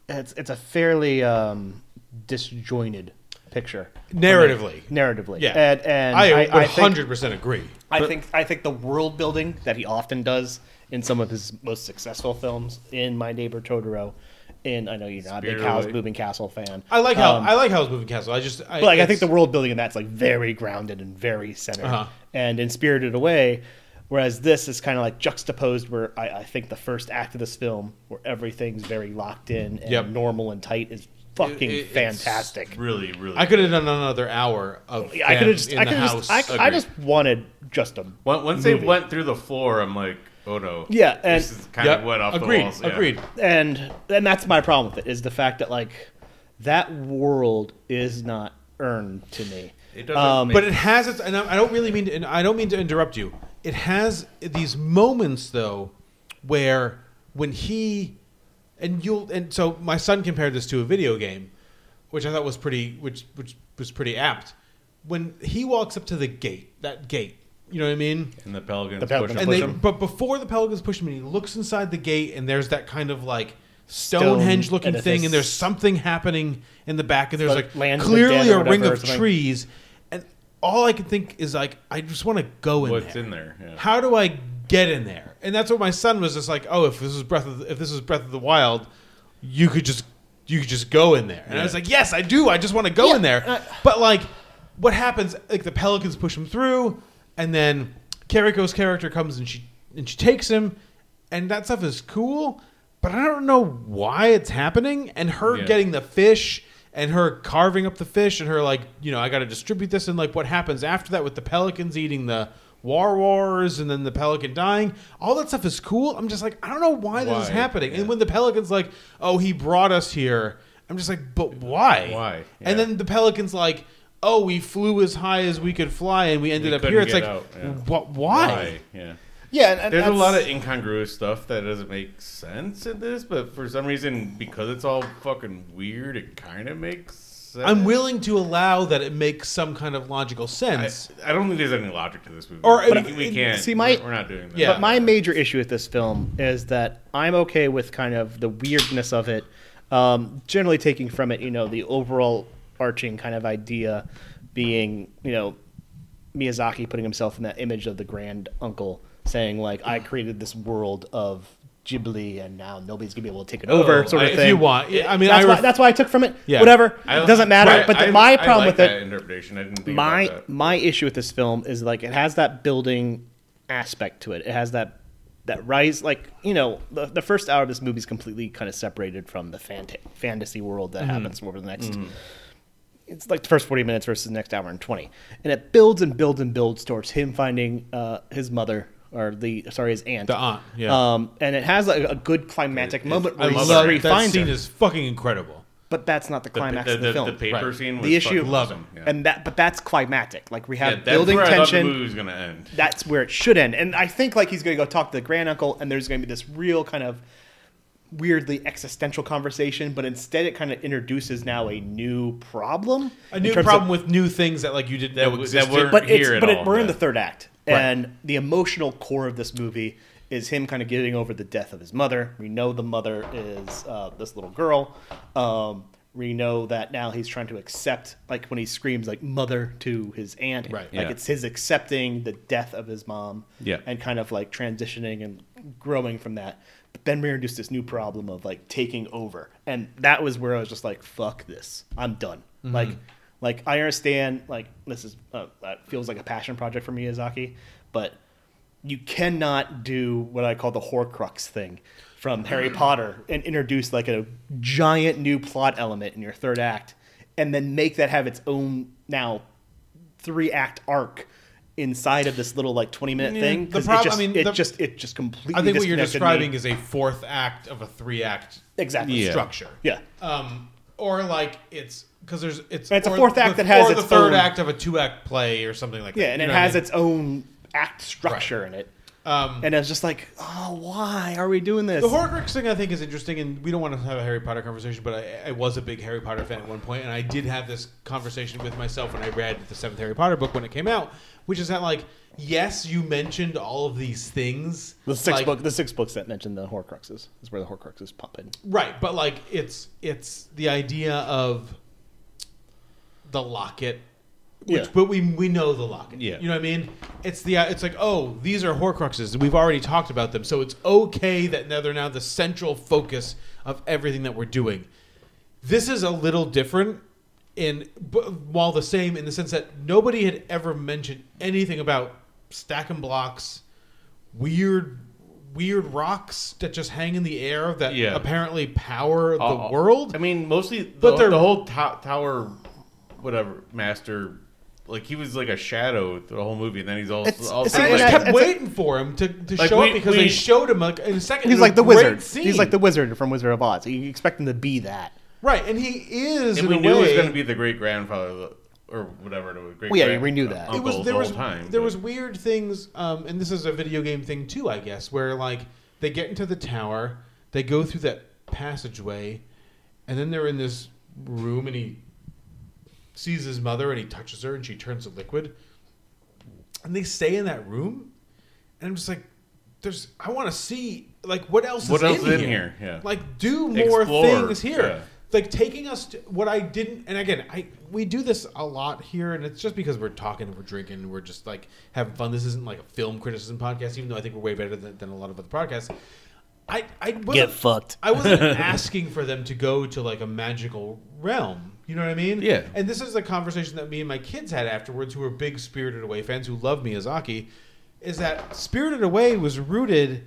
B: it's it's a fairly um, disjointed picture
A: Narratively.
B: narratively.
A: Yeah.
B: and, and
A: I,
B: I, I think
A: 100% agree.
B: I think I think the world building that he often does in some of his most successful films, in My Neighbor Totoro, in I know you're not a big
C: Spirited
B: House
C: Away.
B: Moving Castle fan.
A: I like how
B: Um,
A: I like Howl's Moving Castle. I just I,
B: but like I
A: it's-
B: think the world building in that's like very grounded and very centered
A: Uh-huh.
B: and in Spirited Away. Whereas this is kind of like juxtaposed, where I, I think the first act of this film, where everything's very locked in and
A: Yep.
B: normal and tight, is fucking
A: It- it's
B: fantastic.
C: Really, really.
A: I could have done another hour of
B: I could
A: them
B: have just,
A: in
B: I
A: the
B: could
A: house.
B: just, I, I
C: Agreed.
B: just wanted just a
C: Once, once they
B: movie.
C: went through the floor, I'm like, oh no.
B: Yeah, and-
C: this is kind
A: Yep.
C: of what off
A: agreed.
C: the walls. yeah.
A: Agreed.
B: and and that's my problem with it is the fact that like that world is not earned to me.
C: It doesn't
B: Um,
C: make-
A: But it has its, and I I don't really mean to, and I don't mean to interrupt you. It has these moments though, where when he, and you'll, and so my son compared this to a video game, which I thought was pretty, which which was pretty apt. When he walks up to the gate, that gate, you know what I mean?
C: and the Pelicans,
B: The Pelicans
C: push
A: and
B: push
A: they,
B: him.
A: but before the pelicans push him, in, he looks inside the gate, and there's that kind of like Stonehenge looking
B: and if
A: thing,
B: they
A: and there's
B: s-
A: something happening in the back, and there's
B: Like
A: like
B: lands in the
A: clearly
B: den or
A: a ring
B: whatever or
A: of
B: something.
A: trees, and all I can think is like, I just want to go in
C: What's
A: there.
C: in there, yeah.
A: How do I get in there? And that's what my son was just like, oh, if this is Breath of the, if this is Breath of the Wild, you could just you could just go in there. And I was
C: Yeah.
A: like, yes, I do. I just want to go
B: Yeah,
A: in there.
B: I-
A: But like, what happens? Like the Pelicans push him through, and then Kariko's character comes and she and she takes him, and that stuff is cool. But I don't know why it's happening, and her
C: Yeah.
A: getting the fish, and her carving up the fish, and her like, you know, I got to distribute this, and like what happens after that with the pelicans eating the war wars, and then the pelican dying. All that stuff is cool. I'm just like, I don't know why, this is
C: Why?
A: happening.
C: Yeah.
A: And when the pelicans like, oh, he brought us here. I'm just like, but why?
C: Why?
A: And
C: Yeah.
A: then the Pelicans like, oh, we flew as high as we could fly and we ended
C: We
A: up here.
C: couldn't
A: It's
C: get
A: like,
C: out, yeah.
A: what? Why?
C: Why? Yeah.
B: Yeah, and, and
C: There's a
B: that's-
C: lot of incongruous stuff that doesn't make sense in this, but for some reason, because it's all fucking weird, it kind of makes sense.
A: I'm willing to allow that it makes some kind of logical
C: I,
A: sense.
C: I don't think there's any logic to this movie.
A: Or-
C: we,
A: but-
C: we can't.
B: uh, see, my-
C: we're, we're not doing that.
A: Yeah.
B: But my major issue with this film is that I'm okay with kind of the weirdness of it. Um, generally taking from it, you know, the overall arching kind of idea being, you know, Miyazaki putting himself in that image of the grand uncle saying like, I created this world of Ghibli and now nobody's gonna be able to take it over, sort of
A: Oh, I- if
B: thing.
A: you want. Yeah, I mean,
B: that's,
A: I
B: why,
A: ref-
B: that's why I took from it.
A: Yeah.
B: Whatever,
C: I-
B: it doesn't matter. but the,
C: I-
B: my
C: I
B: problem
C: like
B: with it,
C: that interpretation. I didn't think
B: my
C: about that.
B: my issue with this film is like it has that building aspect to it. It has that that rise like you know the, the first hour of this movie is completely kind of separated from the fant- fantasy world that happens over the next.
A: Mm-hmm.
B: It's like the first forty minutes versus the next hour and twenty, and it builds and builds and builds towards him finding uh, his mother or the sorry his aunt.
A: The aunt, yeah.
B: Um, and it has like, a good climactic moment
A: I
B: where he
A: love
B: finds
A: that. That scene
B: her.
A: is fucking incredible.
B: but that's not the climax
C: the,
B: of the, film.
C: the paper
A: Right.
C: scene was
B: The issue,
C: fucking awesome. Yeah.
B: and that, but that's climactic. Like we
C: Yeah,
B: have
C: that's
B: building
C: where I thought the
B: tension.
C: movie was gonna end.
B: that's where it should end. And I think like he's going to go talk to the grand uncle, and there's going to be this real kind of weirdly existential conversation. But instead, it kind of introduces now a new problem.
A: A
B: in
A: new
B: terms of-
A: problem with new things that like you didn't know
C: w- that
A: existed.
C: were-
B: but it's,
C: here at
B: but
C: all,
B: it, we're in
C: yeah.
B: the third act, and the emotional core of this movie is him kind of getting over the death of his mother. We know the mother is uh, this little girl. Um, we know that now he's trying to accept, like when he screams like "mother" to his aunt,
A: Right.
B: Like
C: Yeah.
B: it's his accepting the death of his mom,
C: Yeah.
B: and kind of like transitioning and growing from that. But then we introduced this new problem of like taking over, and that was where I was just like, "Fuck this, I'm done." Like like I understand, like this is uh, that feels like a passion project for Miyazaki, but you cannot do what I call the Horcrux thing from Harry Potter and introduce like a giant new plot element in your third act, and then make that have its own now three act arc inside of this little like twenty minute thing.
A: the
B: 'cause
A: prob- I
B: it just,
A: mean,
B: it
A: the-
B: just it just completely.
A: I think what you're
B: disconnected me.
A: describing is a fourth act of a three act
B: exactly
A: structure.
B: Yeah.
A: Um, or like it's because there's it's
B: It's a
A: or
B: fourth
A: the-
B: act that has
A: or
B: its
A: the third
B: own-
A: act of a two act play or something like that.
B: Yeah, and
A: You
B: it
A: know what I
B: has
A: mean?
B: its own act structure in it.
A: Um,
B: And it's just like, oh, why are we doing this?
A: The Horcrux thing I think is interesting, and we don't want to have a Harry Potter conversation, but I, I was a big Harry Potter fan at one point, and I did have this conversation with myself when I read the seventh Harry Potter book when it came out, which is that like, yes, you mentioned all of these things,
B: the six
A: like-
B: book, the six books that mention the Horcruxes is where the Horcruxes pop in.
A: right? But like, it's it's the idea of the locket. Which,
B: Yeah.
A: But we we know the locket.
C: Yeah.
A: You know what I mean? It's the it's like oh these are Horcruxes. We've already talked about them, so it's okay that now they're now the central focus of everything that we're doing. This is a little different, in but while the same in the sense that nobody had ever mentioned anything about stacking blocks, weird weird rocks that just hang in the air that
C: Yeah.
A: apparently power the
C: Uh,
A: world.
C: I mean, mostly, the,
A: But they're-
C: the whole to- tower, whatever master, like he was like a shadow through the whole movie, and then he's all.
B: It's-
C: all
B: it's
A: I
B: like-
A: just
B: and I-
A: kept
B: it's a-
A: waiting for him to, to
C: Like,
A: show
C: we-
A: up because
C: we-
A: they showed him like in a second.
B: He's
A: in a
B: like the
A: great
B: wizard.
A: scene.
B: He's like the wizard from Wizard of Oz. You expect him to be that.
A: right, and he is.
C: and
A: in
C: we
A: a
C: knew it was
A: way-
C: going to be the great grandfather or whatever. The great uh,
B: Well, yeah, we knew that. It
A: It was
C: the
A: there
C: whole
A: was
C: time.
A: there
C: but-
A: was weird things, um, and this is a video game thing too, I guess, where like they get into the tower, they go through that passageway, and then they're in this room, and he sees his mother, and he touches her, and she turns to liquid, and they stay in that room, and I'm just like, there's I want to see like what else
C: What
A: is
C: else
A: in
C: is in
A: here,
C: here? Yeah.
A: like do more
C: Explore,
A: things here.
C: yeah.
A: Like taking us to what I didn't, and again, I we do this a lot here, and it's just because we're talking, and we're drinking, and we're just like having fun. This isn't like a film criticism podcast, even though I think we're way better than, than a lot of other podcasts. I I wasn't,
B: Get fucked.
A: I wasn't asking for them to go to like a magical realm. You know what I mean?
C: Yeah.
A: And this is a conversation that me and my kids had afterwards, who were big Spirited Away fans who love Miyazaki, is that Spirited Away was rooted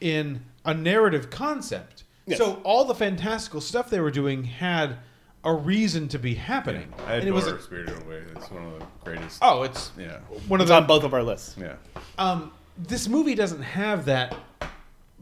A: in a narrative concept. So all the fantastical stuff they were doing had a reason to be happening.
C: I
A: and it
C: adore
A: was a,
C: Spirited Away. It's one of the greatest.
A: oh, it's
C: Yeah,
A: one of
B: It's
A: the
B: on both of our lists.
C: yeah.
A: um, this movie doesn't have that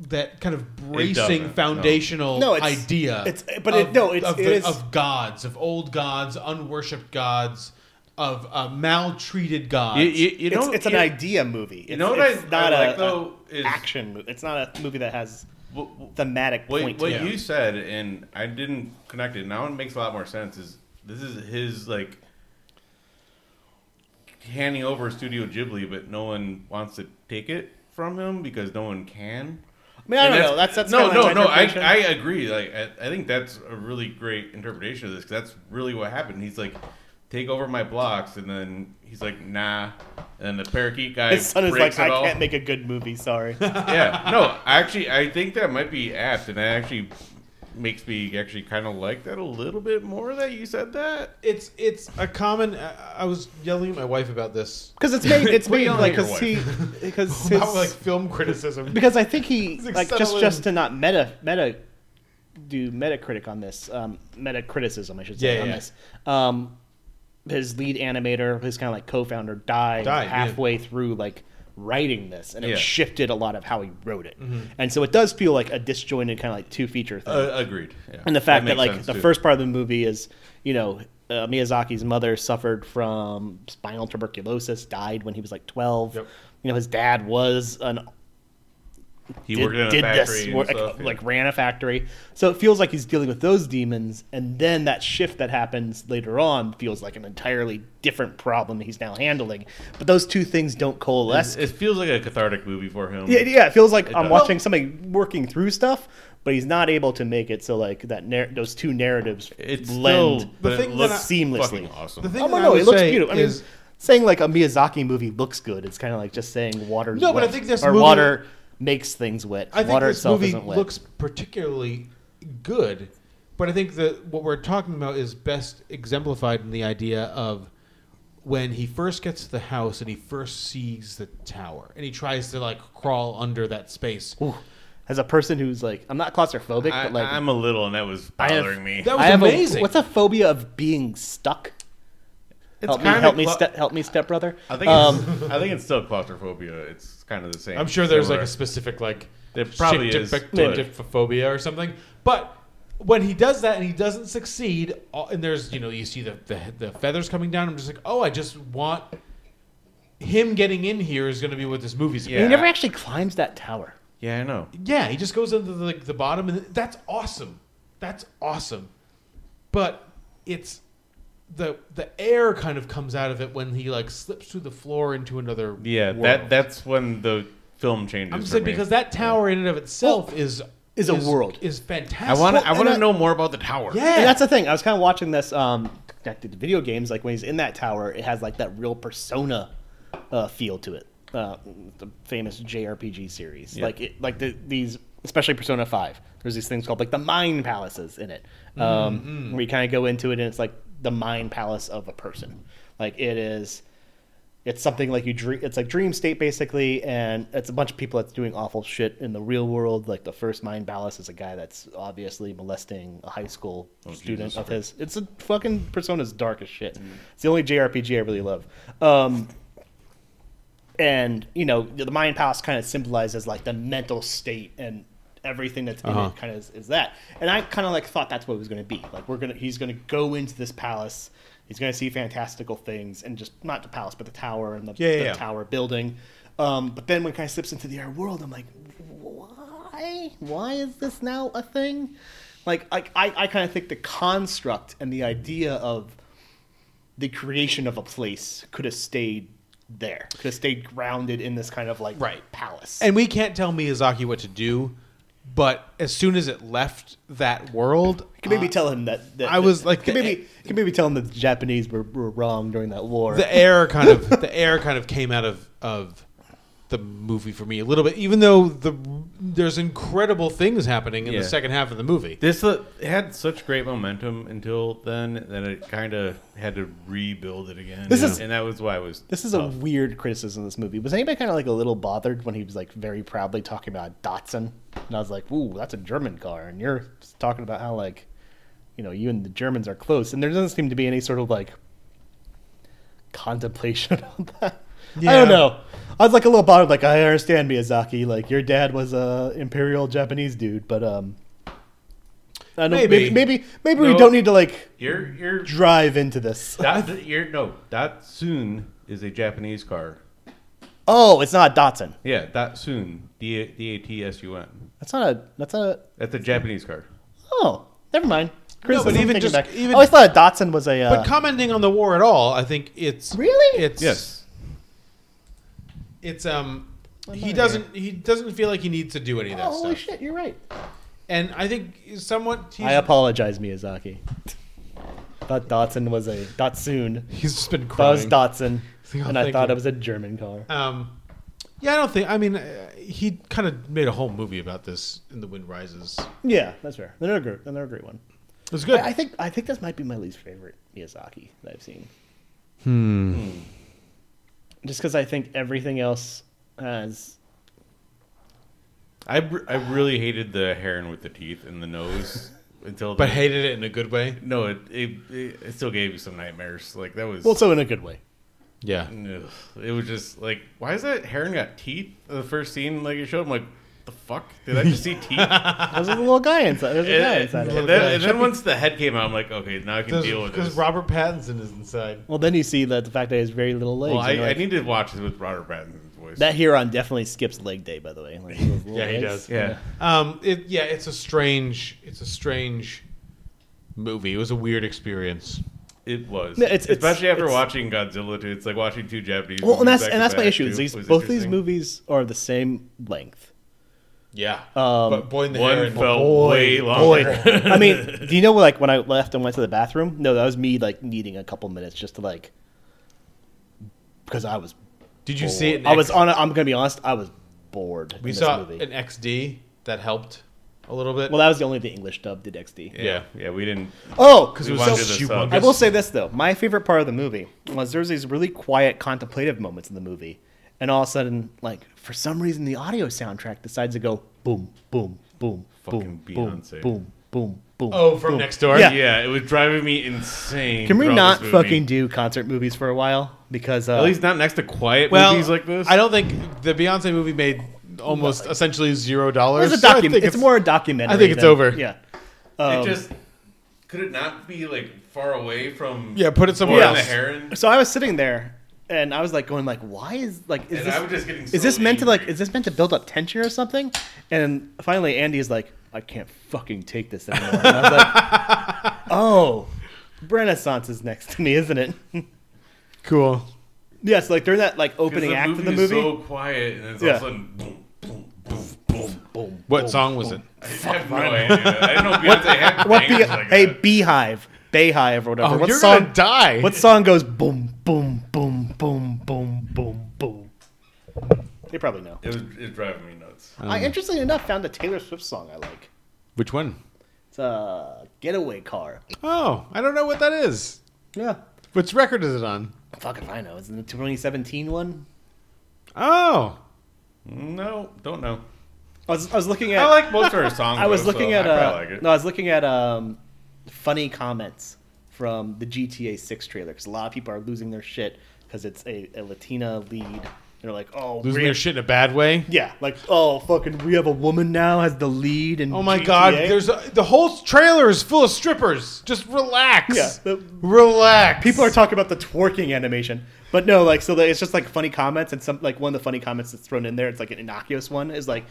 A: that kind of
C: doesn't,
A: bracing
C: no.
A: foundational
B: No, it's-
A: idea.
B: it's- but it- no, it's-
A: of,
B: it
A: the-
B: is-
A: of gods, of old gods, unworshipped gods, of uh, maltreated gods.
C: You, you, you
B: It's,
C: know,
B: it's an
C: you,
B: idea movie. It's,
C: You know what
B: it's
C: I,
B: not
C: I
B: a-
C: like though
B: a
C: is
B: action movie. It's not a movie that has
C: what, what-
B: thematic
C: what,
B: point.
C: what
B: to it.
A: Yeah.
C: you said, and I didn't connect it. Now it makes a lot more sense. Is this is his like handing over Studio Ghibli, but no one wants to take it from him because no one can.
B: I mean, I
C: And
B: don't know. That's that's
C: no,
B: kinda
C: no,
B: my
C: no. I,
B: interpretation.
C: I agree. Like, I, I think that's a really great interpretation of this. 'cause that's really what happened. He's like, take over my blocks, and then he's like, nah. And then the parakeet guy
B: His son is
C: breaks
B: like,
C: it
B: I
C: all.
B: can't make a good movie. Sorry.
C: yeah, no. Actually, I think that might be apt, and that actually makes me actually kind of like that a little bit more that you said that.
A: it's it's a common. uh, I, I was yelling at my wife about this.
B: Because it's made it's
C: We're
B: made
C: yelling
B: like
C: at your
B: because he because his,
A: About like film criticism.
B: because I think he
A: like
B: like just
A: subtle
B: just
A: in-
B: to not meta meta do metacritic on this um meta criticism I should say
A: Yeah,
B: on
A: yeah.
B: this um his lead animator his kind of like co-founder died,
A: Died, yeah.
B: halfway through like writing this and it
C: Yeah.
B: shifted a lot of how he wrote it
A: Mm-hmm.
B: and so it does feel like a disjointed kind of like two feature thing
C: Uh, agreed. Yeah.
B: and the fact that,
C: makes
B: like
C: sense,
B: the
C: too.
B: first part of the movie is you know uh, Miyazaki's mother suffered from spinal tuberculosis, died when he was like twelve.
A: Yep.
B: You know his dad was an
C: he
B: did,
C: worked in a
B: did
C: factory
B: this
C: and
B: work,
C: stuff, yeah.
B: like ran a factory, so it feels like he's dealing with those demons, and then that shift that happens later on feels like an entirely different problem that he's now handling. But those two things don't coalesce.
C: it feels like a cathartic movie for him.
B: Yeah, yeah, it feels like I'm
C: does.
B: watching somebody working through stuff, but he's not able to make it so like that narr- those two narratives
C: It's
B: blend
C: still, but
A: thing
C: it
A: that
C: looks
A: I-
B: seamlessly.
C: fucking awesome.
A: The thing
B: Oh
A: that
B: no,
A: I
B: no,
A: would
B: it looks
A: say
B: beautiful. I mean,
A: is-
B: saying like a Miyazaki movie looks good, it's kind of like just saying water's
A: No,
B: wet.
A: but I think this
B: or
A: movie-
B: water makes things wet.
A: I think
B: water
A: this
B: itself
A: movie
B: isn't wet.
A: looks particularly good, but I think that what we're talking about is best exemplified in the idea of when he first gets to the house and he first sees the tower and he tries to like crawl under that space.
B: Ooh. as a person who's like, I'm not claustrophobic,
C: I,
B: but like
C: I'm a little, and that was
B: I have-
C: bothering me.
A: That was
B: I have a-
A: amazing.
B: what's a phobia of being stuck? help me,
C: kinda
B: help me,
C: cla-
B: ste- help me, stepbrother. Um,
C: I think it's, I think it's still claustrophobia. It's kind of the same.
A: I'm sure there's like
C: similar.
A: a specific like
C: There probably is, but-
A: phobia or something, but when he does that and he doesn't succeed, all- and there's you know you see the the, the feathers coming down. I'm just like, oh, I just want him getting in here is going to be what this movie's.
C: Yeah.
B: He never actually climbs that tower.
C: Yeah, I know.
A: Yeah, he just goes into the, like, the bottom, and that's awesome. That's awesome. But it's the the air kind of comes out of it when he like slips through the floor into another.
C: Yeah,
A: world.
C: that that's when the film changes.
A: I'm
C: for
A: just saying
C: me.
A: because that tower in and of itself is
B: is a world.
A: is fantastic.
C: I want to I
B: and
C: want
B: I-
C: to know more about the tower.
A: yeah.
B: And that's the thing. I was kind of watching this um, connected to video games. Like when he's in that tower, it has like that real persona uh, feel to it. Uh, the famous JRPG series,
C: Yeah.
B: like it, like the, these, especially Persona Five. There's these things called like the Mind Palaces in it, um, where you kind of go into it, and it's like the mind palace of a person. Like it is it's something like you dream it's like dream state basically and it's a bunch of people that's doing awful shit in the real world like the first mind ballast is a guy that's obviously molesting a high school student of his it's a fucking persona's dark as shit it's the only jrpg i really love um and you know the mind palace kind of symbolizes like the mental state and everything that's in
A: Uh-huh.
B: it kind of is, is that and i kind of like thought that's what it was going to be like we're gonna he's gonna go into this palace he's gonna see fantastical things and just not the palace but the tower and the,
A: Yeah, yeah,
B: the
A: yeah.
B: tower building um, but then when it kind of slips into the air world i'm like why why is this now a thing like i, I, I kind of think the construct and the idea of the creation of a place could have stayed there, could have stayed grounded in this kind of like
A: Right.
B: palace.
A: and we can't tell Miyazaki what to do, but as soon as it left that world,
B: you can maybe tell him that, that
A: I was like
B: can
A: the-
B: maybe you can maybe tell him that the Japanese were, were wrong during that war.
A: the air kind of the air kind of came out of of the movie for me a little bit, even though the there's incredible things happening in
C: Yeah.
A: the second half of the movie.
C: This uh, had such great momentum until then that it kind of had to rebuild it again.
B: This is-
C: and that was why I was.
B: this is a
C: tough.
B: weird criticism of this movie. Was anybody kind of like a little bothered when he was like very proudly talking about a Datsun? And I was like, "Ooh, that's a German car," and you're talking about how like, you know, you and the Germans are close, and there doesn't seem to be any sort of like contemplation on that. I
A: Yeah.
B: don't know. I was like a little bothered. Like I understand Miyazaki. Like your dad was a imperial Japanese dude, but um, I don't,
A: Maybe.
B: maybe maybe maybe we
C: No.
B: don't need to like
C: You're you're
B: drive into this.
C: that you're no Datsun is a Japanese car.
B: Oh, it's not a Datsun.
C: Yeah, Datsun D D A T S U N.
B: That's not a. That's not a.
C: That's a Japanese car.
B: Oh, never mind.
A: No, but
B: Criticism,
A: even
B: take it
A: just-
B: back. Oh,
A: even-
B: I always thought a Datsun was a. Uh,
A: But commenting on the war at all, I think it's
B: Really?
A: it's
C: Yes.
A: it's um he doesn't he doesn't feel like he needs to do any of that
B: oh, holy
A: stuff,
B: shit, you're right.
A: and I think somewhat he's,
B: I apologize, Miyazaki. Thought Datsun was a Datsun.
A: he's just been
B: That was
A: crying.
B: Datsun,
A: Oh,
B: and I
A: thank
B: thought
A: you.
B: it was a German car.
A: Um, yeah, I don't think. I mean, uh, he kind of made a whole movie about this in The Wind Rises.
B: Yeah, that's fair. Another great, another great one.
A: It was good.
B: I, I think I think this might be my least favorite Miyazaki that I've seen. Hmm. Just because I think everything else has.
C: I, r- I really hated the heron with the teeth and the nose until.
A: but
C: the-
A: hated it in a good way.
C: no, it, it it it still gave me some nightmares. Like that was.
B: Well, so in a good way.
A: Yeah.
C: Ugh. It was just like, why is that heron got teeth? in The first scene, like it showed, I'm like, the fuck? Did I just see teeth? and,
B: There's a little guy inside. There's a guy
C: and
B: inside. of it.
C: then, and then once the head came out, I'm like, okay, now I can deal with
A: Because
C: this.
A: Robert Pattinson is inside.
B: Well, then you see that the fact that he has very little legs.
C: well, I,
B: and you're
C: I
B: like,
C: need to watch this with Robert Pattinson's voice.
B: That Huron definitely skips leg day, by the way. Like, those little
A: Yeah, he
B: legs.
A: does.
C: yeah.
A: Um, it, yeah, it's a strange, it's a strange movie. It was a weird experience.
C: it was.
B: No, it's- it's-
C: Especially after
B: it's-
C: watching Godzilla 2. It's like watching two Japanese
B: Well, and
C: movies
B: that's
C: back
B: and
C: to
B: that's my
C: back,
B: issue. Is
C: too,
B: these
C: was
B: both these
C: interesting.
B: movies are the same length.
A: Yeah. Um, but Boy in the
C: One
A: Heron.
C: felt way
B: Boy,
C: longer.
B: I mean, do you know like when I left and went to the bathroom? No, that was me like needing a couple minutes just to like because I was
A: Did you see it? In
B: I was
A: X-
B: on. A, I'm gonna be honest. I was bored.
A: We
B: in this
A: saw
B: movie.
A: an XD that helped a little bit.
B: well, that was the only the English dub did XD.
C: Yeah. Yeah, we didn't.
B: Oh,
A: because
C: we
A: it was
C: wanted
A: so
C: this
A: humongous.
C: up.
B: I will say this though, my favorite part of the movie was there's these really quiet, contemplative moments in the movie, and all of a sudden, like for some reason, the audio soundtrack decides to go boom, boom, boom, boom,
C: Fucking
B: boom,
C: Beyonce.
B: boom, boom, boom.
A: Oh, from
B: boom.
A: next door.
B: Yeah.
C: Yeah, it was driving me insane.
B: Can we
C: throughout
B: not
C: this movie.
B: fucking do concert movies for a while? Because uh,
C: At least not next to quiet
A: Well,
C: movies like this.
A: I don't think the Beyonce movie made almost essentially zero dollars.
B: it's a
A: so I
B: document.
A: think
B: It's, more a documentary.
A: I think it's
B: than-
A: over.
B: Yeah.
C: it just could it not be like far away from
A: Yeah, put it somewhere
C: Warren
A: else.
C: the heron?
B: So I was sitting there and I was like going like why is like is
C: And
B: this
C: I was just getting
B: is this
C: so
B: meant to like
C: angry.
B: is this meant to build up tension or something? And finally Andy is like I can't fucking take this anymore. And I was like oh Renaissance is next to me, isn't it?
A: Cool.
B: yeah, so like during that like
C: 'Cause
B: opening act of the
C: is
B: movie,
C: so quiet, and it's all
B: Yeah.
C: of a sudden boom, boom, boom, boom, boom.
A: What song was it?
C: I have no idea. I don't know Beyonce had
B: what be
C: bangers like uh,
B: hey
C: that.
B: beehive, bayhive or whatever.
A: Oh,
B: what
A: you're
B: song
A: gonna die.
B: What song goes boom boom boom boom boom boom boom? They probably know.
C: It was it's driving me nuts.
B: I interestingly enough found a Taylor Swift song I like.
A: Which one?
B: It's a getaway car.
A: Oh, I don't know what that is.
B: Yeah.
A: Which record is it on?
B: Fuck if I know. Isn't it the 2017 one?
A: Oh,
C: No, don't know.
B: I was, I was looking at.
C: I like most of her songs.
B: I was
C: though,
B: looking
C: so
B: at.
C: I
B: uh,
C: probably like it.
B: No, I was looking at um, funny comments from the GTA 6 trailer because a lot of people are losing their shit because it's a, a Latina lead. They're like, oh,
A: losing
B: we
A: their
B: have-
A: shit in a bad way.
B: Yeah, like oh fucking, we have a woman now as the lead and
A: Oh my god, there's a, the whole trailer is full of strippers. Just relax.
B: Yeah, the-
A: relax.
B: people are talking about the twerking animation but no like so like, it's just like funny comments and some like one of the funny comments that's thrown in there it's like an innocuous one is like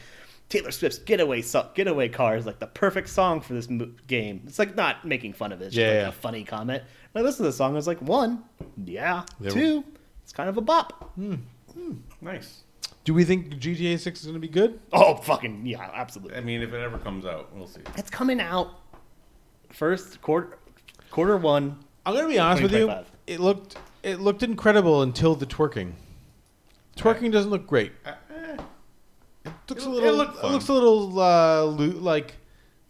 B: taylor swift's getaway so- getaway car is like the perfect song for this mo- game it's like not making fun of it it's just
A: Yeah,
B: like
A: yeah.
B: a funny comment now this is a song i was like one yeah
A: There-
B: two it's kind of a bop
C: nice.
A: Do we think GTA 6 is going to be good?
B: oh fucking yeah absolutely
C: I mean, if it ever comes out, we'll see.
B: it's coming out first quarter quarter one
A: I'm going to be honest with you.
B: 2025.
A: It looked it looked incredible until the twerking. Twerking doesn't look great. Uh, eh. It looks a
C: It-
A: little
C: it looked
A: it
C: fun.
A: looks a little uh, loo- like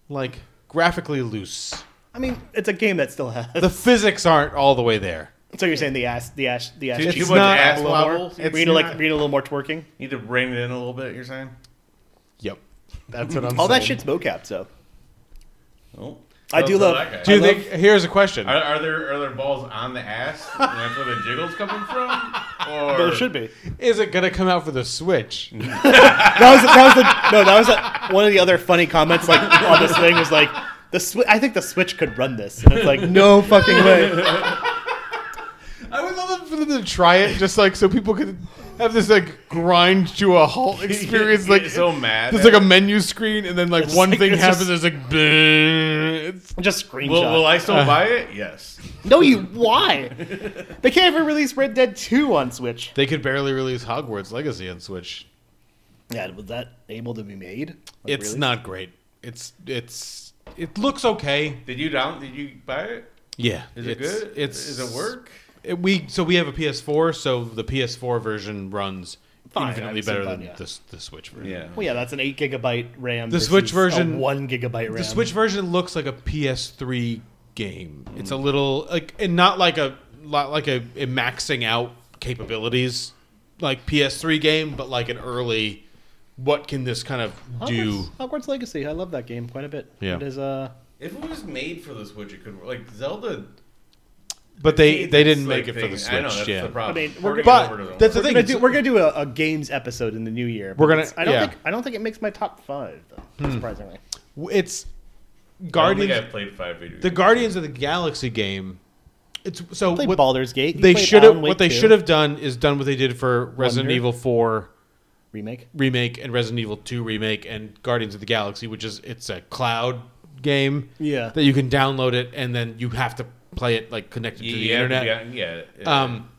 A: like graphically loose.
B: i mean it's a game that still has
A: The physics aren't all the way there.
B: so you're saying the ass the ass the ass
C: Too,
B: cheeks
C: too much
A: not-
C: ass
B: a little more?
C: wobble.
B: We
A: It's
B: need to like
A: not-
B: we need a little more twerking.
C: Need to rein it in a little bit. You're saying?
A: Yep. That's what I'm
B: All that
A: saying.
B: shit's mocap, so
C: Oh,
B: I do
C: Oh,
B: love-
C: that guy.
A: Do you
B: I
A: think here's a question.
C: Are, are there are there balls on the ass? and that's where the jiggle's coming from. Or
B: there should be.
A: Is it going to come out for the Switch?
B: That was that was the, no. That was like one of the other funny comments like on this thing was like the swi I think the Switch could run this. And it's like no fucking way.
A: I would love for them to try it, just like so people could have this like grind to a halt experience. Like
C: He's so mad
A: There's
C: at
A: like a
C: it.
A: menu screen, and then like one
B: like-
A: thing
B: it's
A: happens. It's
B: just-
A: like bleh, it's,
B: Just screenshot.
C: Will, will I
A: Uh.
C: still buy it? Yes.
B: no, you why? They can't even release Red Dead Two on Switch.
A: they could barely release Hogwarts Legacy on Switch.
B: Yeah, was that able to be made? Like,
A: it's
B: really?
A: not great. It's it's it looks okay.
C: Did you down? Did you buy it?
A: Yeah,
C: Is it
A: it's-
C: good?
A: It's
C: Is it work?
A: It, we so we have a PS4, so the PS4 version runs
B: Fine,
A: infinitely
B: I've seen
A: better
B: that,
A: than
B: yeah.
A: the the Switch version.
B: Well, yeah, that's an eight gigabyte RAM.
A: The Switch
B: versus
A: version-
B: a one gigabyte RAM.
A: The Switch version looks like a PS3 game. It's a little like and not like a lot like a, a maxing out capabilities like PS3 game, but like an early what can this kind of do?
B: Hogwarts, Hogwarts Legacy. I love that game quite a bit.
A: Yeah.
B: It is uh
C: If it was made for the Switch, it could work. Like Zelda.
A: But they
C: did
A: they
C: this,
A: didn't
C: like,
A: make it for
C: thing.
A: the
C: I
A: Switch.
C: know that's
A: yeah.
C: the problem.
B: I mean, we're
C: Porting
A: but
C: it over doesn't
A: that's the thing.
B: We're
C: work.
B: gonna do
A: it's-
B: we're gonna do a, a games episode in the new year. but
A: We're gonna-
B: it's- I don't
A: yeah. Hmm.
B: think I don't think it makes my top five though. Surprisingly,
A: it's
C: I don't think
A: Guardians
C: I've played five video
A: the
C: games.
A: Guardians of the Galaxy game. It's so
B: played
A: what-
B: Baldur's Gate. You
A: they
B: played
A: should have
B: Alan
A: what
B: Wake
A: they
B: 2.
A: should have done is done what they did for Resident
B: Wonder.
A: Evil 4
B: remake.
A: remake and Resident Evil 2 remake and Guardians of the Galaxy, which is it's a cloud game.
B: Yeah.
A: That you can download it and then you have to play it like connected to the
C: yeah,
A: internet.
C: Yeah, yeah.
A: Um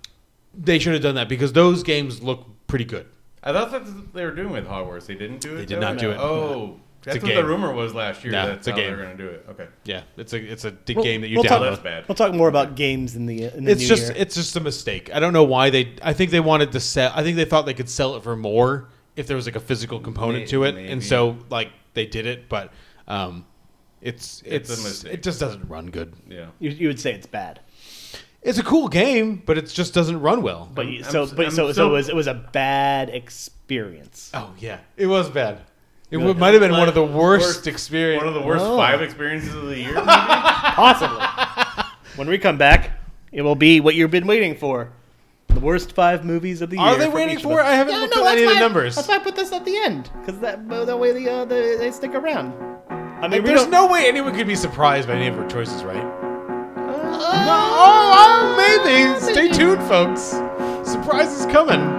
A: they should have done that because those games look pretty good.
C: I thought that's what they were doing with Hogwarts. They didn't do it.
A: They did
C: though?
A: not do it.
C: Oh, that's
A: a
C: what the
A: game.
C: rumor was last year.
A: No,
C: that's
A: it's a
C: how
A: game.
C: they're going to do it. Okay.
A: Yeah, it's a it's a d- game that you
B: we'll
A: download.
B: talk-
C: Well, that's bad.
B: We'll talk more about games in the in the
A: it's
B: new
A: just
B: year.
A: it's just a mistake. I don't know why they I think they wanted to sell I think they thought they could sell it for more if there was like a physical component
C: May-
A: to it.
C: maybe.
A: And so like they did it, but um it's it's,
C: It's a mistake.
A: it just doesn't run good.
C: Yeah.
B: you, you would say it's bad,
A: It's a cool game, but it just doesn't run well.
B: but you,
C: I'm
B: so
C: s-
B: but
C: I'm
B: so so
C: so-
B: it was it was a bad experience.
A: oh yeah, it was bad. It w- might have been one of the worst experiences.
C: One of the worst
B: Oh.
C: five experiences of the year. maybe?
B: Possibly. when we come back, it will be what you've been waiting for. The worst five movies of the year.
A: Are they
B: from
A: waiting
B: each
A: for? it?
B: of
A: I
B: us.
A: haven't
B: Yeah,
A: looked
B: no,
A: at
B: that's
A: any of
B: why-
A: the numbers.
B: That's why I put this at the end, because that that way the, uh, they, they stick around. I mean, we
A: There's
B: don't-
A: no way anyone could be surprised by any of her choices, right? no, oh, oh, maybe. Stay tuned, folks. Surprise is coming.